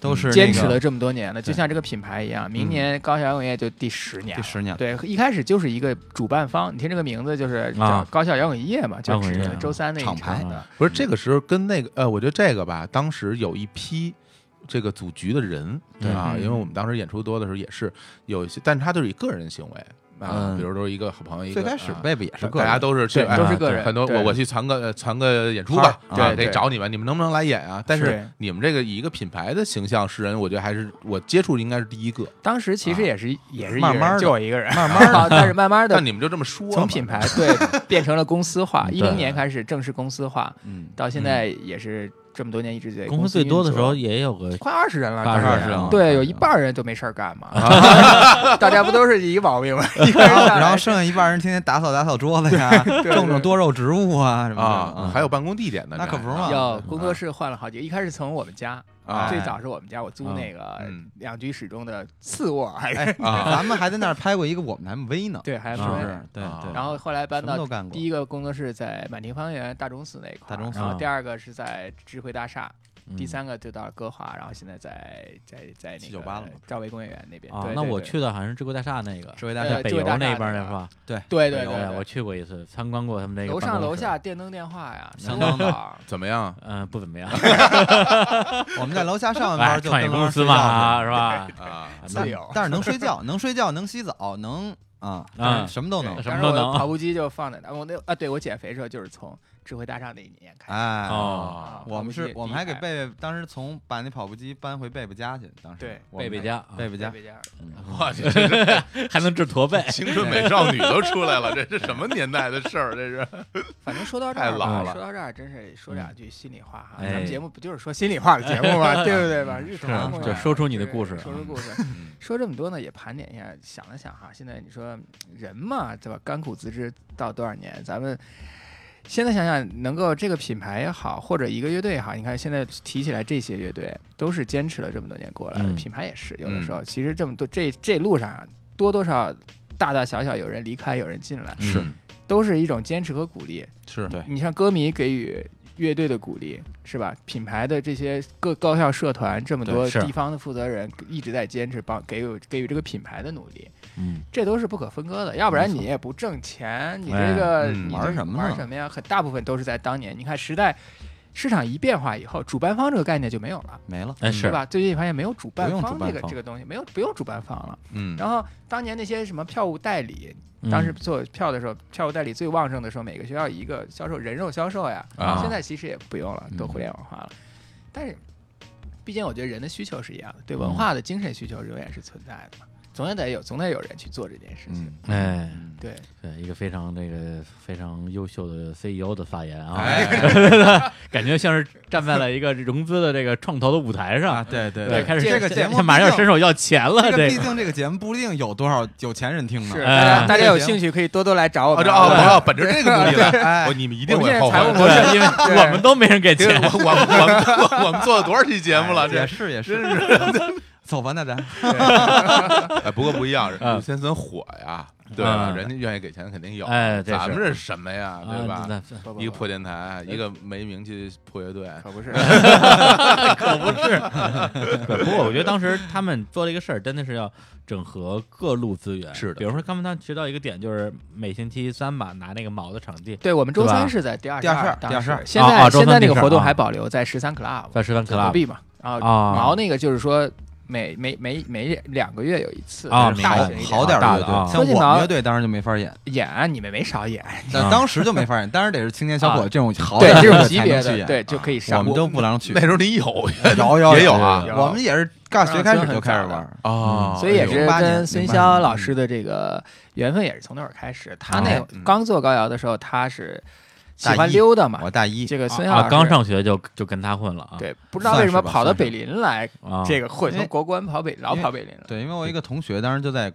S5: 都是
S2: 坚持
S5: 那个
S2: 了这么多年的，就像这个品牌一样，明年高校摇滚乐就第十年
S5: 第
S2: 了。
S5: 十年，
S2: 对，一开始就是一个主办方，你听这个名字就是叫
S1: 啊
S2: 高校摇滚夜嘛，就
S1: 摇滚
S2: 是
S1: 夜
S2: 周三那一
S5: 厂牌
S1: 啊
S2: [laughs] 的。
S3: 不是这个时候跟那个呃，我觉得这个吧，当时有一批这个组局的人
S1: 对
S3: 啊，
S2: 嗯
S3: 因为我们当时演出多的时候也是有一些，但是他就是以个人行为啊，
S5: 嗯
S3: 比如说一个好朋友，一个
S5: 最开始
S3: 啊
S5: 贝贝也是个
S3: 大家
S5: 人
S3: 都是去，
S2: 对
S3: 哎
S2: 都是
S3: 啊
S2: 个
S3: 对
S2: 人
S3: 很多
S2: 对
S3: 我我去传个呃传个演出吧，
S5: 摊儿
S2: 啊
S3: 对，
S2: 对
S3: 得找你们，你们能不能来演啊？但是
S2: 是
S3: 你们这个以一个品牌的形象示人，我觉得还是我接触的应该是第一个，
S2: 当时其实也是也是一
S5: 慢
S2: 个人
S5: 慢地
S2: 就我一个人，慢慢的，但是慢慢的
S3: [laughs] 但你们就这么说嘛，
S2: 从品牌 [laughs] 对变成了公司化，一
S1: 对
S2: 零年开始正式公司化，
S5: 嗯，
S2: 到现在也是这么多年一直在
S1: 公司
S2: 司
S1: 最多的
S2: 运
S1: 时
S2: 作
S1: 候也有个
S2: 快二十人了，
S1: 快
S2: 当然
S1: 20人了
S2: 对，有一半人都没事儿干嘛，大家不都是一个毛病吗？一个人
S5: 然后
S2: 干
S5: 然后剩下一半人天天打扫打扫桌
S1: [laughs]
S5: 子呀， [laughs] 种种多肉植物啊什么的
S3: 啊，还有办公地点呢，
S5: 那可不是
S3: 这还
S5: 嘛
S2: 有工作室换了好几个，一开始从我们家，
S3: 啊
S2: 最早是我们家，我租那个
S3: 嗯
S2: 两居室中的次卧，还
S5: 哎，
S3: 啊
S5: [laughs] 咱们还在那儿拍过一个我们 MV 呢，
S2: 对，还
S1: 是
S2: 不
S5: 不
S2: 是
S5: 是？对
S3: 啊
S5: 对，
S2: 然后后来搬
S5: 什么
S2: 到
S5: 都干过
S2: 第。一个工作室在满庭芳园大钟寺那一块儿，
S5: 大钟寺
S2: 然后
S1: 啊
S2: 第二个是在智慧大厦，
S1: 嗯
S2: 第三个就到了歌华，然后现在在在在那
S5: 798了
S2: 个
S5: 嘛
S2: 赵薇工业园那边。
S1: 啊
S2: 对，
S1: 那
S2: 对
S1: 我
S2: 对
S1: 去的好像是智慧大厦那个，
S5: 智慧大厦
S2: 呃
S1: 在北
S2: 智慧
S1: 邮
S2: 大
S1: 那
S2: 厦
S1: 边儿
S2: 那
S1: 是
S2: 个
S1: 吧？
S2: 对对
S1: 北邮哎我
S2: 对，
S1: 去过一次，参观过他们那个
S2: 楼
S1: 办
S2: 上
S1: 公
S2: 楼
S1: 室
S2: 下，电灯电话呀，
S5: 相
S2: 多
S5: 当的
S2: 好。
S3: 怎么样？
S1: 嗯，不怎么样，
S5: 我们在楼
S1: [laughs]
S5: 下上完
S1: 哎，
S5: 班就
S1: 创
S5: 跟
S1: 业
S5: 楼
S1: 公
S5: 上
S1: 司
S5: 睡觉去
S1: 嘛，是吧？
S2: [laughs]
S3: 啊，
S2: 自由
S5: 但是能睡
S2: [laughs]
S5: 觉，能睡觉，能洗澡，能啊
S1: 嗯
S5: 什么都能
S2: 对
S1: 什么
S2: 当时
S1: 都
S2: 我的
S1: 能
S2: 跑步机就放在那，我那啊，对我减肥的时候就是从智慧大厦那一年开始。
S5: 哎。
S1: 哦，
S2: 啊
S5: 我
S2: 跑步
S5: 们
S2: 机
S5: 是
S2: 也
S5: 我们
S2: 第一
S5: 还给
S2: 台
S5: 贝贝当时从把那跑步机搬回贝贝家去，当时
S2: 对
S5: 我
S1: 贝
S5: 们
S1: 贝
S5: 还
S1: 家啊
S5: 贝贝家
S2: 贝贝家
S3: 我去，啊 [laughs] 这个
S1: 还能治驼
S2: [laughs]
S1: 背，
S3: 青春美少女都出来了，这是什么年代的事儿？这是
S2: 反正说到这
S3: 太
S2: 儿
S3: 老
S2: 吧
S3: 了
S2: 说到这儿真是说两句心里话哈。
S1: 哎
S2: 咱们节目不就是说心里话的节
S1: [laughs]
S2: 目吗？对不对吧？日
S1: 是
S2: 常嘛
S1: 就说出你的
S2: 就是
S1: 故事嗯
S2: 说出故事。说这么多呢，也盘点一下，想了想哈，现在你说人嘛，对吧？甘苦自知到多少年？咱们现在想想，能够这个品牌也好，或者一个乐队也好，你看现在提起来这些乐队，都是坚持了这么多年过来的。
S1: 嗯
S2: 品牌也是，有的时候其实这么多这这路上啊多多少少大大小小有人离开，有人进来，
S3: 是
S2: 都是一种坚持和鼓励。
S3: 是
S5: 对
S2: 你像歌迷给予乐队的鼓励，是吧？品牌的这些各高校社团这么多
S1: 对是
S2: 地方的负责人一直在坚持帮给予给予这个品牌的努力，
S1: 嗯，
S2: 这都是不可分割的。要不然你也不挣钱，你这个、
S3: 嗯
S2: 你这
S5: 哎玩什么呢
S2: 玩什么呀？很大部分都是在当年，你看时代。市场一变化以后，主办方这个概念就没有了，
S5: 没了。
S1: 哎
S2: 对
S1: 是，
S2: 吧？最近发现没有主办
S5: 嗯不用
S2: 方
S5: 主
S2: 这
S5: 办
S2: 个
S5: 方
S2: 这个东西，没有不用主办方了。
S3: 嗯
S2: 然后当年那些什么票务代理，
S1: 嗯
S2: 当时做票的时候，票务代理最旺盛的时候，每个学校一个销售人肉销售呀。
S3: 啊
S2: 现在其实也不用了，都
S5: 嗯
S2: 互联网化了。但是，毕竟我觉得人的需求是一样的，对文化的精神需求永远是存在的嘛，总也得有，总得有人去做这件事情。
S5: 嗯，
S1: 哎，
S2: 对，
S1: 对，一个非常这个非常优秀的 CEO 的发言啊，
S5: 哎
S1: [laughs] 感觉像是站在了一个融资的这个创投的舞台
S2: 啊
S1: 上，
S5: 啊对对
S1: 对，开始
S5: 这个节目
S1: 马上要
S5: 毕竟
S1: 伸手要钱了，
S5: 这个
S1: 这
S5: 毕
S1: 个
S5: 竟这个节目不一定有多少有钱人听呢。
S2: 是
S1: 哎
S2: 大家
S1: 哎
S2: 大家有
S5: 这个节目
S2: 兴趣可以多多来找我
S3: 啊，
S2: 们
S3: 这
S2: 啊。
S3: 哦，我
S2: 对
S3: 要本着这个目的来，
S5: 哎
S3: 哦你们一定
S2: 我们
S3: 会
S2: 现在
S3: 后悔
S2: 财务
S3: 的。
S2: 模式
S1: 对，因为我们都没人给
S3: 这
S1: 钱，
S3: 我我们我们我我们做了多少期节 [laughs] 目了？这
S5: 也是也是， [laughs] 走吧，那咱
S3: 哎，不过不一样，
S1: 嗯
S3: 陆先生火呀，对吧？
S1: 嗯
S3: 人家愿意给钱肯定
S1: [laughs]
S3: 有，
S1: 哎这是
S3: 咱们这什么呀，对
S1: 啊
S3: 吧？
S1: 那
S2: 不不
S3: 一个
S2: 不
S3: 破电台，一个没名气的破乐队，
S2: 可不是，
S1: [laughs] 对，不过我觉得当时他们做了一个事儿，真的是要整合各路资源。
S3: 是的
S1: 比如说他们当时提到一个点，就是每星期三吧，拿那个毛的场地，
S2: 对我们周
S1: 对吧
S2: 三是在第二
S5: 第二
S2: 十
S5: 十
S2: 二
S5: 二
S2: 当
S5: 第二
S2: 时
S5: 十二
S2: 现
S1: 啊
S2: 在
S1: 啊周
S2: 现在
S1: 三
S2: 这个
S1: 第十二
S2: 活动
S1: 啊
S2: 还保留在十三 club，
S1: 在十三
S2: 隔
S1: club
S2: 壁嘛。然后
S1: 啊
S2: 毛那个就是说每每每每两个月有一次
S1: 啊
S2: 就是
S1: 明
S2: 大
S1: 白
S2: 型一
S5: 好
S2: 点
S5: 点
S2: 儿
S1: 的
S5: 乐
S1: 啊
S5: 队，像我们乐队当时就没法
S2: 嗯
S5: 演，
S2: 演，你们没少演，
S5: 但当时就没法演，当然得是青年小伙这种好
S2: 对
S5: 点
S2: 这种
S5: 乐队
S2: 级
S5: 才
S2: 别
S5: 能去
S2: 的，
S5: 演。
S2: 对就可以
S5: 我
S2: 上
S5: 们。都不让去
S3: 那，时候你有
S5: [laughs] 有有
S3: 也有啊
S5: 我们也是大学开始就开始玩，
S3: 啊
S2: 所以也是
S5: 08年哦
S2: 跟孙
S5: 08
S2: 潇
S5: 年
S2: 老师的这个缘分也是从那会儿开始。他那
S5: 哎
S2: 会儿
S3: 嗯
S2: 刚做高瑶的时候，他是喜
S5: 大
S2: 欢
S5: 一
S2: 溜达嘛
S5: 我。大一
S2: 这个孙潇老
S1: 啊，
S2: 师
S1: 刚上学就就跟他混了啊。
S2: 对，不知道
S5: 算
S2: 为什么
S5: 是吧
S2: 跑到
S5: 算是
S2: 北林来，
S1: 啊，
S2: 这个混
S5: 因
S2: 从
S5: 为
S2: 国关跑北老
S5: 因为
S2: 跑北林了。
S5: 对，因为我一个同学当时就在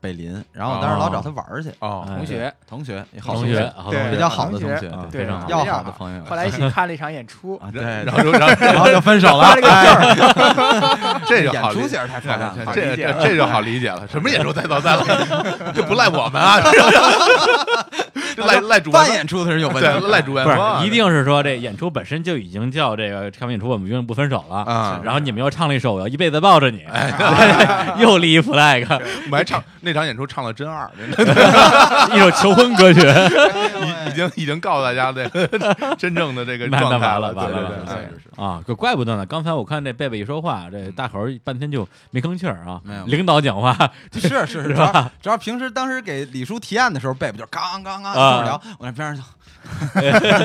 S5: 北林，然后我当时老找他玩儿去，
S3: 哦，
S1: 哎
S2: 同学，
S5: 同学，好
S1: 同学，，好同
S2: 对
S5: 比
S1: 学
S5: 较好的同学，
S1: 啊，
S2: 对
S1: 非常好。
S5: 要好的朋友。
S2: 后来一起看了一场演出，
S5: 啊，对，
S3: 然后就然后
S5: 然后就分手了。
S2: 发了个
S5: 哎
S2: 证儿，
S3: 这就哎好理
S5: 演出
S3: 解
S5: 其实太漂亮了，
S3: 这这这就好理解了，什么演出再造再了， [laughs] 这不赖我们啊，这赖赖主办
S5: 办
S3: 方
S5: 演出的人有问
S3: 对
S5: 题，
S3: 赖主办
S1: 不
S3: 方
S1: 是，一定是说这演出本身就已经叫这个看完演出我们永远不分手了
S3: 啊
S1: 然后你们又唱了一首我要一辈子抱着你， [laughs] 又立一 flag，
S3: 我们还唱那场演出唱了真二，真的
S1: [laughs] 一首求婚歌曲，
S5: 哎
S3: 已已经经已经告诉大家这个真正的
S1: [laughs]
S3: 这个
S1: 那那
S3: 状态
S1: 完了
S3: 对
S1: 完了
S3: 对
S1: 完
S3: 对
S1: 了
S3: 对
S2: 是
S3: 是
S1: 啊，可怪不得呢！刚才我看这贝贝一说话，这大猴儿半天就没吭气儿啊。
S5: 没有
S1: 领导讲话，
S5: 是是是，主要主要平时当时给李叔提案的时候，贝贝就刚刚刚
S1: 啊
S5: 跟我聊，我那边上就，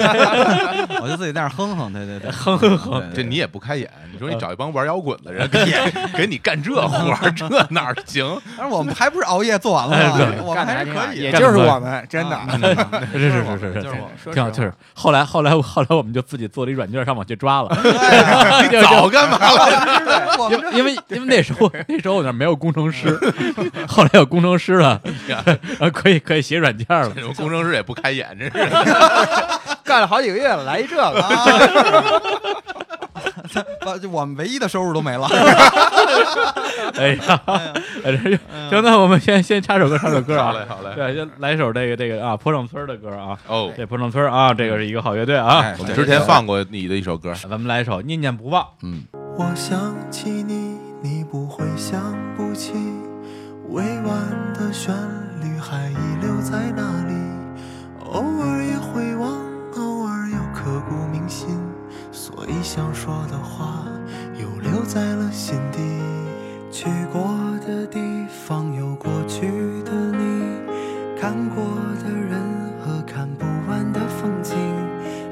S5: 我就自己在那儿哼哼，对对对，
S1: 哼哼哼，
S3: 这你也不开眼，你
S1: 呃
S3: 说你找一帮玩摇滚的人给你给你干这活儿，这哪儿
S1: [laughs]
S3: 行？
S5: 但是我们还不是熬夜做完了吗？我们
S2: 干的
S5: 还是
S2: 挺
S5: 可
S2: 好，
S5: 以啊
S2: 也
S1: 干
S2: 就是
S1: 得好
S2: 我们真的。
S5: 的，
S1: 是是是是，
S5: 就是我们
S2: 说
S1: 挺好，
S2: 实
S1: 就是后来后来后来我们就自己做了一软件上网去抓了，
S3: 你早干嘛了？ [laughs]
S5: 对我
S1: 因
S5: 们
S1: 为因为因为那时候那时候我那儿没有工程师， [laughs] 后来有工程师了，呃，可以可以写软件了。
S3: 这种工程师也不开眼，真是。
S1: [laughs]
S2: 干了好几个月了，来一这个，
S5: [laughs] 啊，呃把就我们唯一的收入都没了。
S1: 哎呀，哎呀行，那我们先先插首歌，唱首歌啊。
S3: 好嘞好嘞
S1: 对，先来一首这个这个啊，坡上村儿的歌啊。
S3: 哦，
S1: 这坡上村儿啊，这个是一个好乐队啊。
S5: 哎
S3: 我们之前放过你的一首歌，
S1: 咱们来一首《念念不忘》。
S6: 我想起你，你不会想不起，委婉的旋律还遗留在那里，偶尔也会忘，偶尔又刻骨铭心，所以想说的话又留在了心底。去过的地方有过去的你，看过的人和看不完的风景，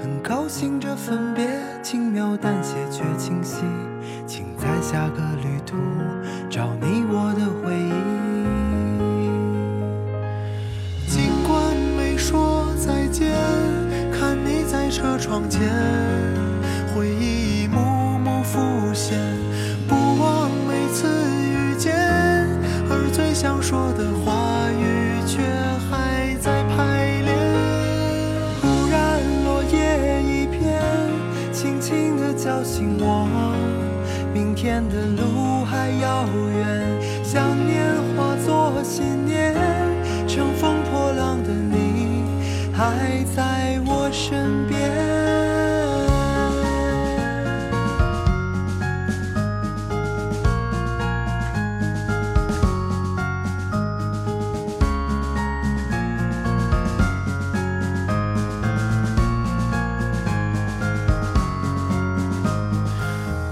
S6: 很高兴这分别轻描淡写却清晰，请在下个旅途找你我的回忆。尽管没说再见，看你在车窗前，回忆一幕幕浮现，不忘每次遇见，而最想说的话语却还在排练。忽然落叶一片，轻轻地叫醒我，明天的路还遥远，想念化作信念。乘风破浪的你还在我身边。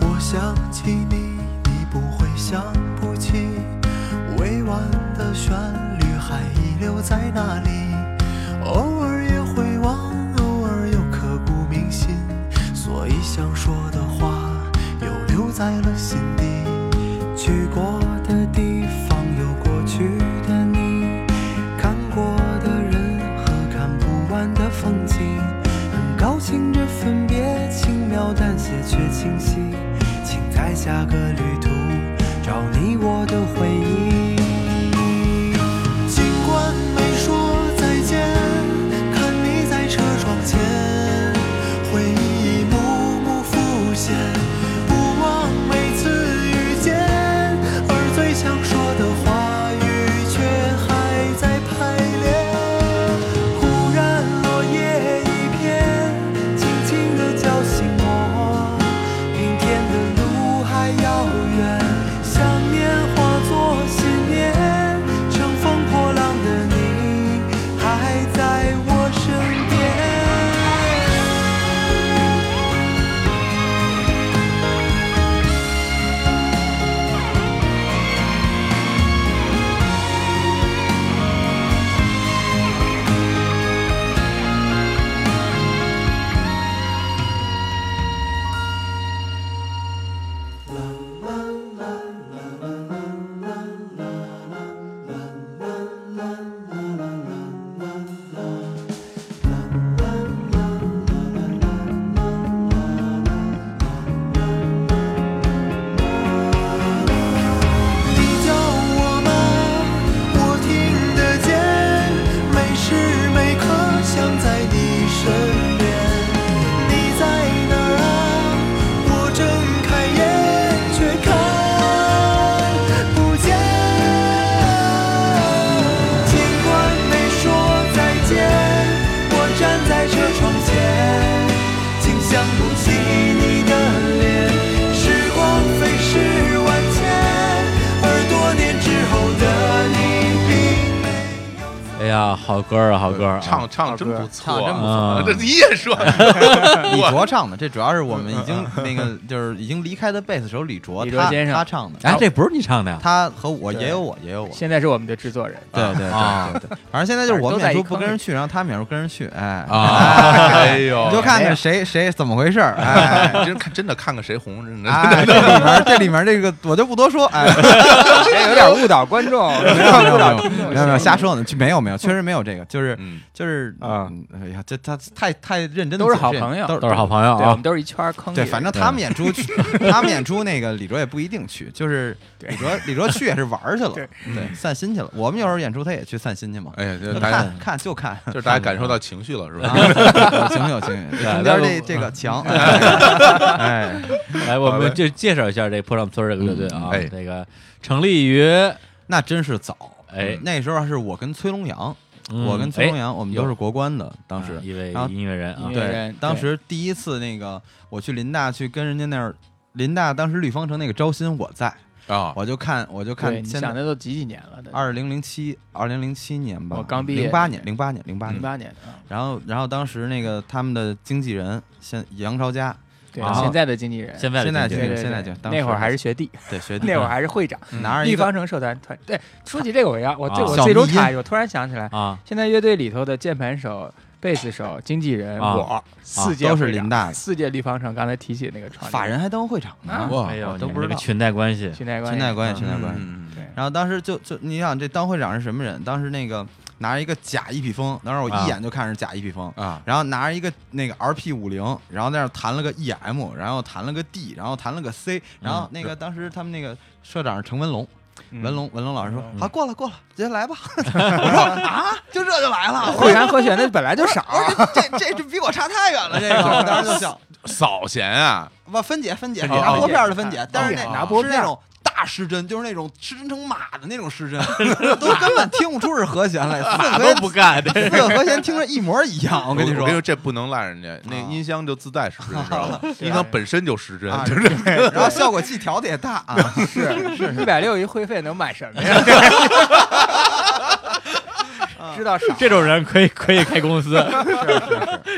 S6: 我想起你，你不会想不起，委婉的旋律还遗留在那里，偶尔也会忘，偶尔又刻骨铭心，所以想说的话又留在了心底。去过的地方有过去的你，看过的人和看不完的风景，很高兴这分别轻描淡写却清晰，请在下个旅途找你我的回忆。尽管没说再见，看你在车窗前，回忆一幕幕浮现，不忘每次遇见，而最想说的话语却还在排练。忽然落叶一片，轻轻地叫醒我，明天的路还遥远，想念化作心。啊
S1: 哎好歌儿啊，好歌儿啊，
S3: 唱唱真不
S4: 唱
S3: 错，
S4: 得真不
S1: 错
S3: 这你也说，
S5: 李卓唱的，这主要是我们已经那个就是已经离开的贝斯手李卓，
S2: 李
S5: 他
S2: 卓先生
S5: 他唱的，
S1: 哎，这不是你唱的呀？
S5: 他和我
S2: 对
S5: 也有我也有我，
S2: 现在是我们的制作人，
S5: 对对
S1: 啊
S5: 对对对，反正现在就是我们
S2: 反正都在
S5: 演
S2: 一
S5: 出
S2: 坑
S5: 不跟人去，然后他们演出跟人去，哎，
S1: 啊，
S3: [laughs] 哎呦，
S5: 你就看看谁谁怎么回事儿，哎。
S3: 哎，真看真的看看谁红，真的。 [laughs]
S5: 哎，这里面这里面这个我就不多说，哎，
S2: [laughs] 这有点误导观众，有
S5: 没有没
S2: 点
S5: 有
S2: 误导
S5: 没
S2: 听
S5: 有
S2: 众。
S5: 没有没有瞎说呢，就没有没有，确实没有这个，就是
S3: 嗯，
S5: 就是
S4: 啊
S5: 嗯哎呀，这他太太认真，
S2: 都是好朋友
S5: 都
S1: 都是好朋友
S2: 对，我
S1: 啊
S2: 们，都是一圈儿坑里
S5: 哦对，
S2: 人。
S5: 反正他们演出，他们演出那个李卓也不一定去，就是李卓李卓去也是玩儿去了，
S2: 对
S5: 对，散心去了。我们有时候演出他也去散心去嘛，
S3: 哎呀，就
S5: 就
S3: 大家
S5: 看看就看，
S3: [laughs] 就是大家感受到情绪了，是吧？
S5: 啊，情
S2: [laughs]
S5: 有情有，中间这这个 [laughs] 强，哎，
S1: 来，我们就介绍一下这个破浪村儿这个乐队啊
S3: 嗯，哎
S1: 这个成立于
S5: 那真是早，嗯
S1: 哎
S5: 那时候是我跟崔龙阳，
S1: 嗯
S5: 我跟崔龙
S1: 哎
S5: 阳，我们都是国关的，当时
S1: 啊一位
S5: 然后
S1: 音乐人啊
S2: 音，乐
S5: 对
S2: 人，
S5: 当
S2: 对
S5: 时第一次那个我去林大去跟人家那儿，林大当时绿方城那个招新我在，
S3: 啊，
S5: 我就看我就
S2: 哦对
S5: 看
S2: 你
S5: 现
S2: 想
S5: 在
S2: 的都几几年了？都
S5: 二零零七二零零七年吧，
S2: 我哦刚毕业
S5: 零八年零八年零八
S2: 零
S5: 年，
S2: 八年的啊，
S5: 然后然后当时那个他们的经纪人现杨朝佳，
S2: 对
S1: 啊
S2: 现在的经纪人，
S1: 现在的
S5: 现在
S1: 经
S2: 对
S1: 纪
S2: 对
S1: 人
S2: 对
S5: 现在就当时
S2: 那会儿还是学弟，
S5: 对学
S2: [laughs]
S5: 弟
S2: 那会儿还嗯是会长，
S5: 拿着一
S2: 绿
S5: 个
S2: 方城社团团对。说起这个我要我对
S1: 啊
S2: 我
S5: 小
S2: 最终
S5: 迷
S2: 插一句，我突然想起来，
S1: 啊，
S2: 现在乐队里头的键盘手、贝斯手、经纪人，
S1: 啊
S2: 我四届
S5: 都是
S2: 会长
S5: 林大的
S2: 四届立方城刚才提起那个创立
S5: 法人还当会长
S2: 啊
S5: 呢，
S3: 哇
S1: 哎呦，
S5: 哦我都
S1: 你
S5: 不
S1: 们这
S5: 知
S1: 个
S5: 道
S1: 裙带关系，
S2: 裙带关
S5: 裙
S2: 系，
S5: 带关系
S2: 嗯
S5: 裙带关系。
S3: 嗯，
S2: 对
S5: 然后当时就就你想这当会长是什么人？当时那个拿着一个假一匹风，当时我
S1: 啊
S5: 一眼就看是假一匹风，
S3: 啊，
S5: 然后拿着一个那个 RP 五零，然后在那儿弹了个 EM，然后弹了个 D，然后弹了个 C，然后那个当时他们那个社长是程文龙，文龙文龙老师说
S2: 嗯嗯
S5: 好过了过了，直接
S2: [laughs]
S5: 来吧。我说啊，就这就来了，
S2: 会然和弦的本来就少，
S5: 我说这这这这比我差太远了，
S2: [laughs]
S5: 这个我当时就想，
S3: 扫弦啊，
S5: 不分解分解，
S2: 解
S5: 拿拨片儿的分
S2: 分解
S5: 解，但是那
S2: 拿拨
S5: 是
S2: 片儿
S5: 那种。大失真就是那种失真成马的那种失真，都根本听不出是和弦来，
S1: 马
S5: 四
S1: 啊都
S5: 个
S1: 不干，这
S5: 四个和弦听着一模一样。我
S3: 我
S5: 跟你说
S3: 我跟，你说这不能赖人家，那
S5: 啊
S3: 音箱就自带失真，你知道
S5: [laughs]
S3: 吗？ [laughs] 音箱本身就失真，
S5: 啊
S3: 真是
S5: 然后效果器调的也大啊，
S2: [laughs] 是是，一百六一会费能买什么呀？ [laughs] 知道少，
S1: 这种人可以可以开公司，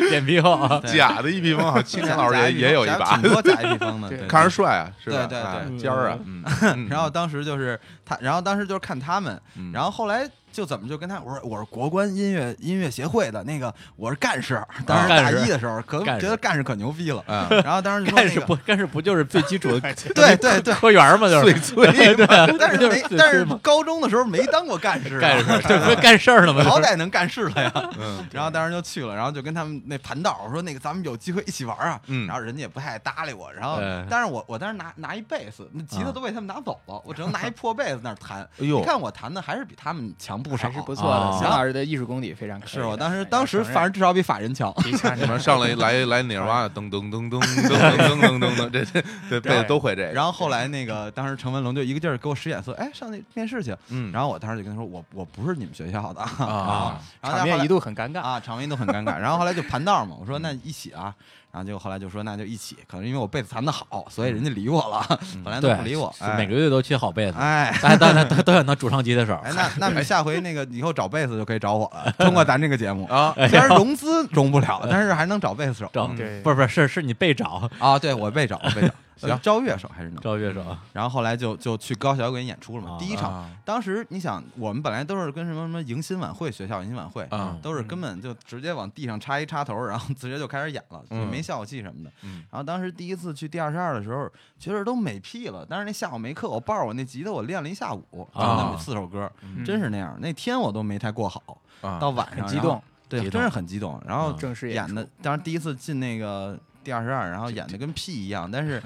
S1: 脸皮厚啊，
S3: [laughs]
S5: 对
S3: 假的一匹风，好像青年老师
S5: 假
S3: 也
S5: 一
S3: 也有一
S5: 假
S3: 把
S5: 挺，多假一方的。
S2: 对
S3: [laughs]
S5: 对
S3: 看着帅啊，是吧？
S5: 对对对
S3: 哎尖儿啊，嗯
S5: [laughs] 然后当时就是他，然后当时就是看他们，然后后来就怎么就跟他我说我是国关音乐音乐协会的那个我是干事，当时大一的时候可
S1: 干事
S5: 觉得干事可牛逼了，
S3: 啊，
S5: 然后当时就说
S1: 干
S5: 那
S1: 事
S5: 个
S1: 不干事不就是最基础的
S5: 对
S1: [laughs]
S5: 对对，
S1: 科员嘛，就是
S3: [laughs] 碎
S1: 对
S3: 碎，
S1: 对啊，
S5: 但是
S1: 就是
S5: 没
S1: 最
S5: 但
S1: 最
S5: 是
S1: 嘛
S5: 高中的时候没当过干事啊，
S1: 干事，这不是干事儿了吗？
S5: 好歹能干事了呀。 [laughs]
S3: 嗯
S5: 然后当时就去了，然后就跟他们那盘道我说那个咱们有机会一起玩啊，
S3: 嗯
S5: 然后人家也不太搭理我，然后
S1: 哎
S5: 但是我我当时拿拿一贝斯，那吉他都被他们拿走了，我只能拿一破贝斯那儿弹。
S3: 哎呦
S5: 你看我弹的还是比他们强不少，
S2: 还是不错的。
S1: 啊
S2: 邢老师的艺术功底非常可以的，哎
S5: 是我当时当时反正至少比法人强。 [laughs]
S3: 你们上来一来一来哪哇，噔噔噔噔噔噔噔噔噔噔，这这这辈子都会这个。
S5: 然后后来那个当时陈文龙就一个劲儿给我使眼色，哎，上那面试去。
S3: 嗯，
S5: 然后我当时就跟他说，我我不是你们学校的
S3: 啊，
S5: 然后
S2: 场
S5: 但后
S2: 面
S5: 来
S2: 一度很尴尬。
S5: [laughs] 啊，场面都很尴尬。然后后来就盘道嘛，我说那一起啊，然后就后来就说那就一起，可能因为我贝斯弹的好，所以人家理我了，本来都
S1: 对，
S5: 不理我。
S1: 是
S5: 哎
S1: 每个月都缺好贝斯，
S5: 哎
S1: 大家大家都都想当主唱级的手， [laughs]
S5: 哎，那那你下回那个以后找贝斯就可以找我了，通过咱这个节目，
S3: 啊，
S5: 虽然融资融不了，但是还能找贝斯手
S1: 找
S2: 对
S1: 不是不是是是你被找
S5: 啊。对我被找，我被找，行，招乐手还是能。
S1: 招乐手，
S5: 然后后来就就去高小滚演出了嘛，第一场。
S3: 啊
S5: 当时你想，我们本来都是跟什么什么迎新晚会、学校迎新晚会，
S3: 啊
S5: 都是根本就直接往地上插一插头，然后 [laughs] 直接就开始演了，
S3: 嗯
S5: 也没效果器什么的。
S3: 嗯
S5: 然后当时第一次去第二十二的时候，觉得都美屁了。但是那下午没课，我抱着我那吉他，我练了一下午，就那
S1: 啊
S5: 么四首歌，
S2: 嗯
S5: 真是那样。那天我都没太过好，
S3: 啊
S5: 到晚
S2: 很
S5: 上
S2: 激，
S5: 然
S2: 动
S5: 后，对
S1: 激，动
S5: 真是很激动。然
S3: 嗯
S5: 后
S2: 正式演
S5: 演
S2: 出
S5: 的，当然第一次进那个第二十二，然后演的跟屁一样，但是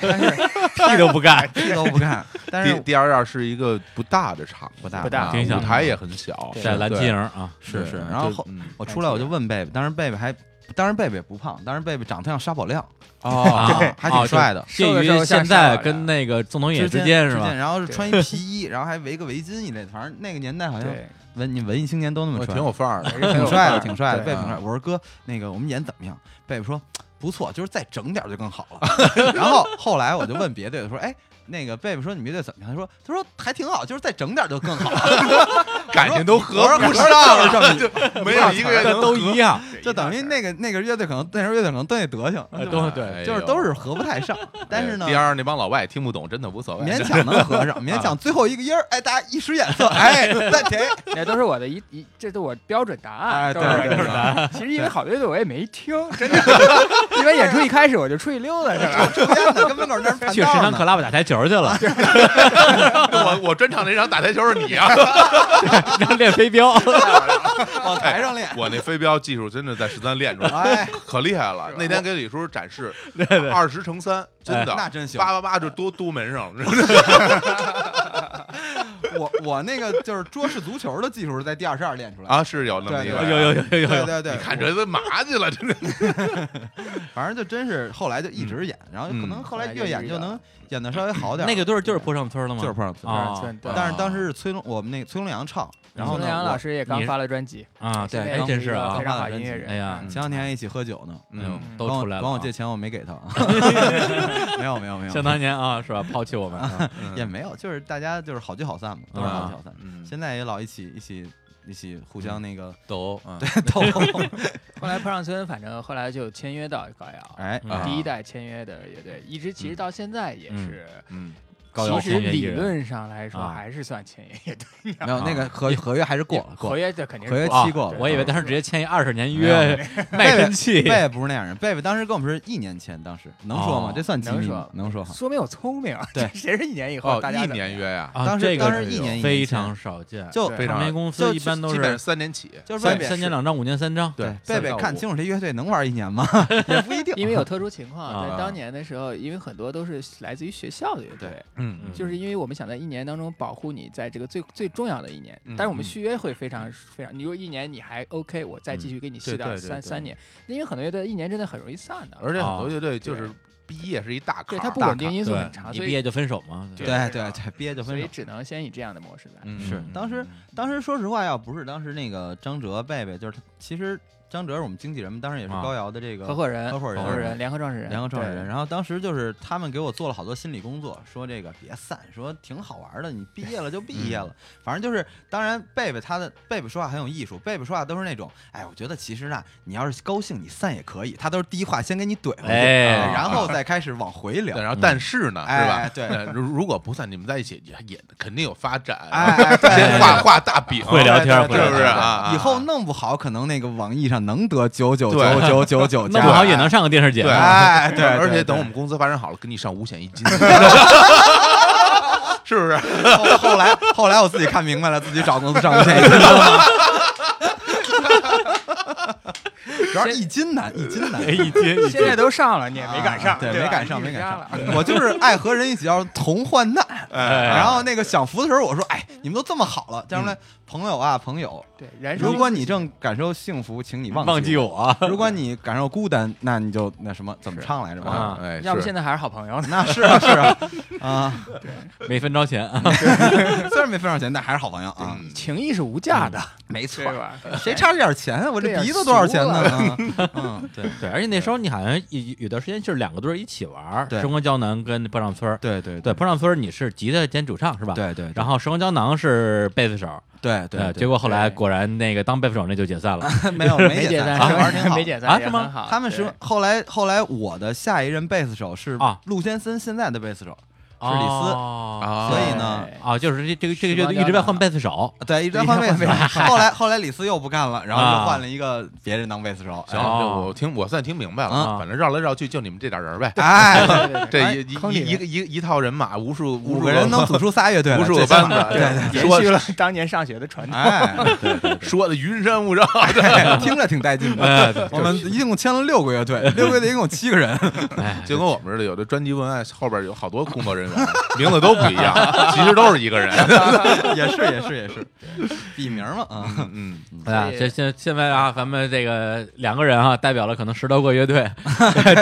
S5: 但是
S1: 屁都不干，
S5: 屁都不干。但
S3: 第
S5: 是
S3: 第二二是一个不大的场，
S5: 不大
S2: 不大
S3: 啊
S1: 挺小
S3: 舞
S1: 的
S3: 台也很小，
S2: 对
S1: 在
S3: 对
S1: 蓝旗营
S5: [laughs]
S1: 啊，
S5: 是是，
S3: 对
S5: 然后
S3: 就
S5: 后
S3: 嗯
S5: 我出来我就问贝贝，当时贝贝还，当时贝贝也不胖，当时贝贝长得像沙宝亮，
S3: 哦，
S1: 啊
S5: 还挺帅的。
S1: 介
S2: 瘦的时
S1: 于
S2: 候像
S1: 现在
S2: 上海
S1: 跟那个总统野之
S5: 间
S1: 间是吧？
S5: 然后是穿一皮衣，然后还围个围巾一类的，反正那个年代好像
S2: 对，
S5: 文你文艺青年都那么
S3: 我挺
S5: 穿，
S3: 有范儿的，
S5: 哎 [laughs] 挺帅的，挺帅的。
S2: 对
S5: 贝贝挺帅的，我说哥，那个我们演怎么样？贝贝说不错，就是再整点儿就更好了。然后后来我就问别队的说，哎，那个贝贝说你乐队怎么样？他说他说还挺好，就是再整点就更好。
S3: 感情
S5: [laughs]
S3: 都合不上
S5: 了，
S3: 了，就 [laughs] 没有一个人
S1: 但
S3: 能
S1: 都一样，
S3: 合
S5: 就等于那个那个乐队可能那时候乐队可能都那德行，
S1: 呃都对，
S3: 哎呦
S5: 就是都是合不太上。但是呢
S3: 第，二那帮老外听不懂，真的无所谓， [laughs]
S5: 勉强能合上，勉强最后一个音儿，哎，大家一使眼色，哎，暂停。
S2: 那都是我的一一，这都我标准答案，
S5: 哎，
S2: 都
S5: 对
S2: 是我
S5: 对
S2: 标准答案。
S5: 对，
S2: 其实因为好乐队我也没听，真的， [laughs] 因为演出一开始我就出去溜达去了。
S5: 抽烟呢，跟门口那儿
S1: 去
S5: 盘
S1: 食
S5: 道
S1: 堂 [laughs]
S5: 呢
S1: 克。拉布打台球去了，
S3: 我我专场那场打台球是你
S5: [laughs]
S3: 啊！
S1: 然后练飞镖，
S5: 往台上练。
S3: 我那飞镖技术真的在十三练出来，
S5: [laughs] 哎，
S3: [laughs] 可厉害了。那天给李叔展示
S1: 对对，
S3: 二十乘三，真的
S5: 哎那真行
S3: 八八八就多嘟门上 [laughs] 了。
S5: 我我那个就是桌式足球的技术是在第二十二练出来的。
S3: 啊，是有那么一
S5: 对
S3: 个
S1: 有
S5: 对
S3: 人，
S1: 有有有有
S5: 对
S1: 有，
S5: 对对，
S3: 你看这都嘛去了，真的。
S5: 反正就真是后来就一直演，然后可能后来越演就能演的稍微好点。
S1: 那个队儿就是坡上村的吗？
S5: 就是碰上村，
S1: 啊
S2: 村，对
S5: 但是当时是崔龙，我们那个崔龙阳唱， [laughs] 然后
S2: 孙
S5: 呢，
S2: 杨老
S5: 我
S2: 师也刚
S1: 你
S2: 发了专辑，
S1: 啊，对，
S2: 现在
S1: 哎
S2: 也
S1: 真
S2: 一
S1: 是
S2: 个
S1: 啊
S2: 非，常好
S5: 刚发了
S2: 音乐
S5: 专辑
S2: 人。
S1: 哎呀
S2: 嗯，
S5: 前两天还一起喝酒呢，
S1: 哎呦
S3: 嗯，
S1: 都
S5: 管我
S1: 出来了啊，
S5: 管我借钱，我没给他，没有没有没有，
S1: 想当年啊，是吧？抛弃我们
S5: [laughs]
S1: 啊，
S5: 也没有，就是大家就是好聚好散嘛，都是好聚好散。
S3: 嗯
S5: 现在也老一起一起一起互相那个
S1: 都嗯
S5: 斗，
S2: 后来坡上村，反正后来就签约到高瑶，
S5: 哎，
S3: 啊
S1: 嗯
S2: 第一代签约的乐队，一直其
S5: 嗯
S2: 实到现在也是，
S3: 嗯，
S1: 高瑶
S2: 其实
S1: 签约艺
S2: 理
S1: 人
S2: 论上来说
S1: 啊
S2: 还是算签约乐队，
S5: 没有那个合合约还是过了，过
S2: 合
S5: 了。
S2: 约这肯定
S5: 合约
S2: 是
S1: 啊
S5: 期过了
S1: 我以为当时直接签一二十年
S5: 没有
S1: 约，卖身契，
S5: 贝贝不是那样人，贝贝当时跟我们是一年前，当时能说吗
S1: 哦？
S5: 这算机密吗？能
S2: 能
S5: 说
S2: 说
S5: 哈。
S2: 说明我聪明，啊
S5: 对
S2: [laughs] 谁是一年以后
S3: 哦
S2: 大，家
S3: 一
S2: 怎么样
S3: 年约呀，
S1: 啊
S5: 当时
S1: 这个
S5: 当时
S1: 是
S5: 一年一
S1: 非
S5: 年
S1: 常
S5: 签
S1: 少见，
S5: 就
S2: 对
S3: 非
S1: 唱
S3: 常
S1: 片公司一般都
S3: 基本
S1: 是
S3: 三年起，
S5: 就是贝
S1: 三
S5: 贝
S1: 三年两张，五年三张，
S3: 对，
S5: 贝贝
S3: 三到
S5: 看
S3: 五
S5: 清楚这乐队能玩一年吗？也不一定，
S2: 因为有特殊情况，
S1: 啊
S2: 在当年的时候，因为很多都是来自于学校的乐队，
S3: 嗯
S1: 嗯
S2: 就是因为我们想在一年当中保护你在这个最最重要的一年
S3: 嗯，
S2: 但是我们续约会非常非常，你如果一年你还 OK，我再继续给你续
S1: 对
S2: 到
S1: 对对对
S2: 三三年，因为很多乐队一年真的很容易散的，
S3: 而且很多
S1: 啊
S3: 乐队就是毕业是一大坎
S2: 对
S3: 儿，
S2: 它不
S3: 大
S2: 稳定
S3: 坎儿
S2: 因素
S1: 对
S2: 很长，
S1: 一
S2: 所
S1: 毕
S2: 以
S1: 业就分手嘛，
S2: [laughs] 对
S5: 对对对，憋就
S2: 所
S5: 分
S2: 以
S5: 手。
S2: 只能先以这样的模式来。
S3: 嗯
S1: 是
S3: 嗯
S5: 当时当时说实话，要不是当时那个张哲贝贝，就是他其实张哲是我们经纪人嘛，当时也是
S1: 啊
S5: 高瑶的这个
S2: 合伙人，
S5: 合伙人
S2: 合伙人，联合创始人，
S5: 联合创始人。
S2: 对。
S5: 然后当时就是他们给我做了好多心理工作，说这个别散，说挺好玩的，你毕业了就毕业了。
S1: 嗯
S5: [laughs] 反正就是，当然贝贝他的贝贝说话很有艺术，贝贝说话都是那种，哎，我觉得其实呢，你要是高兴你散也可以，他都是第一话先给你怼回去，
S1: 哎
S5: 对然后
S1: [laughs]
S5: 再开始往回聊
S3: 对，。
S1: 嗯
S3: 然后但是呢，是吧
S5: 哎？对
S3: 呃如如果不算你们在一起，也也肯定有发展。啊 [laughs]
S5: 哎，哎对
S3: 先画画大饼，
S1: 会聊天
S3: 是不
S1: 会聊天嗯
S3: 是啊？
S5: 以后弄不好可能那个网易上能得九九九
S3: 对
S5: 九九
S1: [laughs]
S5: 九，
S1: 弄不好也能上个电视节目啊
S3: 对，啊
S5: 哎对对
S3: [laughs] 而且
S5: 对
S3: 等我们公司发展好了，给你上五险一
S5: [laughs]
S3: 金，是不是？
S5: 后后来后来我自己看明白了，自己找公司上不去。主要是一斤难，一斤难。
S1: 哎一 [laughs] 斤一
S2: 现在
S1: 斤，
S2: 都上了，你也没赶上，
S5: 啊对，
S2: 吧
S5: 没赶上，
S2: 你
S5: 没
S2: 只
S5: 赶
S2: 上了。
S1: 嗯
S5: 上。我就是爱和人一起要同患难。
S3: 哎
S5: 然后那个享福的时候，我说：“哎，你们都这么好了，将来朋友啊，朋友，
S2: 对，燃烧
S5: 如果你正感受幸福，请你哎忘
S1: 忘记
S5: 我；
S1: 我，
S5: 如果你感受孤单，那你就那什么，怎么唱来着？
S1: 啊
S5: 吧？
S3: 哎，
S2: 要不
S3: 是
S2: 现在还是好朋友呢。
S5: 那是啊，是啊，啊， [laughs]
S1: 没分着钱，
S5: 虽然没分上钱，但还是好朋友啊。
S1: 嗯
S2: 情谊是无价的，
S5: 没
S2: 嗯对
S5: 错，
S2: 吧？
S5: 谁差这点钱啊？我这鼻子多少钱呢？嗯，对
S1: [laughs] 对，而且那时候你好像有有段时间就是两个队儿一起玩儿，
S5: 对
S1: 生活胶囊跟坡上村儿，
S5: 对对
S1: 对，坡上村儿你是吉他兼主唱是吧？。
S5: 对对，
S1: 然后生活胶囊是贝斯手，
S5: 对
S1: 呃
S5: 对，
S1: 结果后来果然那个当贝斯手那就解散了，
S5: 对没有没
S2: 解
S5: 散，
S2: 散，
S5: 还玩儿挺好
S2: 没。解散
S1: 啊
S2: 也
S1: 是吗
S2: 很好
S5: 他们
S2: 对
S5: 是后来后来我的下一任贝斯手是
S1: 啊
S5: 陆先森现在的贝斯手，
S1: 是
S5: 李斯
S1: 啊
S3: 啊，
S5: 所以呢
S2: 对
S1: 啊，就是这这个这个
S2: 时
S1: 乐
S2: 光
S1: 队一直
S2: 胶
S1: 在
S2: 囊
S1: 换贝斯
S3: [laughs]
S1: 手，
S5: 对，一直在换贝斯手。后来后来李斯又不干了，然后
S1: 啊
S5: 又换了一个别人当贝斯手。
S3: 行，
S1: 哦
S3: 这我听我算听明白
S1: 啊
S3: 了，反正绕来绕去就你们这点人呗。
S5: 哎，
S2: [laughs] 对对对
S3: 这
S5: 哎
S3: 一一
S2: 坑里
S3: 一一个一一套人马，无数
S5: 五
S3: 无数
S5: 个人能组出仨乐队来，
S3: 无数个
S5: 这下
S3: 班子，对
S2: 延
S3: 说
S2: 续了当年上学的传统。
S5: 哎，对
S3: [laughs] 说的云山雾绕，
S5: 对，听着挺带劲
S1: 哎
S5: 的。我们一共签了六个乐队，六个乐队一共七个人。
S1: 哎，
S3: 就跟我们似的，有的专辑文案后边有好多工作人员，名字都不一
S1: [laughs]
S3: 样，其实都是一个人。
S5: 也是也是也是，笔名嘛啊，
S3: 嗯，
S5: [laughs]
S1: 哎呀，
S2: 所以
S1: 这现现在啊，咱们这个两个人啊，代表了可能十多个乐
S3: [laughs]
S1: 队，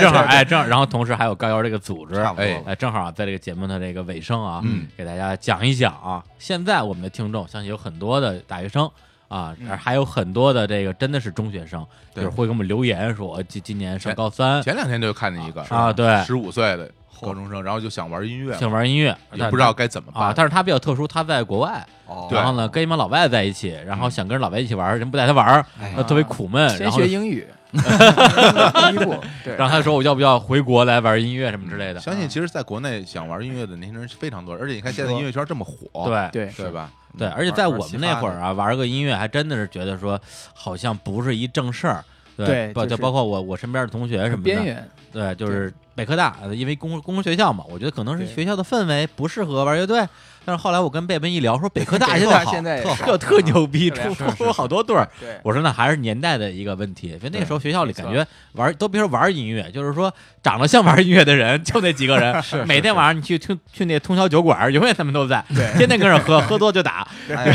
S1: 正好哎，正好，然后同时还有高瑶这个组织，
S5: 差不多
S3: 哎
S5: 了。
S1: 哎，正好在这个节目的这个尾声啊，
S3: 嗯，
S1: 给大家讲一讲啊，现在我们的听众相信有很多的大学生啊，
S2: 嗯
S1: 而还有很多的这个真的是中学生，就
S3: 对
S1: 是会给我们留言说，我今今年上高三
S3: 前两天就看见一个
S1: [laughs] 啊，对，
S3: 十五岁的高中生，然后就想玩音乐，
S1: 想玩音乐，
S3: 也
S1: 但
S3: 不知道该怎么
S1: 啊。
S3: 办。
S1: 但是他比较特殊，他在国外，
S5: 哦
S3: 对嗯
S1: 然后呢跟一帮老外在一起，然后想跟老外一起玩，人不带他玩，
S5: 哎
S1: 他特别苦闷。嗯然
S2: 先
S1: 后
S2: 啊学英
S1: [laughs]
S2: 语，第一步，对，
S1: 然后他说我要不要回国来玩音乐什么之类的。嗯
S3: 相信其实在国内想玩音乐的年轻人是非常多，而且你看现在音乐圈这么火，
S1: 对
S2: 对，
S3: 对吧？
S1: 对，而且在我们那会儿啊，玩个音乐还真的是觉得说好像不是一正事儿。
S2: 对
S1: 包
S2: 就是
S1: 包括我我身边的同学什么
S2: 边
S1: 的，
S2: 缘，
S1: 对，就是北科大，呃因为工工科学校嘛，我觉得可能是
S2: 对
S1: 学校的氛围不适合玩乐队。但是后来我跟贝贝一聊，说北科大
S2: 北
S1: 现
S2: 科
S1: 在
S2: 大
S1: 好，
S2: 现在
S1: 特好特牛逼，
S2: 对
S1: 出
S2: 是
S1: 出出好多对儿。
S2: 对，
S1: 我说那还是年代的一个问题，就那个时候学校里
S2: 没错
S1: 感觉玩都别说玩音乐，就是说长得像玩音乐的人就那几个
S2: [laughs]
S1: 人，每天晚上你去去去那通宵酒馆，永远他们都在，天天跟着喝，喝多就
S2: [laughs]
S1: 打
S5: 哎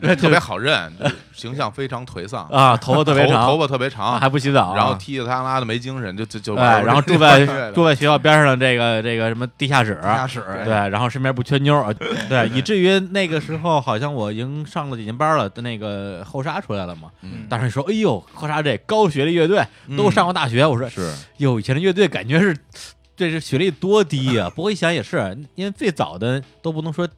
S3: 哎特别好认，形象非常
S1: [laughs]
S3: 颓丧，
S1: 啊，头发特别
S3: 头头
S1: 长，啊
S3: 发特别长，
S1: 还不洗澡，
S3: 然后踢踢踏拉的没精神，就就就玩
S1: 哎，
S3: 儿
S1: 然后住
S3: 玩 [laughs]
S1: 在
S3: 儿乐的
S1: 住在学校边上的这个这个什么地下室，
S5: 地下室
S2: 哎
S1: 对，然后身边不缺妞
S2: [laughs]
S1: 儿，对，以至于那个时候好像我已经上了几年班了，那个后沙出来了嘛，
S5: 嗯
S1: 当时说，哎呦，后沙这高学历乐队
S2: 嗯
S1: 都上过大学，我说
S3: 嗯是
S1: 哟，以前的乐队感觉是这是学历多低
S2: [laughs]
S1: 呀、不过一想也是，因为最早的都不能说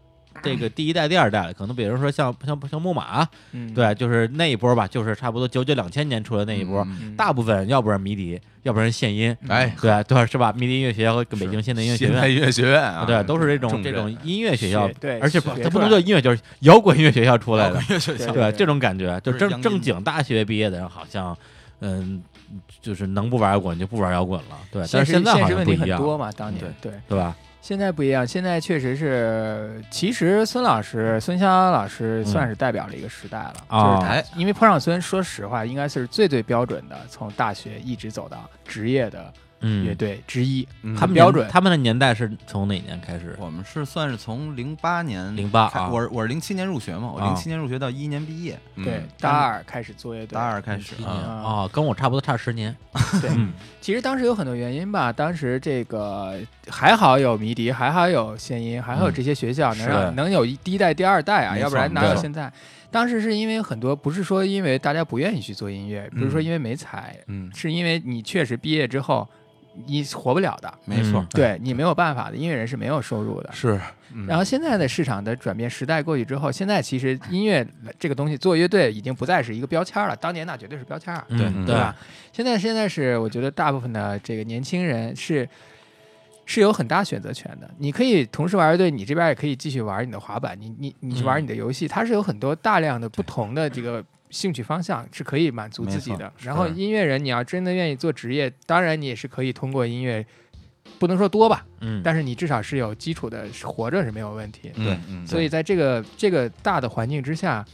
S1: 这个第一代、第二代了，可能比如说像像像木马，
S2: 嗯，
S1: 对，就是那一波吧，就是差不多九九两千年出来那一波，
S2: 嗯，
S1: 大部分要不然迷笛，要不然现音，
S3: 哎，
S2: [laughs]
S1: 对对是吧？迷笛音乐学校和北京现代音乐学
S3: 现代
S1: 院。
S3: 音乐学院啊，
S1: 啊对，都是这种
S3: 重
S1: 这
S3: 镇
S1: 种音乐学校
S2: 学，对
S1: 而且不
S2: 学
S1: 它不
S2: 出
S1: 能
S2: 来
S1: 叫音乐，就是摇滚乐学校出来的，
S2: 对
S1: 对这种感觉，就
S5: 不是
S1: 正
S5: 央
S1: 正
S5: 音
S1: 经大学毕业的人，好像，嗯，就是能不玩摇滚就不玩摇滚了，对。但
S2: 现
S1: 是
S2: 实
S1: 现在
S2: 现
S1: 好
S2: 实
S1: 像
S2: 问
S1: 不
S2: 题
S1: 一
S2: 很
S1: 样，嗯
S2: 多嘛，当年对。
S1: 对吧？
S2: 现在不一样，现在确实是，其实孙老师、孙湘老师算是代表了一个时代了，
S1: 啊
S2: 就是他，因为坡上孙，说实话，应该是最最标准的，从大学一直走到职业的
S1: 嗯，
S2: 乐队之一，
S3: 嗯
S1: 他
S2: 很
S1: 们
S2: 标
S1: 年
S2: 准。
S1: 他们的年代是从哪年开始？
S5: 我们是算是从零八年
S1: 零八
S5: 开
S1: 啊，
S5: 我是我是零七年入学嘛，我
S1: 啊
S5: 零七年入学到一一年毕业，
S3: 嗯
S2: 对，大二开始做乐队，
S5: 大二开始
S1: 一年
S5: 啊，
S2: 啊
S1: 哦，跟我差不多差十年。
S2: 对
S1: 嗯
S2: 其实当时有很多原因吧，当时这个还好有迷笛，还好有现音，还好有这些学校能
S1: 是
S2: 让、能有一第一代、第二代啊，
S5: 没错
S2: 要不然哪有
S1: 对
S2: 现在？当时是因为很多，不是说因为大家不愿意去做音乐，不是说因为没才，
S3: 嗯
S2: 是因为你确实毕业之后你活不了的，
S5: 没错，
S1: 嗯
S2: 对你没有办法的，音乐人是没有收入的。
S3: 是，
S2: 然后现在的市场的转变，时代过去之后，现在其实音乐这个东西做乐队已经不再是一个标签了，当年那绝对是标签儿。
S1: 嗯
S3: 对
S1: 对
S2: 吧？现在现在是我觉得大部分的这个年轻人是是有很大选择权的，你可以同时玩乐队，你这边也可以继续玩你的滑板，你你你去玩
S1: 嗯
S2: 你的游戏，它是有很多大量的不同的这个。兴趣方向是可以满足自己的，然后音乐人你要真的愿意做职业，当然你也是可以通过音乐，不能说多吧，
S1: 嗯，
S2: 但是你至少是有基础的活着是没有问题。
S3: 对，嗯
S2: 所以在这个这个大的环境之下，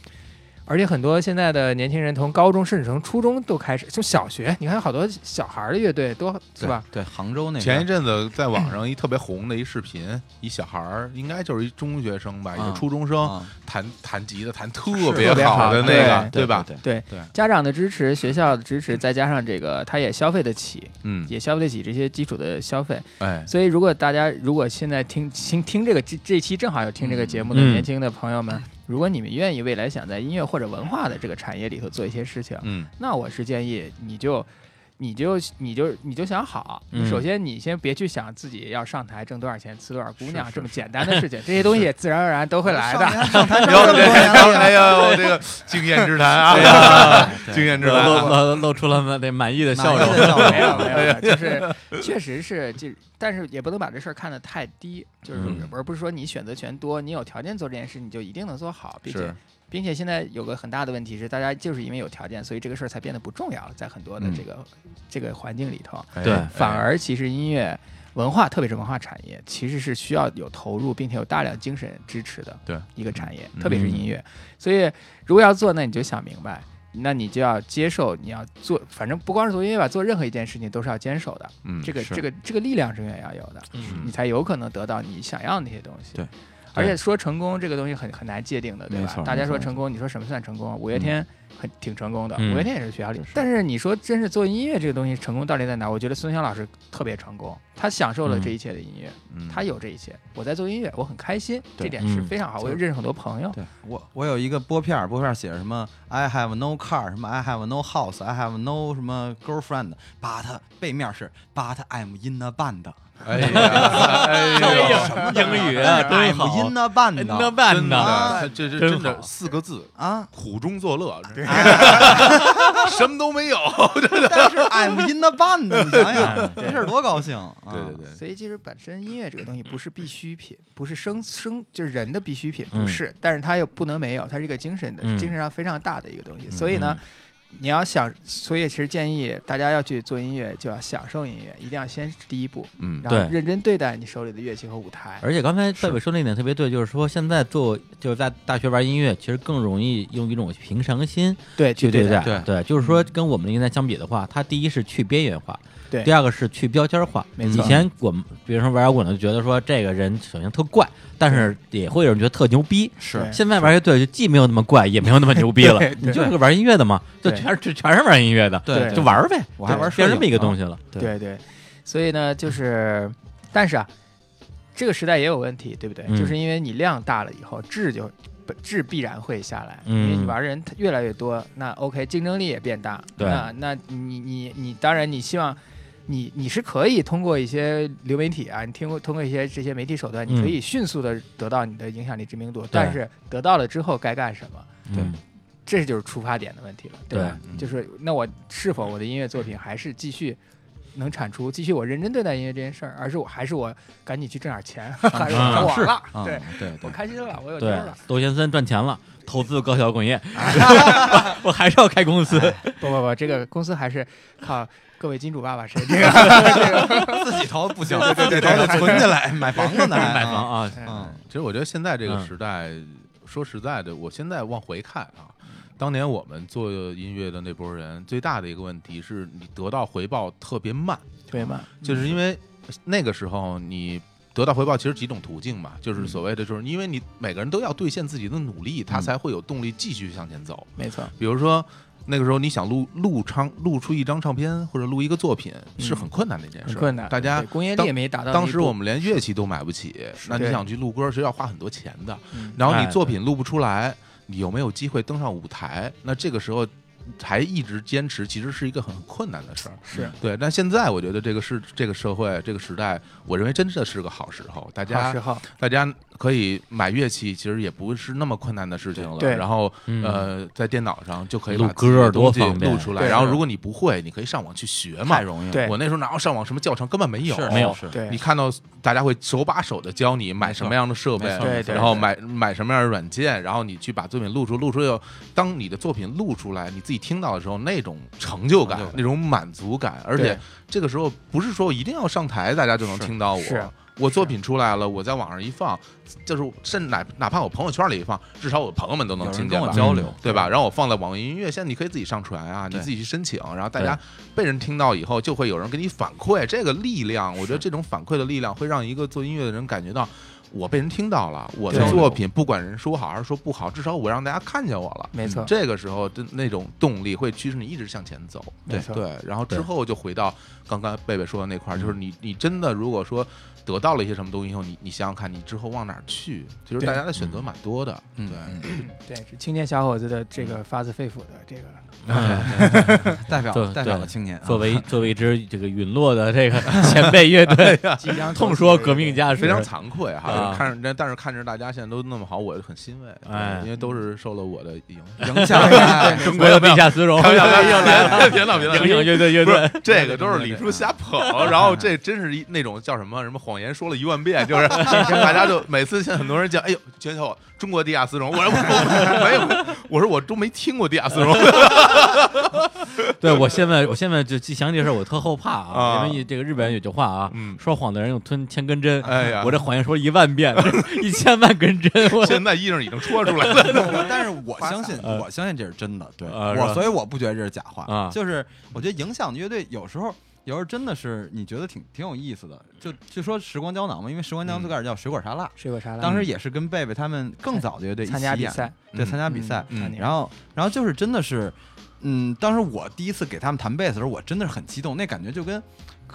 S2: 而且很多现在的年轻人从高中甚至从初中都开始，从小学，你看好多小孩儿的乐队多是吧？
S5: 对，杭州那
S3: 前一
S5: 边
S3: 阵子在网上一特别红的一视频，一小孩儿应该就是一中学生吧，一个
S5: 啊
S3: 初中生，
S5: 啊
S3: 弹弹吉他弹特
S2: 特别
S3: 好的
S2: 好
S3: 那个，
S2: 对
S3: 对吧？
S5: 对，
S2: 对
S5: 对
S2: 家长的支持、学校的支持，再加上这个他也消费得起，
S3: 嗯，
S2: 也消费得起这些基础的消费。
S3: 哎，
S2: 所以如果大家如果现在听听听这个这这期正好有听这个节目的
S1: 嗯
S2: 年轻的朋友们，如果你们愿意未来想在音乐或者文化的这个产业里头做一些事情，
S3: 嗯，
S2: 那我是建议你就。你就你就你就想好，
S1: 嗯
S2: 你首先你先别去想自己要上台挣多少钱、娶多少姑娘这么简单的事情，这些东西也自然而然都会来的。
S3: 有这哎呦，这个经验之谈啊，经验之
S1: 露
S3: 谈啊，
S1: 露露出了那满意的笑容。
S2: [laughs] 没有没有没有，就是确实是，就但是也不能把这事儿看得太低，就是
S1: 嗯
S2: 而不是说你选择权多，你有条件做这件事，你就一定能做好，并且
S3: 是
S2: 并且现在有个很大的问题是，大家就是因为有条件，所以这个事儿才变得不重要了，在很多的
S3: 嗯
S2: 这个、这个环境里头，
S3: 哎
S1: 对
S2: 反而其实音乐。文化，特别是文化产业，其实是需要有投入，并且有大量精神支持的
S3: 对
S2: 一个产业，
S3: 嗯
S2: 特别是音乐。所以，如果要做，那你就想明白，那你就要接受，你要做，反正不光是做音乐吧，做任何一件事情都是要坚守的。
S3: 嗯，
S2: 这个
S3: 是
S2: 这个这个力量是永远要有的，
S1: 嗯
S2: 你才有可能得到你想要的那些东西。
S5: 对。
S2: 而且说成功这个东西很很难界定的，对
S5: 没
S2: 吧
S5: 错？
S2: 大家
S5: 没错
S2: 说
S5: 没
S2: 成功，你说什么算成功？啊五月天很挺成功的，
S1: 嗯
S2: 五月天也是学校里
S5: 是是。
S2: 但是你说真是做音乐这个东西成功到底在哪？我觉得孙翔老师特别成功，他享受了这一切的音乐，
S3: 嗯
S2: 他有这一切。我在做音乐，我很开心，
S5: 对
S2: 这点是
S1: 嗯
S2: 非常好。我认识很多朋友，
S5: 对我，我有一个拨片儿，拨片儿写着什么 “I have no car”，什么 “I have no house”，“I have no 什么 girlfriend”，but 背面是 “but I'm in a band”，
S3: 哎呀，哎呦，
S1: 哎呦，英语啊，真好，
S5: 音的办的
S1: 那办
S3: 真
S1: 的，
S3: 的，这这
S1: 真
S3: 真的
S1: 好
S3: 四个字，
S5: 啊，
S3: 苦中作乐，什么都没有。 [laughs]
S5: 但是 I'm in the band，你想想这事儿多高兴啊！
S3: 哎对对
S1: 嗯
S3: 对，
S2: 所以其实本身音乐这个东西不是必需品，不是生生就是人的必需品，
S1: 嗯
S2: 不是，但是它又不能没有，它是一个精神的、
S1: 嗯
S2: 精神上非常大的一个东西。所以呢，你要想，所以其实建议大家要去做音乐，就要享受音乐，一定要先第一步，
S3: 嗯
S2: 然后
S1: 对
S2: 认真对待你手里的乐器和舞台。
S1: 而且刚才戴伟说那点特别对，就是说现在做就是在大学玩音乐，其实更容易用一种平常心
S2: 对，
S1: 去
S2: 对嗯
S1: 待。
S5: 对
S1: 对，就是说跟我们那年代相比的话，它第一是去边缘化，
S2: 对
S1: 第二个是去标签化。
S2: 没
S1: 以
S2: 错
S1: 前我们比如说玩摇滚的，就觉得说这个人首先特怪，但是也会有人觉得特牛逼。
S2: 是
S1: 现在玩乐队就既没有那么怪，也没有那么牛逼了
S2: 对，对
S1: 你就是个玩音乐的嘛，就
S2: 对
S1: 全是全是玩音乐的，
S2: 对
S1: 就玩儿呗，
S5: 我还玩摄
S1: 变
S5: 影
S1: 成这么一个东西了。对
S2: 啊对对，所以呢，就是，但是啊，这个时代也有问题，对不对？
S1: 嗯
S2: 就是因为你量大了以后，质就本质必然会下来，因为
S1: 嗯
S2: 你玩的人越来越多，那 OK，竞争力也变大。
S1: 对
S2: 那那你你你，当然你希望。你你是可以通过一些流媒体啊，你听过通过一些这些媒体手段，你可
S1: 嗯
S2: 以迅速的得到你的影响力、知名度，但是得到了之后该干什么？
S1: 对
S2: 这就是出发点的问题了，吧？
S3: 对嗯
S2: 就是那我是否我的音乐作品还是继续能产出，继续我认真对待音乐这件事儿，而是我还是我赶紧去挣点钱，啊 [laughs] 还是我火了，
S5: 啊，
S2: 对
S5: 对
S2: 我
S5: 对，
S2: 开心了，我有劲
S1: 对
S2: 儿了。，
S1: 窦先森赚钱了，投资高校滚业，我还是要开公司。
S2: 不不不，这个公司还是靠各位金主爸爸谁 [laughs] 这个
S5: 自己投不行，
S3: 对对对
S5: 得存起来买房子呢，
S1: 买房
S5: 啊，
S1: 啊，
S2: 这个，
S5: 嗯，
S3: 其实我觉得现在这个
S1: 嗯
S3: 时代，说实在的，我现在往回看啊，当年我们做音乐的那波人，最大的一个问题是你得到回报特别慢，
S2: 对嘛？
S3: 就是因为那个时候你。得到回报其实几种途径嘛，
S2: 嗯
S3: 就是所谓的，就是因为你每个人都要兑现自己的努力，他才会有动力继续向前走。
S2: 没错，
S3: 比如说那个时候你想录录唱录出一张唱片或者录一个作品是很困难的一件
S2: 嗯很
S3: 事，
S2: 困难，
S3: 大家
S2: 对工业力
S3: 当
S2: 也没达到那一步。
S3: 当时我们连乐器都买不起，那你
S2: 对
S3: 想去录歌是要花很多钱的，
S2: 嗯
S3: 然后
S1: 哎
S3: 你作品录不出来，你有没有机会登上舞台？那这个时候还一直坚持，其实是一个很困难的事儿。
S2: 是
S3: 对，但现在我觉得这个是这个社会这个时代，我认为真的是个好时候，大
S2: 好
S3: 家
S2: 时候，
S3: 大家可以买乐器，其实也不是那么困难的事情了。
S2: 对
S3: 然后、
S1: 嗯
S3: 呃，在电脑上就可以
S1: 录
S3: 把自己的
S1: 歌儿多
S3: 东西
S1: 方便
S3: 录出来。
S2: 对
S3: 然后
S2: 是
S3: 如果你不会，你可以上网去学嘛
S5: 太。容易了，
S2: 对
S3: 我那时候哪有上网什么教程，根本没有，
S5: 是
S1: 没有
S5: 是
S2: 对
S3: 你，看到大家会手把手的教你买什么样的设备
S5: 没，错
S2: 对对
S3: 然后买买什么样的软件，然后你去把作品录出，录出以后，当你的作品录出来，你自己听到的时候，那种成就感
S5: 成就，感
S3: 那种满足感，而且这个时候不是说一定要上台，大家就能听到我
S2: 是是。
S3: 我作品出来了，我在网上一放，就是甚哪哪怕我朋友圈里一放，至少我朋友们都能
S5: 有
S3: 听
S5: 人
S3: 见
S5: 跟
S3: 吧
S5: 我交流
S1: 嗯，
S3: 对吧？然后我放在网易音乐，现在你可以自己上传啊，你
S5: 对
S3: 自己去申请，然后大家被人听到以后，就会有人给你反馈。这个力量，我觉得这种反馈的力量会让一个做音乐的人感觉到。我被人听到了，我的
S2: 对
S3: 作品不管人说好还是说不好，至少我让大家看见我了。
S2: 没错，
S3: 这个时候的那种动力会驱使你一直向前走。
S2: 没错，
S3: 对，然后之
S1: 对
S3: 后就回到刚刚贝贝说的那块儿，就是你你真的如果说得到了一些什么东西以后，你你想想看，你之后往哪儿去？其实
S2: 对
S3: 大家的选择蛮多的，
S5: 嗯
S3: 对。
S2: 对，是青年小伙子的这个发自肺腑的这个
S5: 代表
S1: 对
S5: 代
S1: 对
S5: 表了青年啊，
S1: 嗯作为作为一支这个陨落的这个前辈乐队，
S2: 即将
S1: 痛说革命家是
S3: 非常惭愧哈，
S1: 啊
S3: 看着但但是看着大家现在都那么好，我很欣慰，对
S1: 哎
S3: 因为都是受了我的影响。
S5: [laughs] 影响了 [laughs]
S1: 中国的地下丝绒，
S3: 开玩笑，又来 [laughs] 了，别闹别闹，
S1: 影影乐队乐
S3: 不
S1: 队
S3: 是，这个都是李叔瞎捧，然后这真是一那种叫什么什么谎言说了一万遍，就是 [laughs] 大家就每次现在很多人讲，哎呦，全球中国地下丝绒，我说我 [laughs] 没有，我说我都没听过地下丝绒，
S1: 对我现在我现在就记想起这事儿，我特后怕
S3: 啊
S1: 啊，因为这个日本人有句话啊，
S3: 嗯
S1: 说谎的人用吞千根针，
S3: 哎呀
S1: 我这谎言说一万
S3: [laughs]
S1: 遍，一千万根针，我
S3: 现在衣裳已经戳出来了，
S5: [laughs] 但是我相信，
S1: 呃
S5: 我相信这是真的。对
S1: 啊是吧
S5: 我，所以我不觉得这是假
S1: 啊
S5: 话。就是我觉得影响乐队有时候，有时候真的是你觉得挺挺有意思的。就就说时光胶囊嘛，因为时光胶囊最开始叫水果沙拉，
S2: 水果沙拉，
S5: 当时也是跟贝贝他们更早的乐队一起
S2: 嗯参加比
S5: 演
S2: 赛，
S5: 对，
S3: 嗯
S5: 参加比赛。
S3: 嗯
S2: 嗯
S5: 然后，然后就是真的是，嗯，当时我第一次给他们弹贝斯的时候，我真的是很激动，那感觉就跟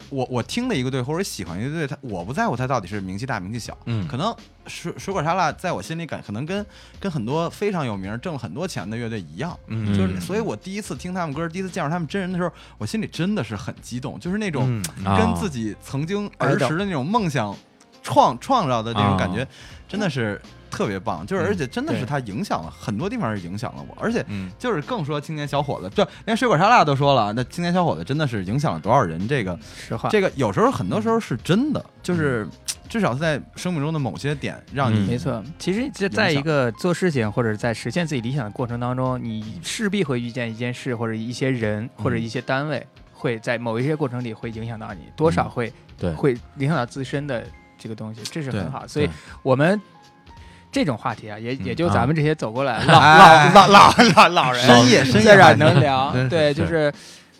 S5: 我我听的一个队或者喜欢一个队，他我不在乎他到底是名气大名气小，
S3: 嗯
S5: 可能水水果沙拉在我心里感可能跟跟很多非常有名、挣了很多钱的乐队一样，
S3: 嗯
S5: 就是所以，我第一次听他们歌，第一次见着他们真人的时候，我心里真的是很激动，就是那种。
S3: 嗯
S5: 跟自己曾经
S2: 哎
S5: 儿
S2: 等
S5: 时的那种梦想创创造的那种感觉
S1: 啊，
S5: 真的是特别棒。就是而且真的
S2: 对
S5: 是它影响了很多地方，是影响了我，而且。
S3: 嗯
S5: 就是更说青年小伙子，就连水果沙拉都说了，那青年小伙子真的是影响了多少人？这个
S2: 实话，
S5: 这个有时候很多时候是真的，就是至少在生命中的某些点让
S1: 嗯
S5: 你
S2: 没错，其实这
S5: 影
S2: 在一
S5: 响
S2: 个做事情或者在实现自己理想的过程当中，你势必会遇见一件事或者一些人或者一些单位，会在某一些过程里会影响到你，多少
S1: 嗯
S2: 会
S1: 对
S2: 会影响到自身的这个东西，这是
S5: 对
S2: 很好。所以
S1: 对
S2: 我们这种话题啊，也也就
S1: 啊
S2: 咱们这些走过来
S5: [laughs] 老
S2: 老
S5: 老老
S2: 老老人
S5: 深夜深
S2: 在
S5: 夜
S2: 这儿
S5: 还能
S2: 能聊，
S3: 真是
S2: 对，就是。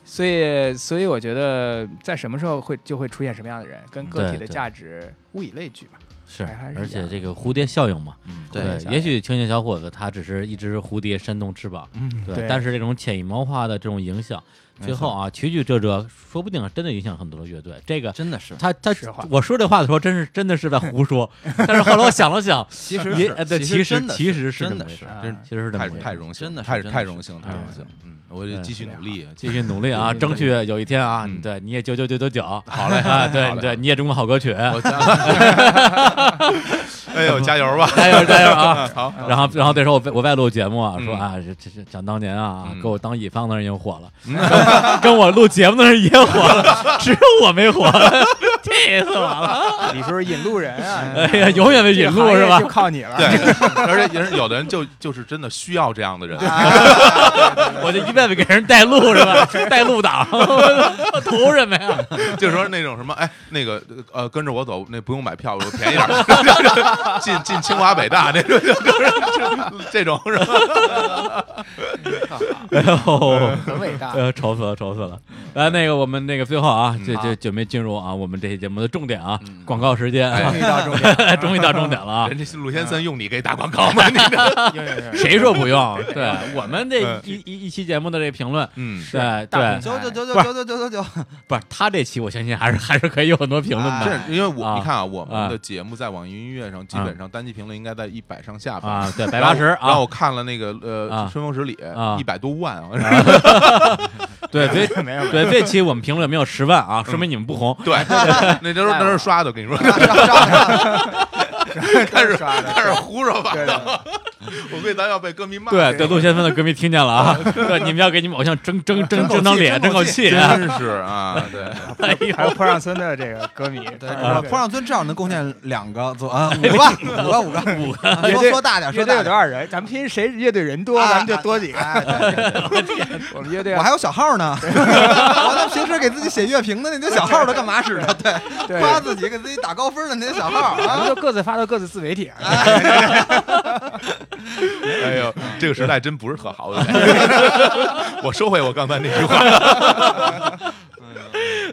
S2: 所以，所以我觉得，在什么时候会就会出现什么样的人，跟个
S1: 对
S2: 体的
S1: 对
S2: 价值物以类聚吧。
S1: 是
S2: 还还，是
S1: 而
S2: 一
S1: 且
S2: 样
S1: 这个蝴蝶效应嘛，
S5: 对
S2: 对
S1: 也许青年小伙子他只是一只蝴蝶扇动翅膀，
S3: 嗯
S1: 对，
S2: 对
S1: 但是这种潜移默化的这种影响，最后啊曲曲折折，说不定真的影响很多的乐队。这个
S5: 真的是，
S1: 他他
S2: 实话
S1: 我说这话的时候，真是真的是在胡说，但是后来我想了想，
S5: 其实
S1: 也
S5: 是
S1: 哎对，
S5: 其
S1: 其
S5: 实
S1: 实
S5: 真的
S1: 其
S5: 是
S1: 实是
S5: 真
S1: 这
S5: 的
S1: 么回
S5: 是
S1: 事，
S2: 啊
S1: 真其实是这么
S3: 太
S1: 回事
S3: 太荣幸，
S5: 真的是
S3: 太
S5: 真的
S3: 太
S5: 是
S3: 荣幸，
S5: 太
S3: 太
S5: 荣
S3: 荣幸。嗯，我就
S1: 对
S3: 继续努力，
S1: 继续努力啊，
S2: 对
S1: 争取有一天啊，
S3: 嗯
S1: 对，你也九九九九九，好嘞 [laughs] 啊，对
S3: 好嘞
S1: 对，你也中国好歌曲，
S3: 我加，哎呦，加油吧！
S1: [laughs] 加油加油啊！
S3: 好，
S1: 然后，然后这时候我我外录节目啊，说
S3: 嗯
S1: 啊，这这这想当年啊，
S3: 嗯
S1: 给我当乙方的人也火了，跟跟我录节目的人也火了，只有我没火， [laughs] 气死我了！
S2: 你说是引路人啊！
S1: 哎呀，永远的引路是吧
S2: 就？靠你了。
S3: 对，而且也是有的人就就是真的需要这样的人，
S1: 我这一辈子给人带路是吧？ [laughs] 带路党，我图什么呀？ [laughs]
S3: 就是说那种什么，哎，那个呃，跟着我走，那不用买票，我便宜点儿， [laughs] 进进清华北大那种，就是这种是吧？
S1: 哎呦，
S2: [laughs] 很伟
S1: [laughs]
S2: 大。
S1: 呃，愁死了，愁死了！来，那个我们那个最后啊，
S3: 嗯
S1: 这
S2: 好
S1: 这准备进入啊我们这期节目的重点啊，广告时间啊
S2: 终于到终
S1: [laughs]
S2: 点，
S1: 终于到重点了啊！
S3: [laughs] 人家鲁先生用你给打广告吗？你
S1: [laughs]
S3: 这，
S2: 有有有
S1: 谁说不用？
S2: [laughs]
S1: 对我们这
S3: 嗯
S1: 一一一期节目的这评论，
S3: 嗯，
S1: 对
S2: 大
S1: 对
S2: 众，
S5: 九九九九
S1: 不是
S5: 九九九九九，
S1: 不是他这期，我相信还是还是可以有很多评论
S5: 哎
S1: 的
S3: 这因为我
S1: 啊
S3: 你看啊，我们的节目在网易云音乐上基本上单期评论应该在一百上下吧，
S1: 啊。对，百八十
S3: 然后然
S1: 啊
S3: 后我，看了那个呃
S1: 啊
S3: 《春风十里
S1: 啊》，
S3: 一百多万啊，
S1: 对，这
S2: 没有没有，嗯
S1: 对这期我们评论没有十万啊，说明你们不红。 [laughs]
S3: 对，那都是那是刷的，我跟你说，开始
S2: 刷
S3: 开始胡说八
S2: 对
S3: 道， [laughs] 我估计咱要被歌迷骂。
S1: 对对，陆先生的歌迷听见了啊，
S2: 嗯
S1: 对，你们要给你们偶像争争争争争脸，争口气啊！
S3: 真是啊，对，
S1: 哎呦
S2: 还有坡上村的这个歌 [laughs] 迷，
S5: 对，
S2: 啊
S5: 坡上村至少能贡献两个左啊五个吧，五个五个五个，
S1: 哎
S2: 乐
S5: 说
S2: 队
S5: 说大点，
S2: 乐
S5: 说
S2: 队
S5: 大
S2: 有多
S5: 点。
S2: 少人？咱们拼谁乐队人多，
S5: 啊
S2: 咱们就多几个。
S5: 哎，对对对
S2: [laughs] 我们乐队
S5: 我还有小号呢，我那平时给自己写乐评的那些小号都干嘛使的？对，
S2: 对，
S5: 夸
S2: 我
S5: 自己给自己打高分的那些小号啊
S2: [laughs] 们，就各自发到各自自媒体上。
S3: 哎呦，这个时代真不是特好，我感觉 [laughs] 我收回我刚才那句话。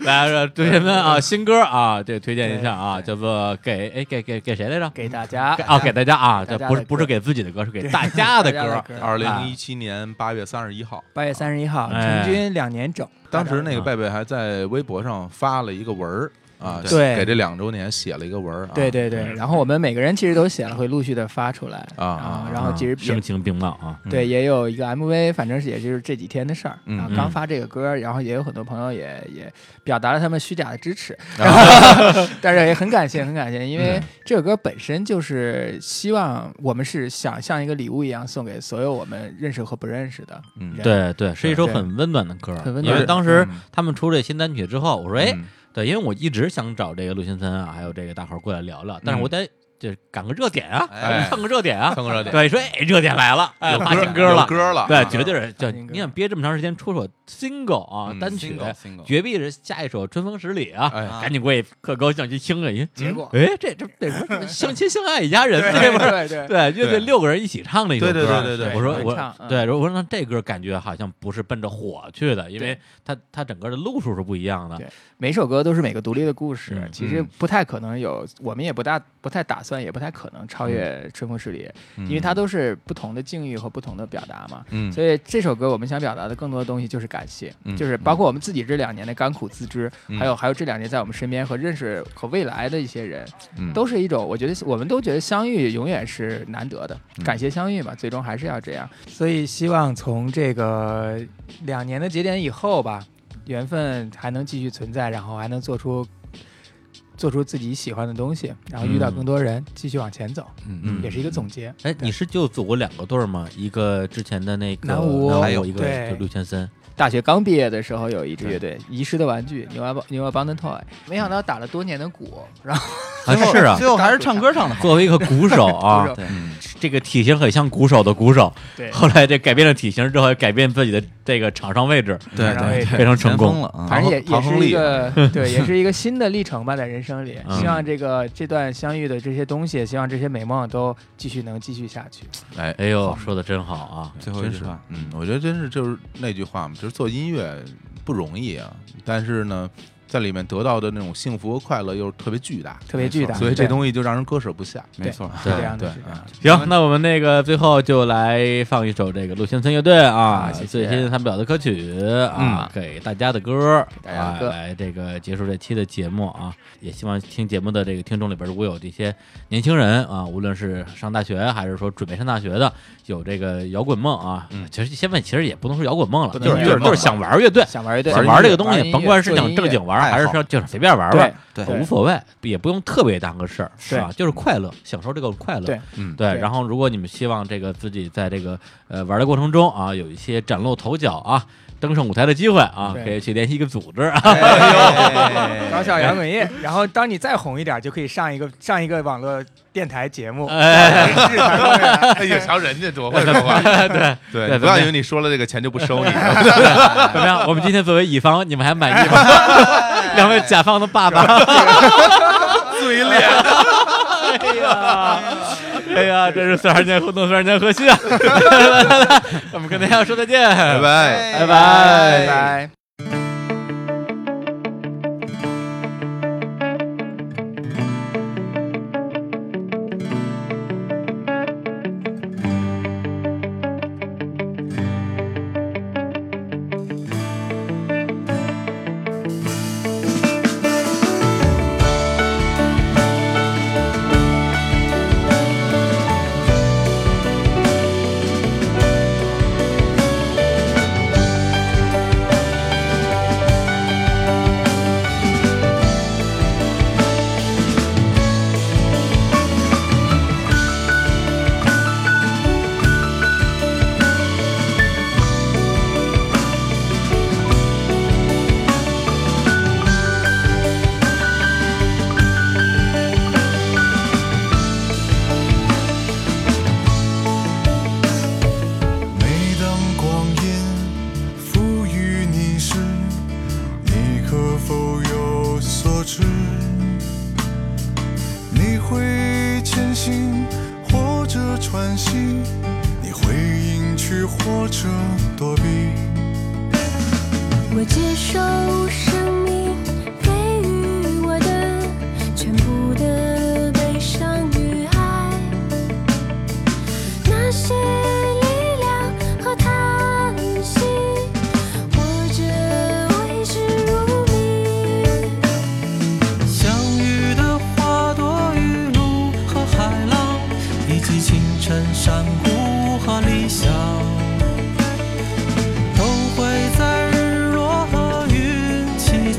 S1: 来，来杜先生
S2: 嗯
S1: 啊，新歌啊，这推荐一下啊，叫做给哎给给给谁来着？
S2: 给大家
S1: 给啊，给大家啊，
S2: 给
S1: 这
S2: 大家
S1: 不是
S2: 的
S1: 不是
S2: 歌
S1: 给自己的歌，是给大家的
S2: 大
S1: 歌。啊
S2: 歌，
S3: 二零一七年八月三十一号，
S2: 八月三十一号，
S1: 哎
S2: 成军两年整。
S3: 当时那
S1: 啊
S3: 个贝贝还在微博上发了一个文儿啊，
S2: 对
S3: 给这两周年写了一个文儿啊，
S2: 对对对，然后我们每个人其实都写了，会陆续的发出来
S3: 啊
S2: 啊。然后其实也
S1: 声情并茂啊，嗯
S2: 对，也有一个 MV，反正是也就是这几天的事儿。
S3: 嗯
S2: 然后
S1: 嗯
S2: 刚发这个歌，然后也有很多朋友也也表达了他们虚假的支持，
S1: 啊
S2: [laughs] 但是也很感谢，很感谢，
S1: 嗯
S2: 因为这首歌本身就是希望我们是想像一个礼物一样送给所有我们认识和不认识的
S3: 嗯
S2: 人。
S1: 对对，是一首
S2: 对
S1: 很温暖的歌儿，
S2: 很温
S1: 因为
S2: 暖
S1: 当时
S3: 嗯
S1: 他们出这新单曲之后，我说哎，
S3: 嗯
S1: 对，因为我一直想找这个陆先生啊，还有这个大伙儿过来聊聊，但是我得就赶个热点啊，
S5: 哎
S1: 蹭个热点啊，
S3: 蹭个热点
S1: 对，说哎，热点来了，哎，发新歌
S3: 有
S1: 了，
S3: 歌了，
S1: 对，
S3: 啊
S1: 绝对是，就
S2: 新歌
S1: 你想憋这么长时间出首 single 啊，
S3: 嗯
S1: 单曲，
S5: Single，single
S1: 绝壁是下一首《春风十里》啊，
S3: 哎，
S5: 啊
S1: 赶紧过去，可高兴去听了，一
S2: 结果，
S1: 哎，这这这不是相亲相爱一家人，这
S2: 啊对
S1: 不是
S2: [laughs] 对对，
S1: 对乐队
S3: 对
S1: 六个人一起唱的一首歌，
S3: 对对对对对
S1: 我说
S2: 对
S1: 我
S2: 唱嗯
S1: 对，我说那这歌感觉好像不是奔着火去的，因为
S2: 对
S1: 它它整个的路数是不一样的
S2: 对。每首歌都是每个独立的故事，
S1: 嗯
S2: 其实
S3: 嗯
S2: 不太可能有，我们也不大不太打算也不太可能
S1: 嗯
S2: 超越《春风十里》，
S3: 因
S2: 因为它都是不同的境遇和不同的表达嘛。
S3: 嗯
S2: 所以这首歌我们想表达的更多的东西就是感谢，
S3: 嗯
S2: 就是包括我们自己这两年的甘苦自知，
S3: 嗯
S2: 还有还有这两年在我们身边和认识和未来的一些人，
S3: 嗯
S2: 都是一种我觉得我们都觉得相遇永远是难得的，感谢相遇嘛，最终还是要这样。嗯所以希望从这个两年的节点以后吧，缘分还能继续存在，然后还能做出。做出自己喜欢的东西，然后遇到
S1: 嗯
S2: 更多人，继续往前走，
S1: 嗯
S3: 嗯
S2: 也是一
S3: [laughs]
S2: 个总结。
S1: 哎，你是就走过两个队儿吗？一个之前的那个
S2: 南无
S1: 南
S2: 还
S1: 有
S2: 有
S1: 一个
S2: 对
S1: 就六千三，
S2: 大学刚毕业的时候有一支
S1: 对
S2: 乐队《遗失的玩具》牛蛙帮牛蛙帮的 toy，没想到打了多年的鼓，然后
S1: 啊 [laughs] 是啊，
S5: 最后还是唱歌唱的好。
S1: 作为一个鼓手
S2: [laughs] 鼓
S1: 啊 [laughs]
S2: 手，
S1: 对
S5: 嗯
S1: 这个体型很像鼓手的鼓手，
S2: 对
S1: 后来这改变了体型之后，改变自己的这个场上位置，
S5: 对
S2: 然后也
S5: 对，
S1: 非常成
S5: 前
S1: 功
S5: 锋了啊！
S2: 反正也也
S3: 唐唐
S2: 是
S3: 亨
S2: 一
S3: 利
S2: 个对，
S1: [laughs]
S2: 也是一个新的历程吧，在人生里，
S1: 啊嗯
S2: 希望这个这段相遇的这些东西，希望这些美梦都继续能继续下
S1: [laughs]
S2: 去。
S3: 哎
S1: 哎呦，说的真好啊！
S5: 最后一
S3: 真
S5: 句
S3: 是
S5: 话，
S3: 嗯，我觉得真是就是那句话嘛，就是做音乐不容易啊，但是呢，在里面得到的那种幸福和快乐又是特别巨大，
S2: 特别巨大
S3: 所以这
S2: 对
S3: 东西就让人割舍不下。
S5: 没错，
S2: 是这样的，
S3: 对
S2: 是这样的。
S1: 行，那我们那个最后就来放一首这个陆先森乐队啊
S2: 啊谢谢
S1: 最新他们表的歌曲啊，给大家的歌，
S2: 大家的歌
S1: 啊来这个结束这期的节目啊。也希望听节目的这个听众里边，如果有这些年轻人啊，无论是上大学还是说准备上大学的，有这个摇滚梦啊，
S3: 嗯
S1: 其实现在其实也不能说摇滚梦了，
S2: 不
S1: 就
S2: 能
S1: 是
S2: 说
S1: 就是
S2: 摇滚
S1: 就
S2: 梦
S1: 是想玩乐队。
S2: 想玩乐队，
S1: 想玩这个东西，
S2: 音乐
S1: 甭管是想正经玩，还是说就是随便玩玩，
S5: 对
S1: 无所谓，也不用特别当个事儿，
S2: 对
S1: 啊，就是快乐，享受这个快乐。
S2: 对
S3: 嗯
S1: 对。
S2: 对
S1: 然后，如果你们希望这个自己在这个呃玩的过程中啊，有一些崭露头角啊，登上舞台的机会啊，
S2: 对
S1: 可以去联系一个组织啊。
S5: 哎
S2: 搞小摇
S1: [laughs]
S2: 滚乐，然后当你再红一点，就可以上一个上一个网络电台节目。
S1: 哎，
S3: [laughs] 哎呀，瞧人家多会说
S2: [laughs]
S3: 话，对
S1: 对
S3: 对，不要以为你说了这个钱就不收你了。
S1: 怎么样？我们今天作为乙方，你们还满意吗？ [laughs] 两位甲方的爸爸，
S3: 嘴脸，
S2: 哎呀，
S1: 哎呀，这是四二年互动，四二年核心啊！ [laughs] 来来来来我们跟大家说再见，
S3: 拜
S2: [laughs]
S3: 拜。
S5: 哎
S1: 拜拜
S2: 拜拜。
S6: 每当光阴赋予你时，你可否有所知？你会前行，或者喘息；你会隐去，或者躲避。
S7: 我接受生命给予我的全部的悲伤与爱，那些力量和叹息，我这挥之如迷。
S8: 相遇的花朵与路和海浪，以及清晨山谷和理想，都会在日落和云起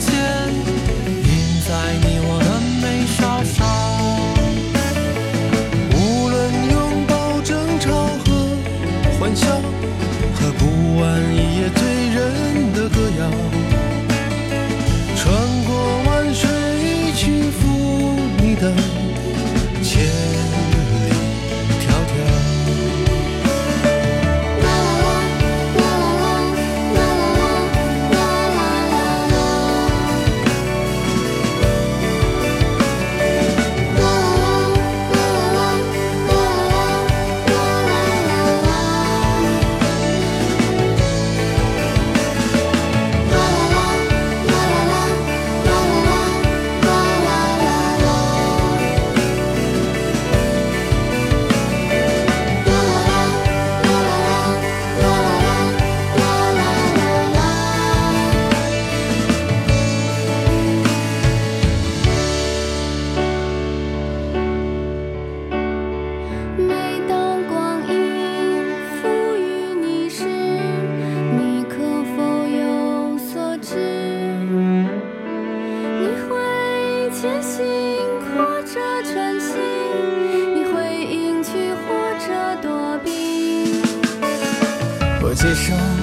S6: 街上。